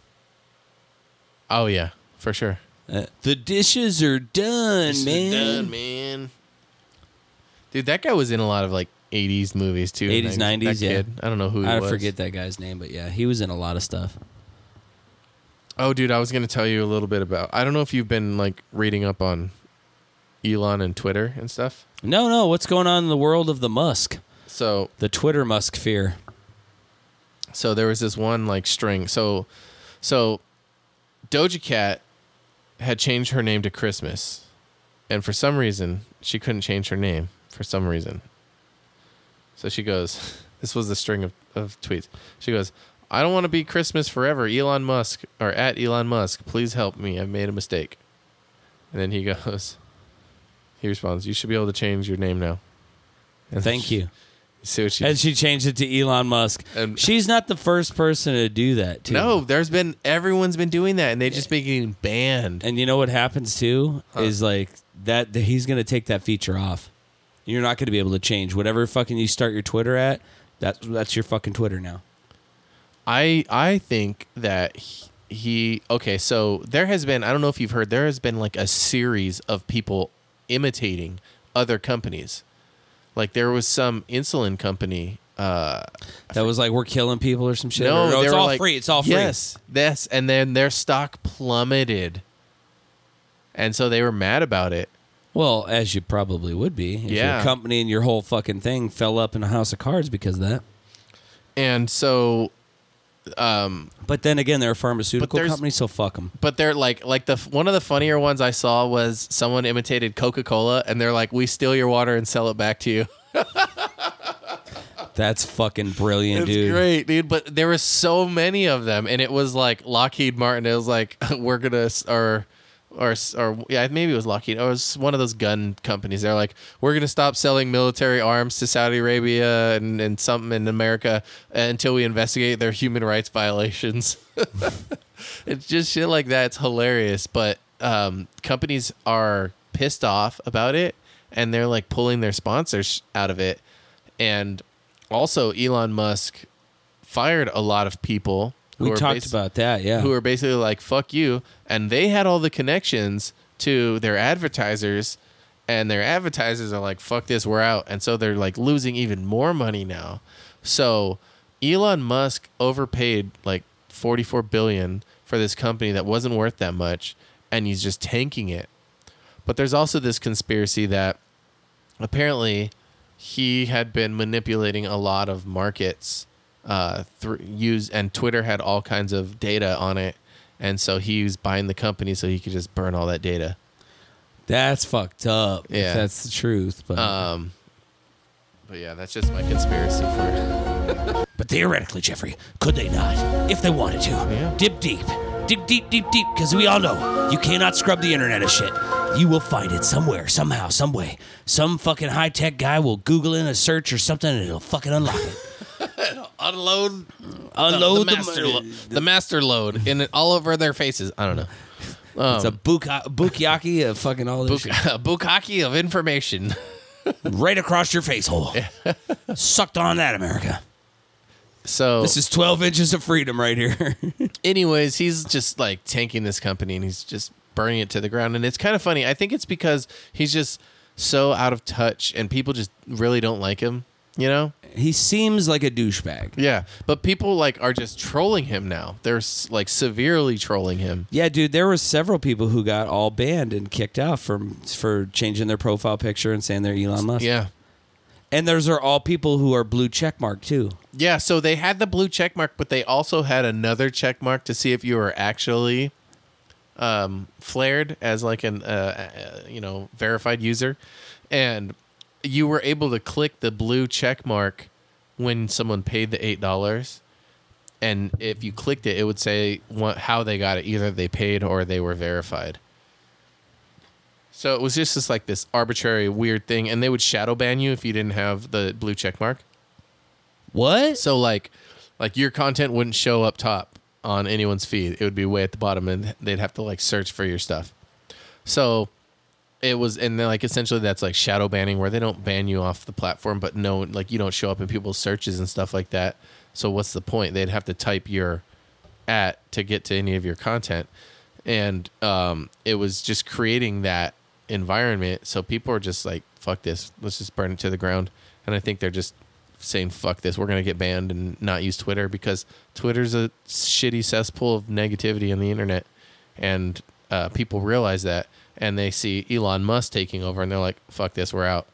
Speaker 2: Oh yeah, for sure.
Speaker 1: Uh, the dishes are done,
Speaker 2: This is
Speaker 1: man.
Speaker 2: done, man. Dude, that guy was in a lot of like 80s movies too.
Speaker 1: 80s, 90s,
Speaker 2: That
Speaker 1: yeah.
Speaker 2: kid. I don't know who he
Speaker 1: I
Speaker 2: was.
Speaker 1: forget that guy's name, but yeah, he was in a lot of stuff.
Speaker 2: Oh, dude, I was going to tell you a little bit about. I don't know if you've been like reading up on Elon and Twitter and stuff.
Speaker 1: No, no, what's going on in the world of the Musk?
Speaker 2: So
Speaker 1: The Twitter Musk fear.
Speaker 2: So there was this one like string. So so Doja Cat had changed her name to Christmas. And for some reason, she couldn't change her name for some reason. So she goes, this was the string of, of tweets. She goes, I don't want to be Christmas forever. Elon Musk or at Elon Musk, please help me. I've made a mistake. And then he goes, he responds, you should be able to change your name now. And
Speaker 1: Thank you.
Speaker 2: See what she
Speaker 1: And she changed it to Elon Musk.
Speaker 2: And-
Speaker 1: She's not the first person to do that, too.
Speaker 2: No, there's been everyone's been doing that, and they just been getting banned.
Speaker 1: And you know what happens too is like that, that he's going to take that feature off. You're not going to be able to change whatever fucking you start your Twitter at. That's that's your fucking Twitter now.
Speaker 2: I I think that he, he okay. So there has been I don't know if you've heard there has been like a series of people imitating other companies. Like there was some insulin company. Uh,
Speaker 1: That was like we're killing people or some shit.
Speaker 2: no,
Speaker 1: or, no
Speaker 2: they
Speaker 1: it's
Speaker 2: were
Speaker 1: all
Speaker 2: like-
Speaker 1: free. It's all free.
Speaker 2: Yes, yes, and then their stock plummeted, and so they were mad about it.
Speaker 1: Well, as you probably would be. If
Speaker 2: Yeah.
Speaker 1: your company and your whole fucking thing fell up in a house of cards because of that.
Speaker 2: And so, um,
Speaker 1: But then again, they're a pharmaceutical
Speaker 2: there's-
Speaker 1: company, so fuck them.
Speaker 2: but they're like like the one of the funnier ones I saw was someone imitated Coca Cola and they're like, "We steal your water and sell it back to you."
Speaker 1: That's fucking brilliant,
Speaker 2: It's
Speaker 1: dude.
Speaker 2: great, dude. But there were so many of them, and it was like Lockheed Martin. It was like we're gonna s- or or or yeah, maybe it was Lockheed. Or it was one of those gun companies. They're like, we're gonna stop selling military arms to Saudi Arabia and and something in America uh, until we investigate their human rights violations. it's just shit like that. It's hilarious, but um, companies are pissed off about it, and they're like pulling their sponsors out of it. And also, Elon Musk fired a lot of people. who
Speaker 1: We
Speaker 2: are
Speaker 1: talked
Speaker 2: basi-
Speaker 1: about that, yeah.
Speaker 2: Who are basically like "fuck you," and they had all the connections to their advertisers, and their advertisers are like "fuck this, we're out," and so they're like losing even more money now. So Elon Musk overpaid like forty-four billion for this company that wasn't worth that much, and he's just tanking it. But there's also this conspiracy that apparently he had been manipulating a lot of markets uh through use and twitter had all kinds of data on it and so he was buying the company so he could just burn all that data
Speaker 1: That's fucked up. Yeah.
Speaker 2: Yeah.
Speaker 1: If that's the truth. But
Speaker 2: um but yeah that's just my conspiracy for
Speaker 1: But theoretically, Jeffrey, could they not, if they wanted to, dip deep, dig deep, deep, deep, because we all know you cannot scrub the internet of shit. You will find it somewhere, somehow, some way. Some fucking high tech guy will Google in a search or something, and it'll fucking unlock it.
Speaker 2: unload,
Speaker 1: Unload
Speaker 2: the,
Speaker 1: the
Speaker 2: master,
Speaker 1: money.
Speaker 2: lo- the master load, in it all over their faces. I don't know.
Speaker 1: it's a buka- bukkake of fucking all this shit.
Speaker 2: a bukkake of information.
Speaker 1: right across your face hole. Sucked on that, America.
Speaker 2: So
Speaker 1: This is 12 inches of freedom right here.
Speaker 2: anyways, he's just like tanking this company and he's just burning it to the ground. And it's kind of funny. I think it's because he's just so out of touch and people just really don't like him, you know?
Speaker 1: He seems like a douchebag.
Speaker 2: Yeah. But people like are just trolling him now. They're s- like severely trolling him.
Speaker 1: Yeah, dude, there were several people who got all banned and kicked out from for changing their profile picture and saying they're Elon Musk.
Speaker 2: Yeah.
Speaker 1: And those are all people who are blue checkmark too.
Speaker 2: Yeah, so they had the blue check mark, but they also had another check mark to see if you were actually um, flared as like an uh, uh, you know verified user, and you were able to click the blue check mark when someone paid the eight dollars, and if you clicked it, it would say what, how they got it. Either they paid or they were verified. So it was just this like this arbitrary weird thing, and they would shadow ban you if you didn't have the blue check mark.
Speaker 1: What?
Speaker 2: So like, like your content wouldn't show up top on anyone's feed. It would be way at the bottom, and they'd have to like search for your stuff. So it was, and then like essentially that's like shadow banning, where they don't ban you off the platform, but no, like you don't show up in people's searches and stuff like that. So what's the point? They'd have to type your at to get to any of your content, and um, it was just creating that environment. So people are just like, "Fuck this! Let's just burn it to the ground." And I think they're just saying fuck this we're going to get banned and not use twitter because twitter's a shitty cesspool of negativity on the internet and uh, people realize that and they see elon musk taking over and they're like fuck this we're out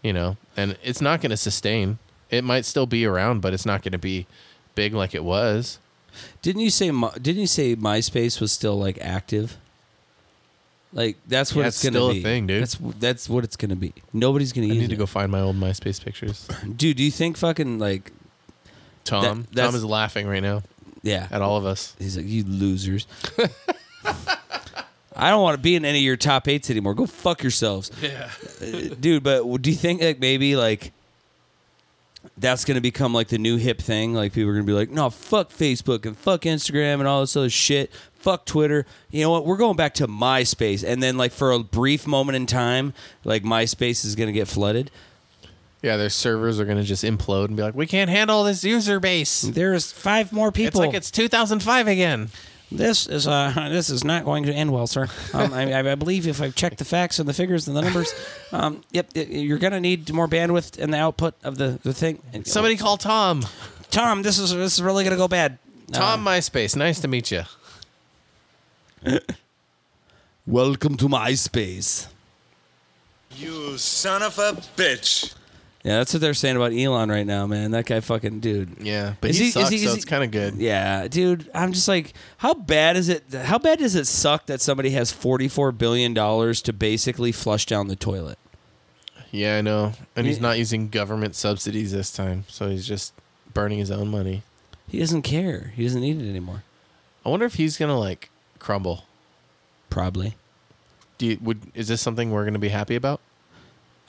Speaker 2: you know and it's not going to sustain it might still be around but it's not going to be big like it was
Speaker 1: Didn't you say my, didn't you say MySpace was still like active? Like that's what
Speaker 2: Yeah,
Speaker 1: it's
Speaker 2: it's
Speaker 1: going
Speaker 2: still
Speaker 1: to
Speaker 2: a
Speaker 1: be.
Speaker 2: thing, dude.
Speaker 1: That's that's what it's going to be. Nobody's going to
Speaker 2: i
Speaker 1: use
Speaker 2: need to
Speaker 1: it.
Speaker 2: go find my old myspace pictures
Speaker 1: Dude, do you think fucking like
Speaker 2: tom
Speaker 1: that's-
Speaker 2: tom is laughing right now
Speaker 1: yeah,
Speaker 2: at all of us
Speaker 1: he's like you losers. I don't want to be in any of your top 8s anymore. Go fuck yourselves. Uh,
Speaker 2: yeah
Speaker 1: dude but do you think like maybe like that's gonna become like the new hip thing like people are gonna be like no fuck facebook and fuck instagram and all this other shit fuck twitter you know what we're going back to myspace and then like for a brief moment in time like myspace is gonna get flooded
Speaker 2: yeah their servers are going to just implode and be like we can't handle this user base
Speaker 1: there's five more people
Speaker 2: it's like it's 2005 again
Speaker 1: this is uh, this is not going to end well, sir. Um, I, I believe if I've checked the facts and the figures and the numbers, um, yep, y- you're going to need more bandwidth and the output of the, the thing.
Speaker 2: Somebody call Tom.
Speaker 1: Tom, this is this is really going to go bad. Uh,
Speaker 2: Tom MySpace, nice to meet you.
Speaker 1: Welcome to MySpace.
Speaker 17: You son of a bitch.
Speaker 1: Yeah, that's what they're saying about Elon right now, man. That guy fucking dude.
Speaker 2: Yeah, but he sucks, so it's kinda good.
Speaker 1: Yeah, dude, I'm just like, how bad is it? How bad does it suck that somebody has 44 billion dollars to basically flush down the toilet?
Speaker 2: Yeah, I know. And he's
Speaker 1: Yeah.
Speaker 2: not using government subsidies this time, so he's just burning his own money.
Speaker 1: He doesn't care. He doesn't need it anymore.
Speaker 2: I wonder if he's gonna like crumble.
Speaker 1: Probably.
Speaker 2: Do you, would is this something we're gonna be happy about?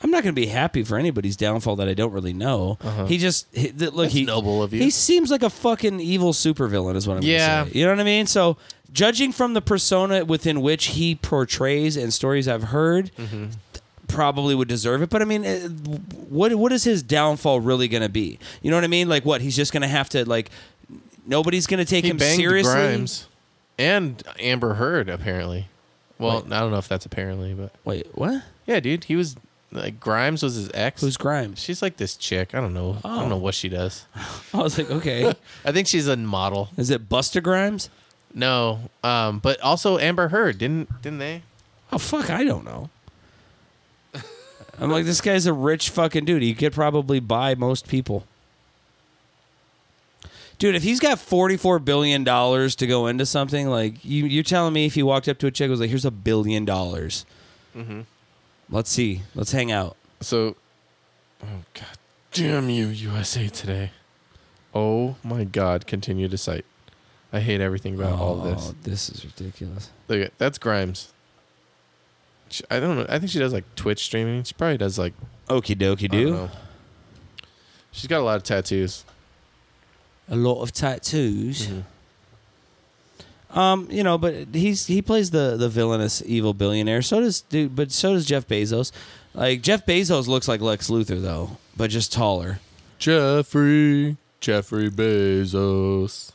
Speaker 1: I'm not going to be happy for anybody's downfall that I don't really know.
Speaker 2: Uh-huh.
Speaker 1: He just he, th- look
Speaker 2: That's
Speaker 1: he
Speaker 2: noble of you.
Speaker 1: He seems like a fucking evil supervillain is what I'm
Speaker 2: Yeah.
Speaker 1: going to say. You know what I mean? So judging from the persona within which he portrays and stories I've heard,
Speaker 2: Mm-hmm.
Speaker 1: probably would deserve it. But I mean, eh, what what is his downfall really going to be? You know what I mean? Like what? He's just going to have to like nobody's going to take
Speaker 2: he
Speaker 1: him
Speaker 2: banged
Speaker 1: seriously.
Speaker 2: Grimes and Amber Heard apparently. Well, I don't know if that's apparently, but
Speaker 1: wait, what?
Speaker 2: Yeah, dude, he was like Grimes was his ex.
Speaker 1: Who's Grimes?
Speaker 2: She's like this chick. I don't know. I
Speaker 1: Oh.
Speaker 2: don't know what she does.
Speaker 1: I was like, okay.
Speaker 2: I think she's a model.
Speaker 1: Is it Buster Grimes?
Speaker 2: No, um, but also Amber Heard didn't didn't they?
Speaker 1: Oh fuck, I don't know. I'm like, this guy's a rich fucking dude. He could probably buy most people. Dude, if he's got forty-four billion dollars to go into something, like you, you're telling me, if he walked up to a chick, and was like, "Here's a billion dollars.
Speaker 2: Mm-hmm.
Speaker 1: Let's see. Let's hang out."
Speaker 2: So, oh god, damn you, USA Today. Oh my god, continue to cite. I hate everything about all of this.
Speaker 1: Oh, this is ridiculous.
Speaker 2: Look, at, that's Grimes. She, I don't know. I think she does like Twitch streaming. She probably does like
Speaker 1: okie dokie
Speaker 2: do. She's got a lot of tattoos.
Speaker 1: a lot of tattoos.
Speaker 2: Mm-hmm.
Speaker 1: Um, you know, but he's he plays the the villainous evil billionaire. So does dude, but so does Jeff Bezos. Like Jeff Bezos looks like Lex Luthor though, but just taller.
Speaker 2: Jeffrey, Jeffrey Bezos.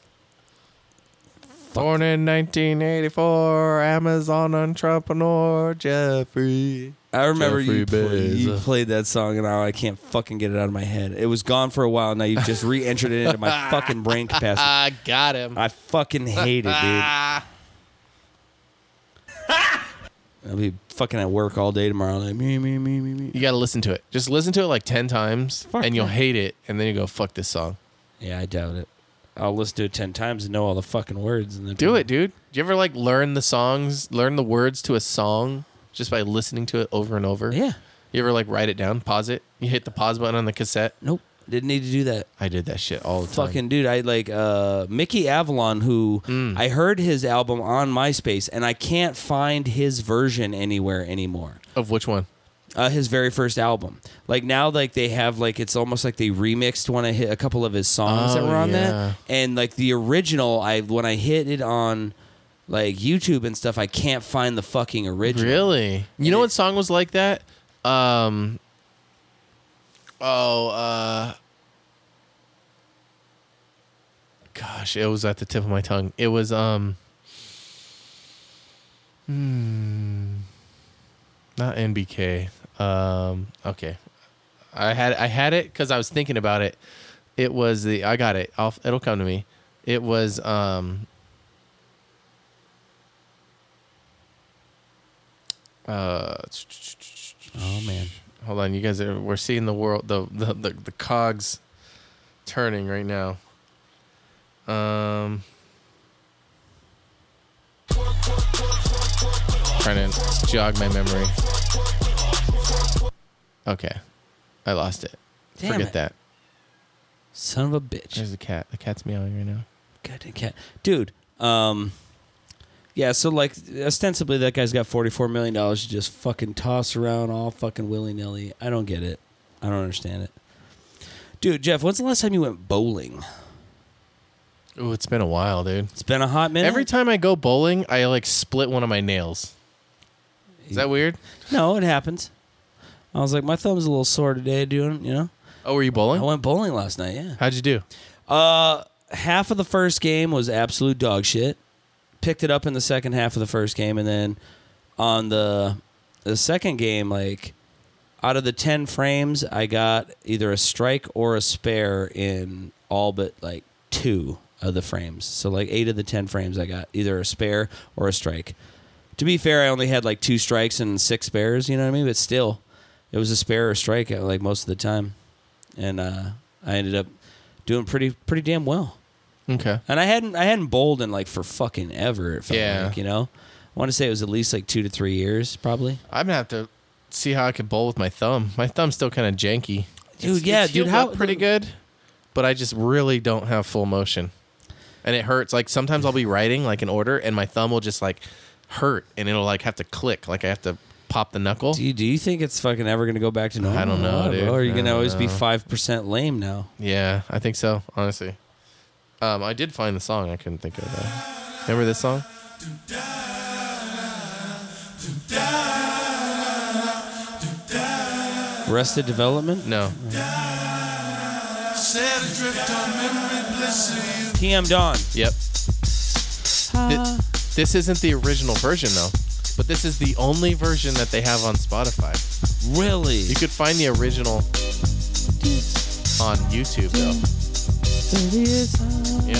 Speaker 2: Born in 1984, Amazon entrepreneur Jeffrey.
Speaker 1: I remember you,
Speaker 2: Jeffrey
Speaker 1: pla- you
Speaker 2: Bezos.
Speaker 1: played that song, and now I can't fucking get it out of my head. It was gone for a while. Now you've just re-entered it into my fucking brain capacity.
Speaker 2: I got him.
Speaker 1: I fucking hate it, dude. I'll be fucking at work all day tomorrow. Like me, me, me, me, me.
Speaker 2: You got to listen to it. Just listen to it like 10 times and you'll hate it. And then you go, fuck this song.
Speaker 1: Yeah, I doubt it. I'll listen to it 10 times and know all the fucking words. and then
Speaker 2: Do it, dude. Do you ever like learn the songs, learn the words to a song just by listening to it over and over?
Speaker 1: Yeah.
Speaker 2: You ever like write it down, pause it? You hit the pause button on the cassette?
Speaker 1: Nope. Didn't need to do that.
Speaker 2: I did that shit all the time.
Speaker 1: fucking dude i like uh mickey avalon who
Speaker 2: Mm.
Speaker 1: i heard his album on myspace and i can't find his version anywhere anymore
Speaker 2: of which one
Speaker 1: uh, his very first album like now like they have like it's almost like they remixed one of hit a couple of his songs that
Speaker 2: Oh,
Speaker 1: were on
Speaker 2: yeah.
Speaker 1: that and like the original i when i hit it on like youtube and stuff i can't find the fucking original
Speaker 2: Really? You know what song was like that? Um Oh, uh Gosh, it was at the tip of my tongue. It was um Hmm. Not NBK. Um okay. I had I had it cuz I was thinking about it. It was the I got it. I'll, it'll come to me. It was um Uh,
Speaker 1: oh man,
Speaker 2: hold on, you guys are we're seeing the world the the the, the cogs turning right now. Um, trying to jog my memory. Okay, I lost it.
Speaker 1: Damn
Speaker 2: Forget
Speaker 1: it.
Speaker 2: that.
Speaker 1: son of a bitch
Speaker 2: There's a cat. The cat's meowing right now.
Speaker 1: Goddamn cat, dude. Um, yeah. So like, ostensibly, that guy's got forty-four million dollars to just fucking toss around all fucking willy nilly. I don't get it. I don't understand it, dude. Jeff, when's the last time you went bowling?
Speaker 2: Oh, it's been a while, dude.
Speaker 1: It's been a hot minute.
Speaker 2: Every time I go bowling, I like split one of my nails. Is that weird?
Speaker 1: no, it happens. I was like, my thumb's a little sore today, doing you know.
Speaker 2: Oh, were you bowling?
Speaker 1: I went bowling last night. Yeah.
Speaker 2: How'd you do?
Speaker 1: Uh, half of the first game was absolute dog shit. Picked it up in the second half of the first game, and then on the the second game, like out of the ten frames, I got either a strike or a spare in all but like two of the frames. So like eight of the ten frames, I got either a spare or a strike. To be fair, I only had like two strikes and six spares. You know what I mean? But still, it was a spare or a strike uh, like most of the time, and uh, I ended up doing pretty pretty damn well.
Speaker 2: Okay.
Speaker 1: And I hadn't I hadn't bowled in like for fucking ever. It felt
Speaker 2: Yeah.
Speaker 1: like you know. I want to say it was at least like two to three years, probably.
Speaker 2: I'm gonna have to see how I could bowl with my thumb. My thumb's still kind of janky.
Speaker 1: Dude, yeah, dude,
Speaker 2: healed
Speaker 1: how-
Speaker 2: up pretty good, but I just really don't have full motion, and it hurts. Like sometimes I'll be writing like an order, and my thumb will just like hurt, and it'll like have to click, like I have to pop the knuckle.
Speaker 1: Do you, do you think it's fucking ever gonna go back to normal?
Speaker 2: I don't know, dude.
Speaker 1: Or are you
Speaker 2: I
Speaker 1: gonna
Speaker 2: don't
Speaker 1: always be
Speaker 2: know.
Speaker 1: five percent lame now?
Speaker 2: Yeah, I think so. Honestly, um, I did find the song. I couldn't think of that. Remember this song?
Speaker 1: Arrested Development?
Speaker 2: No.
Speaker 18: Set adrift on memory, bless you.
Speaker 1: PM Dawn.
Speaker 2: Yep. Thi- this isn't the original version though, but this is the only version that they have on Spotify.
Speaker 1: Really? You
Speaker 2: could find the original on YouTube though. Yeah.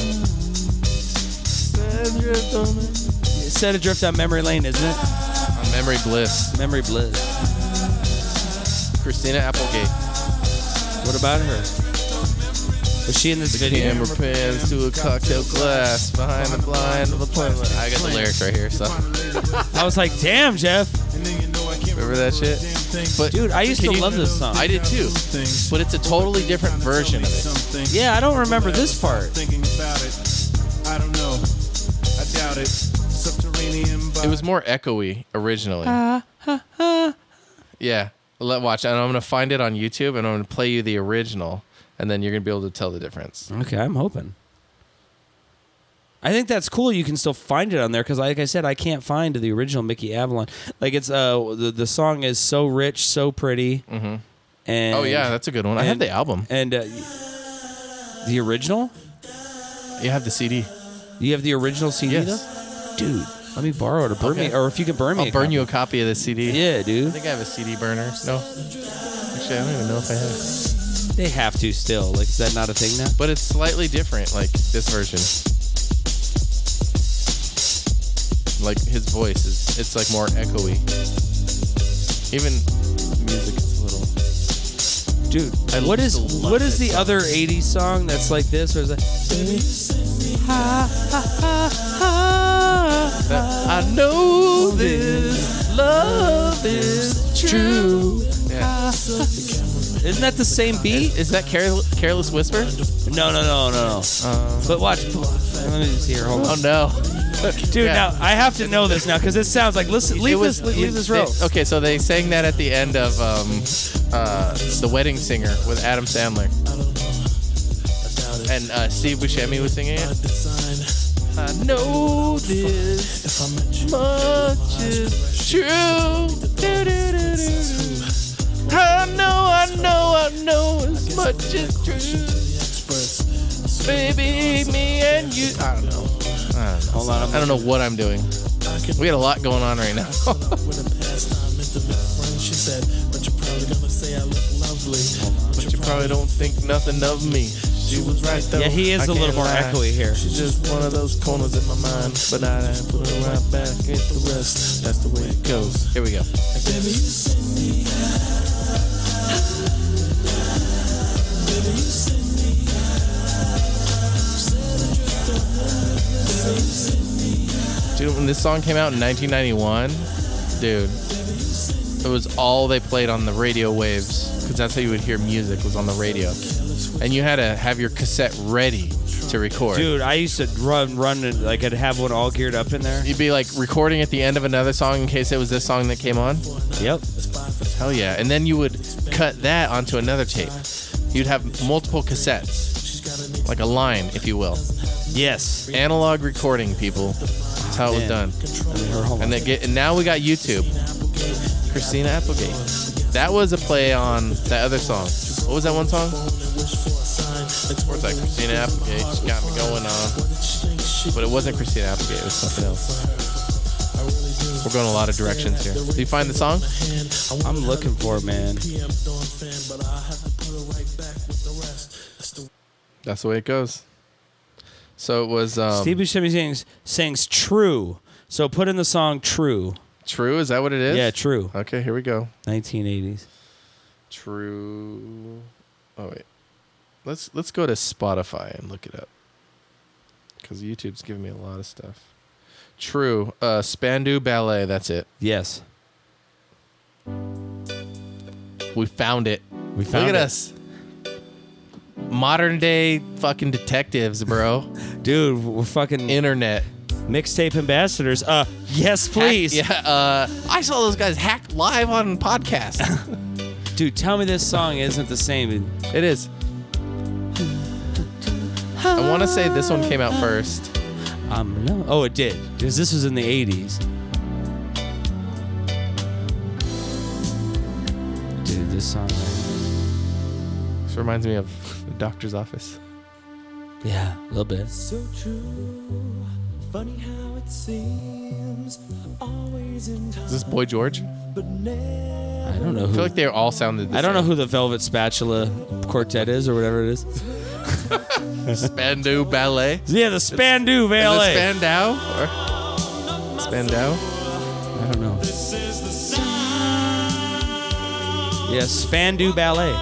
Speaker 1: Set adrift on memory lane, isn't it?
Speaker 2: On Memory Bliss.
Speaker 1: Memory Bliss.
Speaker 2: Christina Applegate.
Speaker 1: What about her? Was she in this
Speaker 2: The
Speaker 1: video?
Speaker 2: camera pans to a cocktail glass behind the blind of a plane. I got the lyrics right here, so
Speaker 1: I was like, damn, Jeff.
Speaker 2: remember that shit. But
Speaker 1: Dude, I used
Speaker 2: can
Speaker 1: to
Speaker 2: you-
Speaker 1: love this song.
Speaker 2: I did too. But it's a totally different version of it.
Speaker 1: Yeah, I don't remember this part.
Speaker 18: Thinking about it, I don't know. I doubt it. Subterranean
Speaker 2: It was more echoey originally. Yeah. Let watch. And I'm gonna find it on YouTube and I'm gonna play you the original and then you're gonna be able to tell the difference.
Speaker 1: Okay, I'm hoping. I think that's cool. You can still find it on there because, like I said, I can't find the original Mickey Avalon. Like it's uh the, the song is so rich, so pretty. Mm-hmm. And
Speaker 2: Oh, yeah, that's a good one. I have
Speaker 1: and-
Speaker 2: the album.
Speaker 1: and uh, the original.
Speaker 2: You have the CD.
Speaker 1: You have the original CD,
Speaker 2: Yes.
Speaker 1: though, dude. Let me borrow it or burn me,
Speaker 2: Okay.
Speaker 1: or if you can burn me,
Speaker 2: I'll burn you a copy of the CD.
Speaker 1: Yeah, dude.
Speaker 2: I think I have a CD burner. No. Actually, I don't even know if I have it.
Speaker 1: They have to still. Like, is that not a thing now?
Speaker 2: But it's slightly different, like this version. Like his voice is, it's like more echoey. Even music is a little.
Speaker 1: Dude, what is what is the other '80s song that's like this? Or is
Speaker 2: I know this love is true. Yeah.
Speaker 1: Isn't that the same beat?
Speaker 2: Is, that carel- Careless Whisper?
Speaker 1: No, no, no, no, no. Um, but watch. Let me just hear. Hold
Speaker 2: Oh
Speaker 1: on.
Speaker 2: no,
Speaker 1: Dude,
Speaker 2: Yeah.
Speaker 1: now I have to know this now because it sounds like. Listen,
Speaker 2: It
Speaker 1: leave
Speaker 2: was-
Speaker 1: this, leave
Speaker 2: it-
Speaker 1: this row.
Speaker 2: they- okay, so they sang that at the end of um, uh, The Wedding Singer with Adam Sandler. And uh, Steve Buscemi was singing it. I know this much is true. Do-do-do-do-do. I know, I know, I know as much is true. Baby, me and you. I don't know. I don't know.
Speaker 1: Hold on, I'm
Speaker 2: I don't know what I'm doing. We got a lot going on right now. But you probably don't think nothing of me. She was right though.
Speaker 1: Yeah, he is
Speaker 2: I
Speaker 1: a little
Speaker 2: can't
Speaker 1: more
Speaker 2: lie.
Speaker 1: echoey here.
Speaker 2: She's just one of those corners in my mind, but I done put her right back at the rest. That's the way it goes. Here we go. Dude, when this song came out in 1991, dude, it was all they played on the radio waves because that's how you would hear music was on the radio, and you had to have your cassette ready to record.
Speaker 1: Dude, I used to run, run, and like I'd have one all geared up in there.
Speaker 2: You'd be like recording at the end of another song in case it was this song that came on.
Speaker 1: Yep.
Speaker 2: Hell yeah. And then you would cut that onto another tape. You'd have multiple cassettes, like a line, if you will.
Speaker 1: Yes.
Speaker 2: Analog recording, people. That's how it was
Speaker 1: Man.
Speaker 2: done. And, they get, and now we got YouTube. Christina Applegate. That was a play on that other song. What was that one song? Where's that Christina Applegate? She got me going on. But it wasn't Christina Applegate, it was something else. We're going a lot of directions here. Do you find the song?
Speaker 1: I'm looking for it, man.
Speaker 2: That's the way it goes. So it was um,
Speaker 1: Steve Buscemi sings, sings "True," so put in the song "True."
Speaker 2: True, is that what it is?
Speaker 1: Yeah, true.
Speaker 2: Okay, here we go.
Speaker 1: 1980s.
Speaker 2: True. Oh wait. Let's let's go to Spotify and look it up. Cuz YouTube's giving me a lot of stuff. True. Uh Spandu Ballet, that's it.
Speaker 1: Yes.
Speaker 2: We found it. We
Speaker 1: found it.
Speaker 2: Look at us. Modern day fucking detectives, bro.
Speaker 1: Dude, we're fucking
Speaker 2: internet
Speaker 1: mixtape ambassadors. Uh, yes, please.
Speaker 2: Hack- yeah, uh I saw those guys hack live on podcast.
Speaker 1: Dude, tell me this song isn't the same.
Speaker 2: It is. I want to say this one came out first.
Speaker 1: I'm lo- oh, it did because this was in the 80s. Dude, this song. man.
Speaker 2: This reminds me of the doctor's office.
Speaker 1: Yeah, a little bit.
Speaker 19: So true, funny how it seems. Always in time,
Speaker 2: Is this Boy George?
Speaker 19: but never
Speaker 1: I don't know
Speaker 2: I feel
Speaker 1: who.
Speaker 2: like they all sounded the
Speaker 1: I don't know who the Velvet Spatula Quartet is or whatever it is.
Speaker 2: Spandu Ballet.
Speaker 1: Yeah, the Spandu Ballet.
Speaker 2: Is it Spandau? Or Spandau?
Speaker 1: I don't know. Yeah, Spandu Ballet.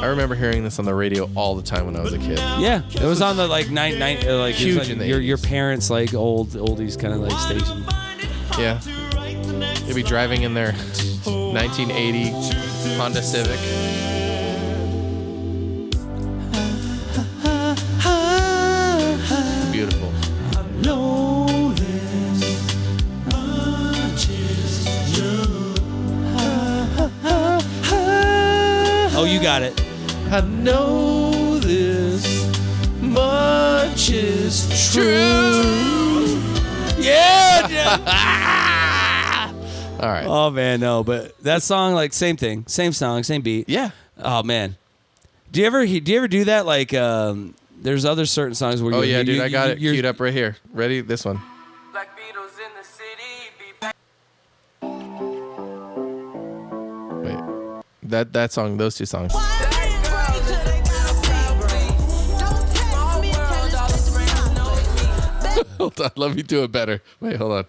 Speaker 2: I remember hearing this on the radio all the time when I was a kid.
Speaker 1: Yeah, it was on the like night night uh, like it was
Speaker 2: Huge
Speaker 1: like
Speaker 2: in the
Speaker 1: your your parents like old oldies kind of like station.
Speaker 2: Yeah. They'd be driving in their 1980 Honda Civic. Beautiful.
Speaker 1: Oh, you got it.
Speaker 2: Oh, I know this much
Speaker 1: which is true. Yeah.
Speaker 2: All right.
Speaker 1: Oh man, no, but that song, like, same thing, same song, same beat.
Speaker 2: Yeah.
Speaker 1: Oh man, do you ever he- do you ever do that? Like, um, there's other certain songs where
Speaker 2: Oh
Speaker 1: you,
Speaker 2: yeah,
Speaker 1: you-
Speaker 2: dude,
Speaker 1: you-
Speaker 2: I got
Speaker 1: you-
Speaker 2: it
Speaker 1: you're-
Speaker 2: queued up right here. Ready? This one. Wait, that that song, those two songs. hold on, let me do it better. Wait, hold on.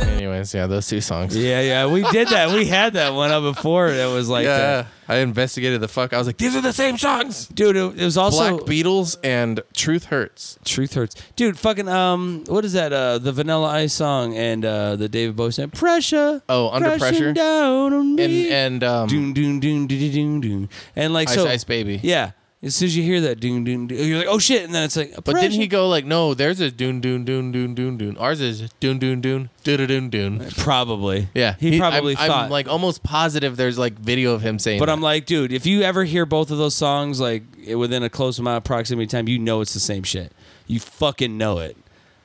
Speaker 2: Anyways, yeah, those two songs.
Speaker 1: Yeah, yeah, we did that. We had that one up before. That was like,
Speaker 2: yeah,
Speaker 1: that.
Speaker 2: I investigated the fuck. I was like, these are the same songs,
Speaker 1: dude. It, it was also
Speaker 2: Black Beatles and Truth Hurts.
Speaker 1: Truth Hurts, dude. Fucking um, what is that? Uh, the Vanilla Ice song and uh, the David Bowie song, pressure.
Speaker 2: Oh, under
Speaker 1: Crashing
Speaker 2: pressure.
Speaker 1: down on me.
Speaker 2: And and um,
Speaker 1: doom doom doom doom doom doom, and like
Speaker 2: Ice
Speaker 1: so,
Speaker 2: Ice Baby.
Speaker 1: Yeah, as soon as you hear that doom doom, doom you're like, oh shit, and then it's like,
Speaker 2: But didn't he go like, no, theirs is doon doon doon doon doon doon. Ours is doon doon doon doon doon doon.
Speaker 1: Probably.
Speaker 2: Yeah,
Speaker 1: He probably
Speaker 2: I'm,
Speaker 1: thought-
Speaker 2: I'm like almost positive there's like video of him saying.
Speaker 1: But
Speaker 2: that.
Speaker 1: I'm like, dude, if you ever hear both of those songs like within a close amount of proximity time, you know it's the same shit. You fucking know it.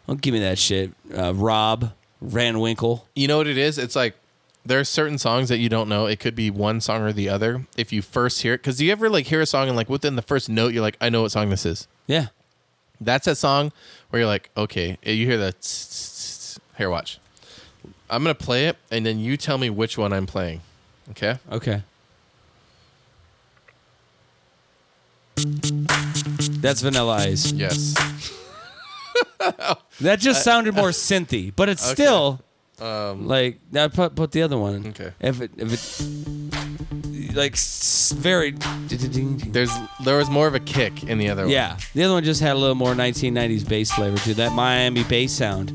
Speaker 1: Don't give me that shit, uh, Rob Van Winkle.
Speaker 2: you know what it is? It's like there are certain songs that you don't know. It could be one song or the other. If you first hear it, because do you ever like hear a song and like within the first note, you're like, I know what song this is.
Speaker 1: Yeah.
Speaker 2: That's a song where you're like, okay, you hear the tss, tss, tss. here. Watch, I'm gonna play it, and then you tell me which one I'm playing. Okay.
Speaker 1: Okay. That's Vanilla Ice.
Speaker 2: Yes.
Speaker 1: That just sounded more synthy, but it's
Speaker 2: Uh, Okay.
Speaker 1: still
Speaker 2: Um,
Speaker 1: like now put put the other one. in.
Speaker 2: Okay.
Speaker 1: If it if it like s- very
Speaker 2: There's there was more of a kick in the other
Speaker 1: yeah,
Speaker 2: one.
Speaker 1: the other one just had a little more 1990s bass flavor to it, that Miami bass sound.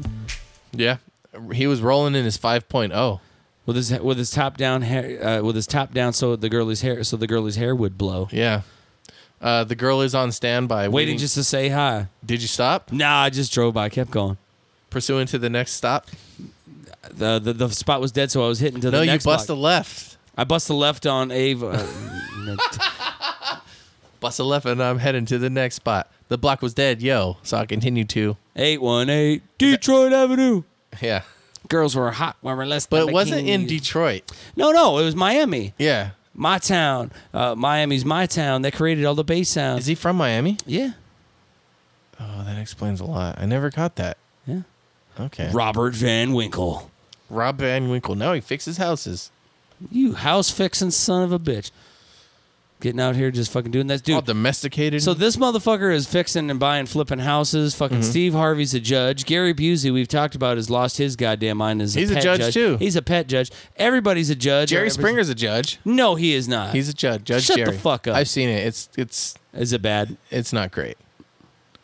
Speaker 2: Yeah. Yeah. He was rolling in his oh. 5.0.
Speaker 1: with his with his top down hair uh, with his top down so the girlie's hair so the girlie's hair would blow.
Speaker 2: Yeah. Uh, the girl is on standby
Speaker 1: Waiting, just to say hi.
Speaker 2: Did you stop?
Speaker 1: Nah, I just drove by, kept going.
Speaker 2: Pursuing to the next stop?
Speaker 1: The the, the spot was dead, so I was hitting to the
Speaker 2: No, you
Speaker 1: next
Speaker 2: bust
Speaker 1: block.
Speaker 2: a left.
Speaker 1: I bust the left on Ava. uh, no, t-
Speaker 2: Bust a left and I'm heading to the next spot. The block was dead, yo. So I continued to.
Speaker 1: 818 Detroit Avenue.
Speaker 2: Yeah.
Speaker 1: Girls were hot when we're less
Speaker 2: But
Speaker 1: than
Speaker 2: it wasn't in
Speaker 1: bikinis.
Speaker 2: Detroit.
Speaker 1: No, no, it was Miami.
Speaker 2: Yeah.
Speaker 1: My town. Uh, Miami's my town. They created all the bass sounds.
Speaker 2: Is he from Miami?
Speaker 1: Yeah.
Speaker 2: Oh, that explains a lot. I never got that.
Speaker 1: Yeah.
Speaker 2: Okay.
Speaker 1: Robert Van Winkle.
Speaker 2: Rob Van Winkle. Now he fixes houses.
Speaker 1: You house fixing son of a bitch. Getting out here just fucking doing that, dude.
Speaker 2: All domesticated.
Speaker 1: So this motherfucker is fixing and buying, flipping houses. Fucking
Speaker 2: Mhm.
Speaker 1: Steve Harvey's a judge. Gary Busey, we've talked about, has lost his goddamn mind. As
Speaker 2: He's a
Speaker 1: pet
Speaker 2: judge, too.
Speaker 1: He's a pet judge. Everybody's a judge.
Speaker 2: Jerry
Speaker 1: Everybody's-
Speaker 2: Springer's a judge.
Speaker 1: No, he is not.
Speaker 2: He's a judge. Judge
Speaker 1: Shut
Speaker 2: Jerry.
Speaker 1: the fuck up.
Speaker 2: I've seen it. It's it's
Speaker 1: is it bad?
Speaker 2: It's not great.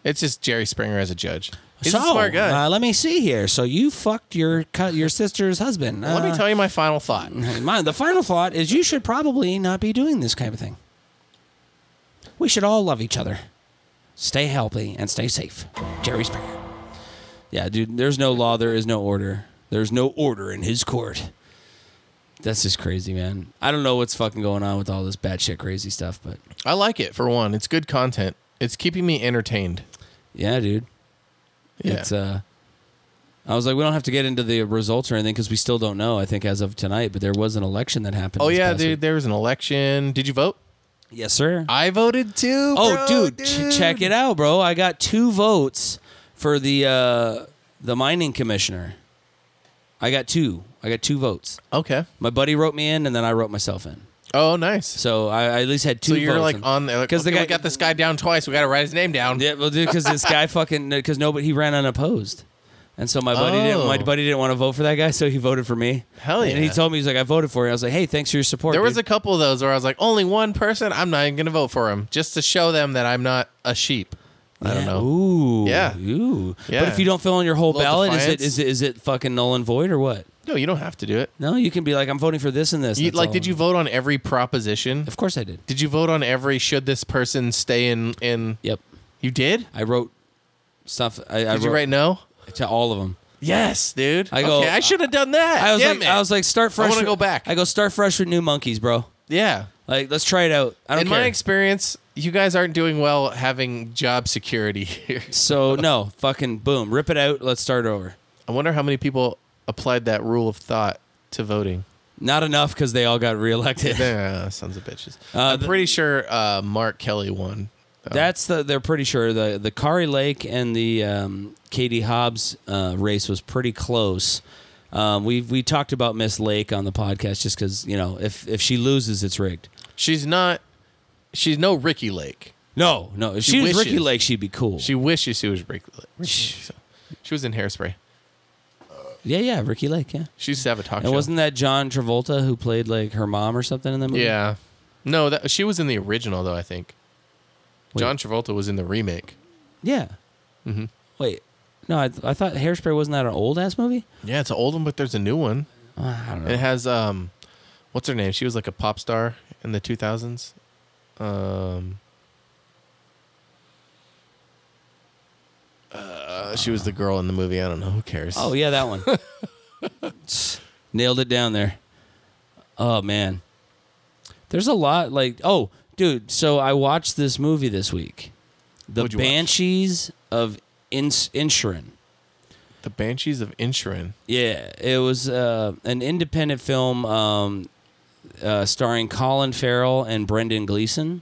Speaker 2: It's just Jerry Springer as a judge. He's
Speaker 1: so,
Speaker 2: a smart guy.
Speaker 1: Uh, let me see here. So you fucked your cu- your sister's husband. Uh,
Speaker 2: Let me tell you my final thought.
Speaker 1: you. My, the final thought is you should probably not be doing this kind of thing. We should all love each other. Stay healthy and stay safe. Jerry Springer. Yeah, dude, there's no law, there is no order. There's no order in his court. That's just crazy, man. I don't know what's fucking going on with all this bad shit crazy stuff, but
Speaker 2: I like it for one. It's good content. It's keeping me entertained.
Speaker 1: yeah, dude.
Speaker 2: Yeah.
Speaker 1: It's uh I was like, we don't have to get into the results or anything because we still don't know. I think as of tonight, but there was an election that happened.
Speaker 2: oh
Speaker 1: this
Speaker 2: yeah,
Speaker 1: past
Speaker 2: dude.
Speaker 1: week.
Speaker 2: There was an election. Did you vote?
Speaker 1: Yes, sir.
Speaker 2: I voted too.
Speaker 1: Oh,
Speaker 2: bro,
Speaker 1: dude, ch- check it out, bro. I got two votes for the uh, the mining commissioner. I got two. I got two votes.
Speaker 2: Okay.
Speaker 1: My buddy wrote me in, and then I wrote myself in.
Speaker 2: Oh, nice.
Speaker 1: So I, I at least had two.
Speaker 2: so you're
Speaker 1: votes
Speaker 2: like
Speaker 1: in.
Speaker 2: on there because
Speaker 1: 'Cause the
Speaker 2: we
Speaker 1: guy-
Speaker 2: got this guy down twice. We got to write his name down.
Speaker 1: Yeah, well, dude, because this guy fucking because nobody he ran unopposed, and so my buddy didn't. My
Speaker 2: Oh.
Speaker 1: buddy didn't want to vote for that guy, so he voted for me.
Speaker 2: Hell
Speaker 1: And he
Speaker 2: yeah.
Speaker 1: told me he's like, I voted for you. I was like, hey, thanks for your support.
Speaker 2: There was
Speaker 1: dude."
Speaker 2: a couple of those where I was like, only one person. I'm not even gonna vote for him just to show them that I'm not a sheep. I don't
Speaker 1: Yeah.
Speaker 2: know.
Speaker 1: Ooh.
Speaker 2: Yeah.
Speaker 1: Ooh.
Speaker 2: Yeah.
Speaker 1: But if you don't fill in your whole
Speaker 2: Little
Speaker 1: ballot, is it
Speaker 2: defiance.
Speaker 1: is it is it fucking null and void or what?
Speaker 2: No, you don't have to do it.
Speaker 1: No, you can be like, I'm voting for this and this.
Speaker 2: You,
Speaker 1: That's
Speaker 2: like,
Speaker 1: all.
Speaker 2: did you vote on every proposition?
Speaker 1: Of course I did.
Speaker 2: Did you vote on every? Should this person stay in? In
Speaker 1: Yep.
Speaker 2: you did.
Speaker 1: I wrote stuff. I, I
Speaker 2: Did
Speaker 1: wrote
Speaker 2: you write no?
Speaker 1: to all of them.
Speaker 2: Yes, dude.
Speaker 1: I go.
Speaker 2: Okay, I should have done that.
Speaker 1: I was
Speaker 2: Damn
Speaker 1: like,
Speaker 2: it.
Speaker 1: I was like, start fresh.
Speaker 2: I want to
Speaker 1: with-
Speaker 2: go back.
Speaker 1: I go start fresh with new monkeys, bro.
Speaker 2: Yeah.
Speaker 1: Like, let's try it out. I don't
Speaker 2: In
Speaker 1: care.
Speaker 2: my experience, you guys aren't doing well having job security here.
Speaker 1: So no, fucking boom, rip it out. Let's start over.
Speaker 2: I wonder how many people applied that rule of thought to voting.
Speaker 1: Not enough because they all got reelected.
Speaker 2: Yeah, sons of bitches. I'm pretty sure uh, Mark Kelly won.
Speaker 1: That's the. They're pretty sure the the Kari Lake and the um, Katie Hobbs uh, race was pretty close. Um, we we talked about Miss Lake on the podcast just because you know if if she loses, it's rigged.
Speaker 2: She's not. She's no Ricky Lake.
Speaker 1: No, no. If she, was
Speaker 2: wishes-
Speaker 1: Ricky Lake, she'd be cool.
Speaker 2: She wishes she was Ricky Lake. She, she was in Hairspray.
Speaker 1: yeah, yeah, Ricky Lake. Yeah.
Speaker 2: She's to have a talk
Speaker 1: And
Speaker 2: show.
Speaker 1: wasn't that John Travolta who played like her mom or something in the movie?
Speaker 2: Yeah. No, that she was in the original though. I think.
Speaker 1: Wait.
Speaker 2: John Travolta was in the remake.
Speaker 1: Yeah.
Speaker 2: Mm-hmm.
Speaker 1: Wait. No, I, I thought Hairspray wasn't that an old ass movie? Uh,
Speaker 2: Yeah, it's an old one, but there's a new one.
Speaker 1: I don't know.
Speaker 2: It has um, what's her name? She was like a pop star in the 2000s. Um, uh, she was the girl in the movie. I don't know. Who cares?
Speaker 1: Oh yeah, that one. Nailed it down there. Oh man. There's a lot like oh, dude, so I watched this movie this week. The
Speaker 2: What'd you watch?
Speaker 1: Banshees of Ins- Inisherin.
Speaker 2: The Banshees of Inisherin.
Speaker 1: Yeah, it was uh, an independent film um, uh, starring Colin Farrell and Brendan Gleeson.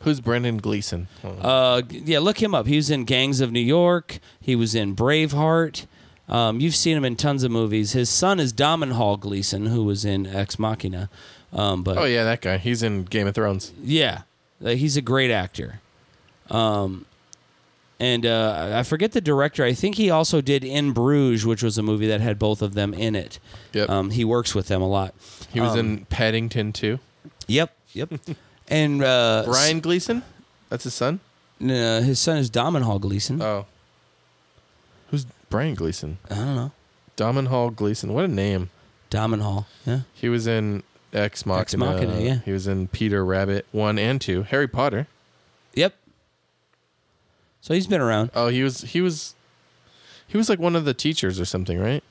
Speaker 2: Who's Brendan Gleeson?
Speaker 1: Uh, yeah, look him up. He was in Gangs of New York. He was in Braveheart. Um, you've seen him in tons of movies. His son is Damon Hall Gleason, who was in Ex Machina. Um, but
Speaker 2: Oh yeah, that guy. He's in Game of Thrones.
Speaker 1: yeah, like, he's a great actor. Um, and uh, I forget the director. I think he also did In Bruges, which was a movie that had both of them in it.
Speaker 2: Yep.
Speaker 1: Um, he works with them a lot.
Speaker 2: He was
Speaker 1: Um,
Speaker 2: in Paddington too.
Speaker 1: Yep. Yep. and uh,
Speaker 2: Brian Gleason. That's his son.
Speaker 1: No, his son is Damon Hall Gleason.
Speaker 2: Oh. Who's Brian Gleason?
Speaker 1: I don't know.
Speaker 2: Damon Hall Gleason. What a name.
Speaker 1: Damon Hall. Yeah.
Speaker 2: He was in Ex Machina.
Speaker 1: Machina, yeah.
Speaker 2: He was in Peter Rabbit one and two. Harry Potter.
Speaker 1: Yep. So he's been around.
Speaker 2: Oh, he was he was he was like one of the teachers or something, right?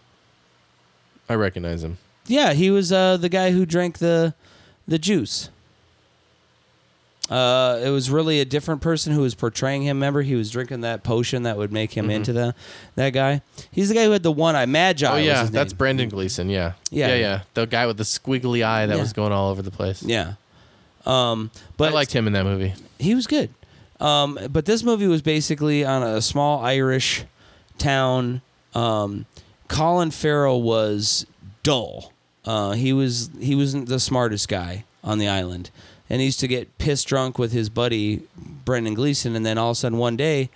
Speaker 2: I recognize him.
Speaker 1: Yeah, he was uh, the guy who drank the the juice. Uh, it was really a different person who was portraying him. Remember, he was drinking that potion that would make him
Speaker 2: Mhm.
Speaker 1: into the that guy. He's the guy who had the one eye, Magi.
Speaker 2: oh
Speaker 1: was
Speaker 2: yeah,
Speaker 1: Ah, his
Speaker 2: that's
Speaker 1: name.
Speaker 2: Brandon Gleason. Yeah.
Speaker 1: Yeah.
Speaker 2: yeah, yeah. The guy with the squiggly eye that
Speaker 1: Yeah.
Speaker 2: was going all over the place.
Speaker 1: yeah. Um, but
Speaker 2: I liked him in that movie.
Speaker 1: he was good. Um, but this movie was basically on a small Irish town. Um, Colin Farrell was dull. Uh, he was he wasn't the smartest guy on the island, and he used to get pissed drunk with his buddy Brendan Gleeson, and then all of a sudden one day,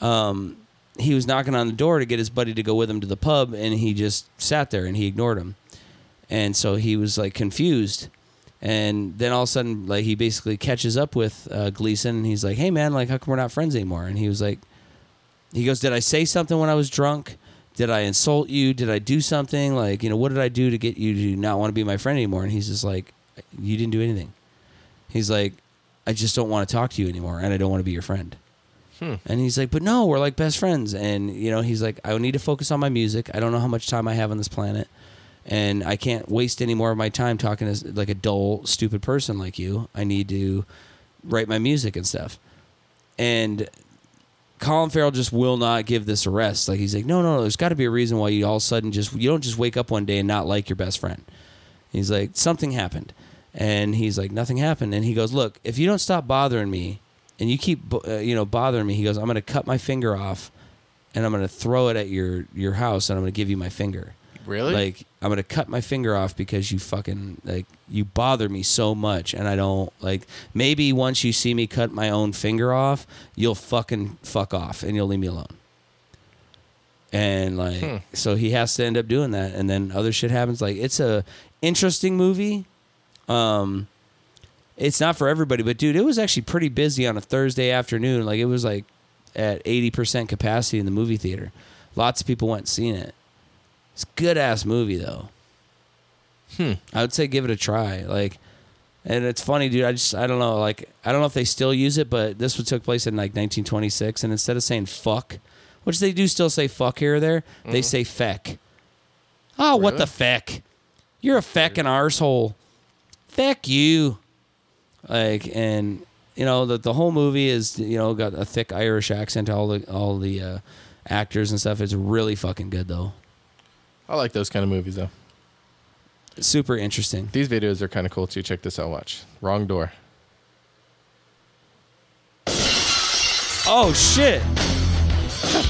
Speaker 1: um, he was knocking on the door to get his buddy to go with him to the pub, and he just sat there and he ignored him, and so he was like confused, and then all of a sudden like he basically catches up with uh, Gleason and he's like, "Hey man, like how come we're not friends anymore?" And he was like, he goes, "Did I say something when I was drunk? Did I insult you? Did I do something? Like you know what did I do to get you to not want to be my friend anymore?" And he's just like, "You didn't do anything." He's like, "I just don't want to talk to you anymore, and I don't want to be your friend."
Speaker 2: Hmm.
Speaker 1: And he's like, but no, we're like best friends. And, you know, he's like, I need to focus on my music. I don't know how much time I have on this planet. And I can't waste any more of my time talking as like a dull, stupid person like you. I need to write my music and stuff. And Colin Farrell just will not give this a rest. Like he's like, no, no, no. There's got to be a reason why you all of a sudden just you don't just wake up one day and not like your best friend. He's like, something happened, and he's like, nothing happened. And he goes, look, if you don't stop bothering me, and you keep bo- uh, you know bothering me, he goes, I'm gonna cut my finger off, and I'm gonna throw it at your your house, and I'm gonna give you my finger.
Speaker 2: Really?
Speaker 1: Like I'm gonna cut my finger off because you fucking like you bother me so much, and I don't like. Maybe once you see me cut my own finger off, you'll fucking fuck off, and you'll leave me alone. And like,
Speaker 2: Hmm.
Speaker 1: so he has to end up doing that, and then other shit happens. Like it's a interesting movie. Um, it's not for everybody, but dude, it was actually pretty busy on a Thursday afternoon. Like it was like at eighty percent capacity in the movie theater. Lots of people went and seen it. It's a good ass movie though.
Speaker 2: Hmm.
Speaker 1: I would say give it a try. Like, and it's funny, dude. I just I don't know. Like I don't know if they still use it, but this one took place in like 1926, and instead of saying fuck which they do still say fuck here or there. They
Speaker 2: Mhm.
Speaker 1: say feck. Oh, what the
Speaker 2: Really?
Speaker 1: feck? You're a feckin' arsehole. Feck you. Like, and, you know, the, the whole movie is, you know, got a thick Irish accent to all the, all the uh, actors and stuff. It's really fucking good, though.
Speaker 2: I like those kind of movies though.
Speaker 1: Super interesting.
Speaker 2: These videos are kind of cool too. Check this out. Watch. Wrong door.
Speaker 1: Oh, shit.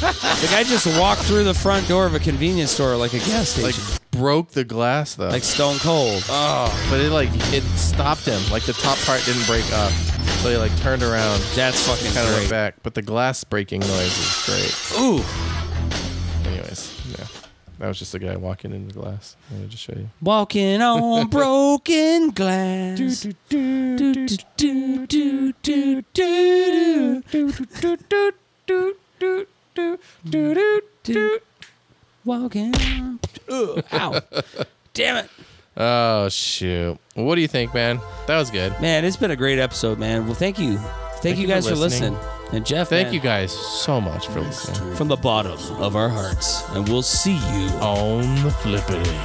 Speaker 1: the guy just walked through the front door of a convenience store like Uh, a gas station.
Speaker 2: Broke the glass though. Like
Speaker 1: Stone Cold.
Speaker 2: Oh, but it like it stopped him. Like the top part didn't break up, so he like turned around.
Speaker 1: That's fucking
Speaker 2: kind of
Speaker 1: great.
Speaker 2: went back. But the glass breaking noise is great.
Speaker 1: Ooh.
Speaker 2: Anyways, yeah, that was just the guy walking into the glass. I wanted to show you.
Speaker 1: Walking on broken glass. Do, do, do, do, do, do, do, do. Walking on. Ugh, Ow. Damn it.
Speaker 2: Oh shoot! Well, what do you think, man? That was good.
Speaker 1: Man, it's been a great episode, man. Well, thank you. Thank, you guys for listening. And Jeff,
Speaker 2: thank
Speaker 1: man.
Speaker 2: you guys so much for listening.
Speaker 1: From the bottom of our hearts. And we'll see you
Speaker 2: on the flippity.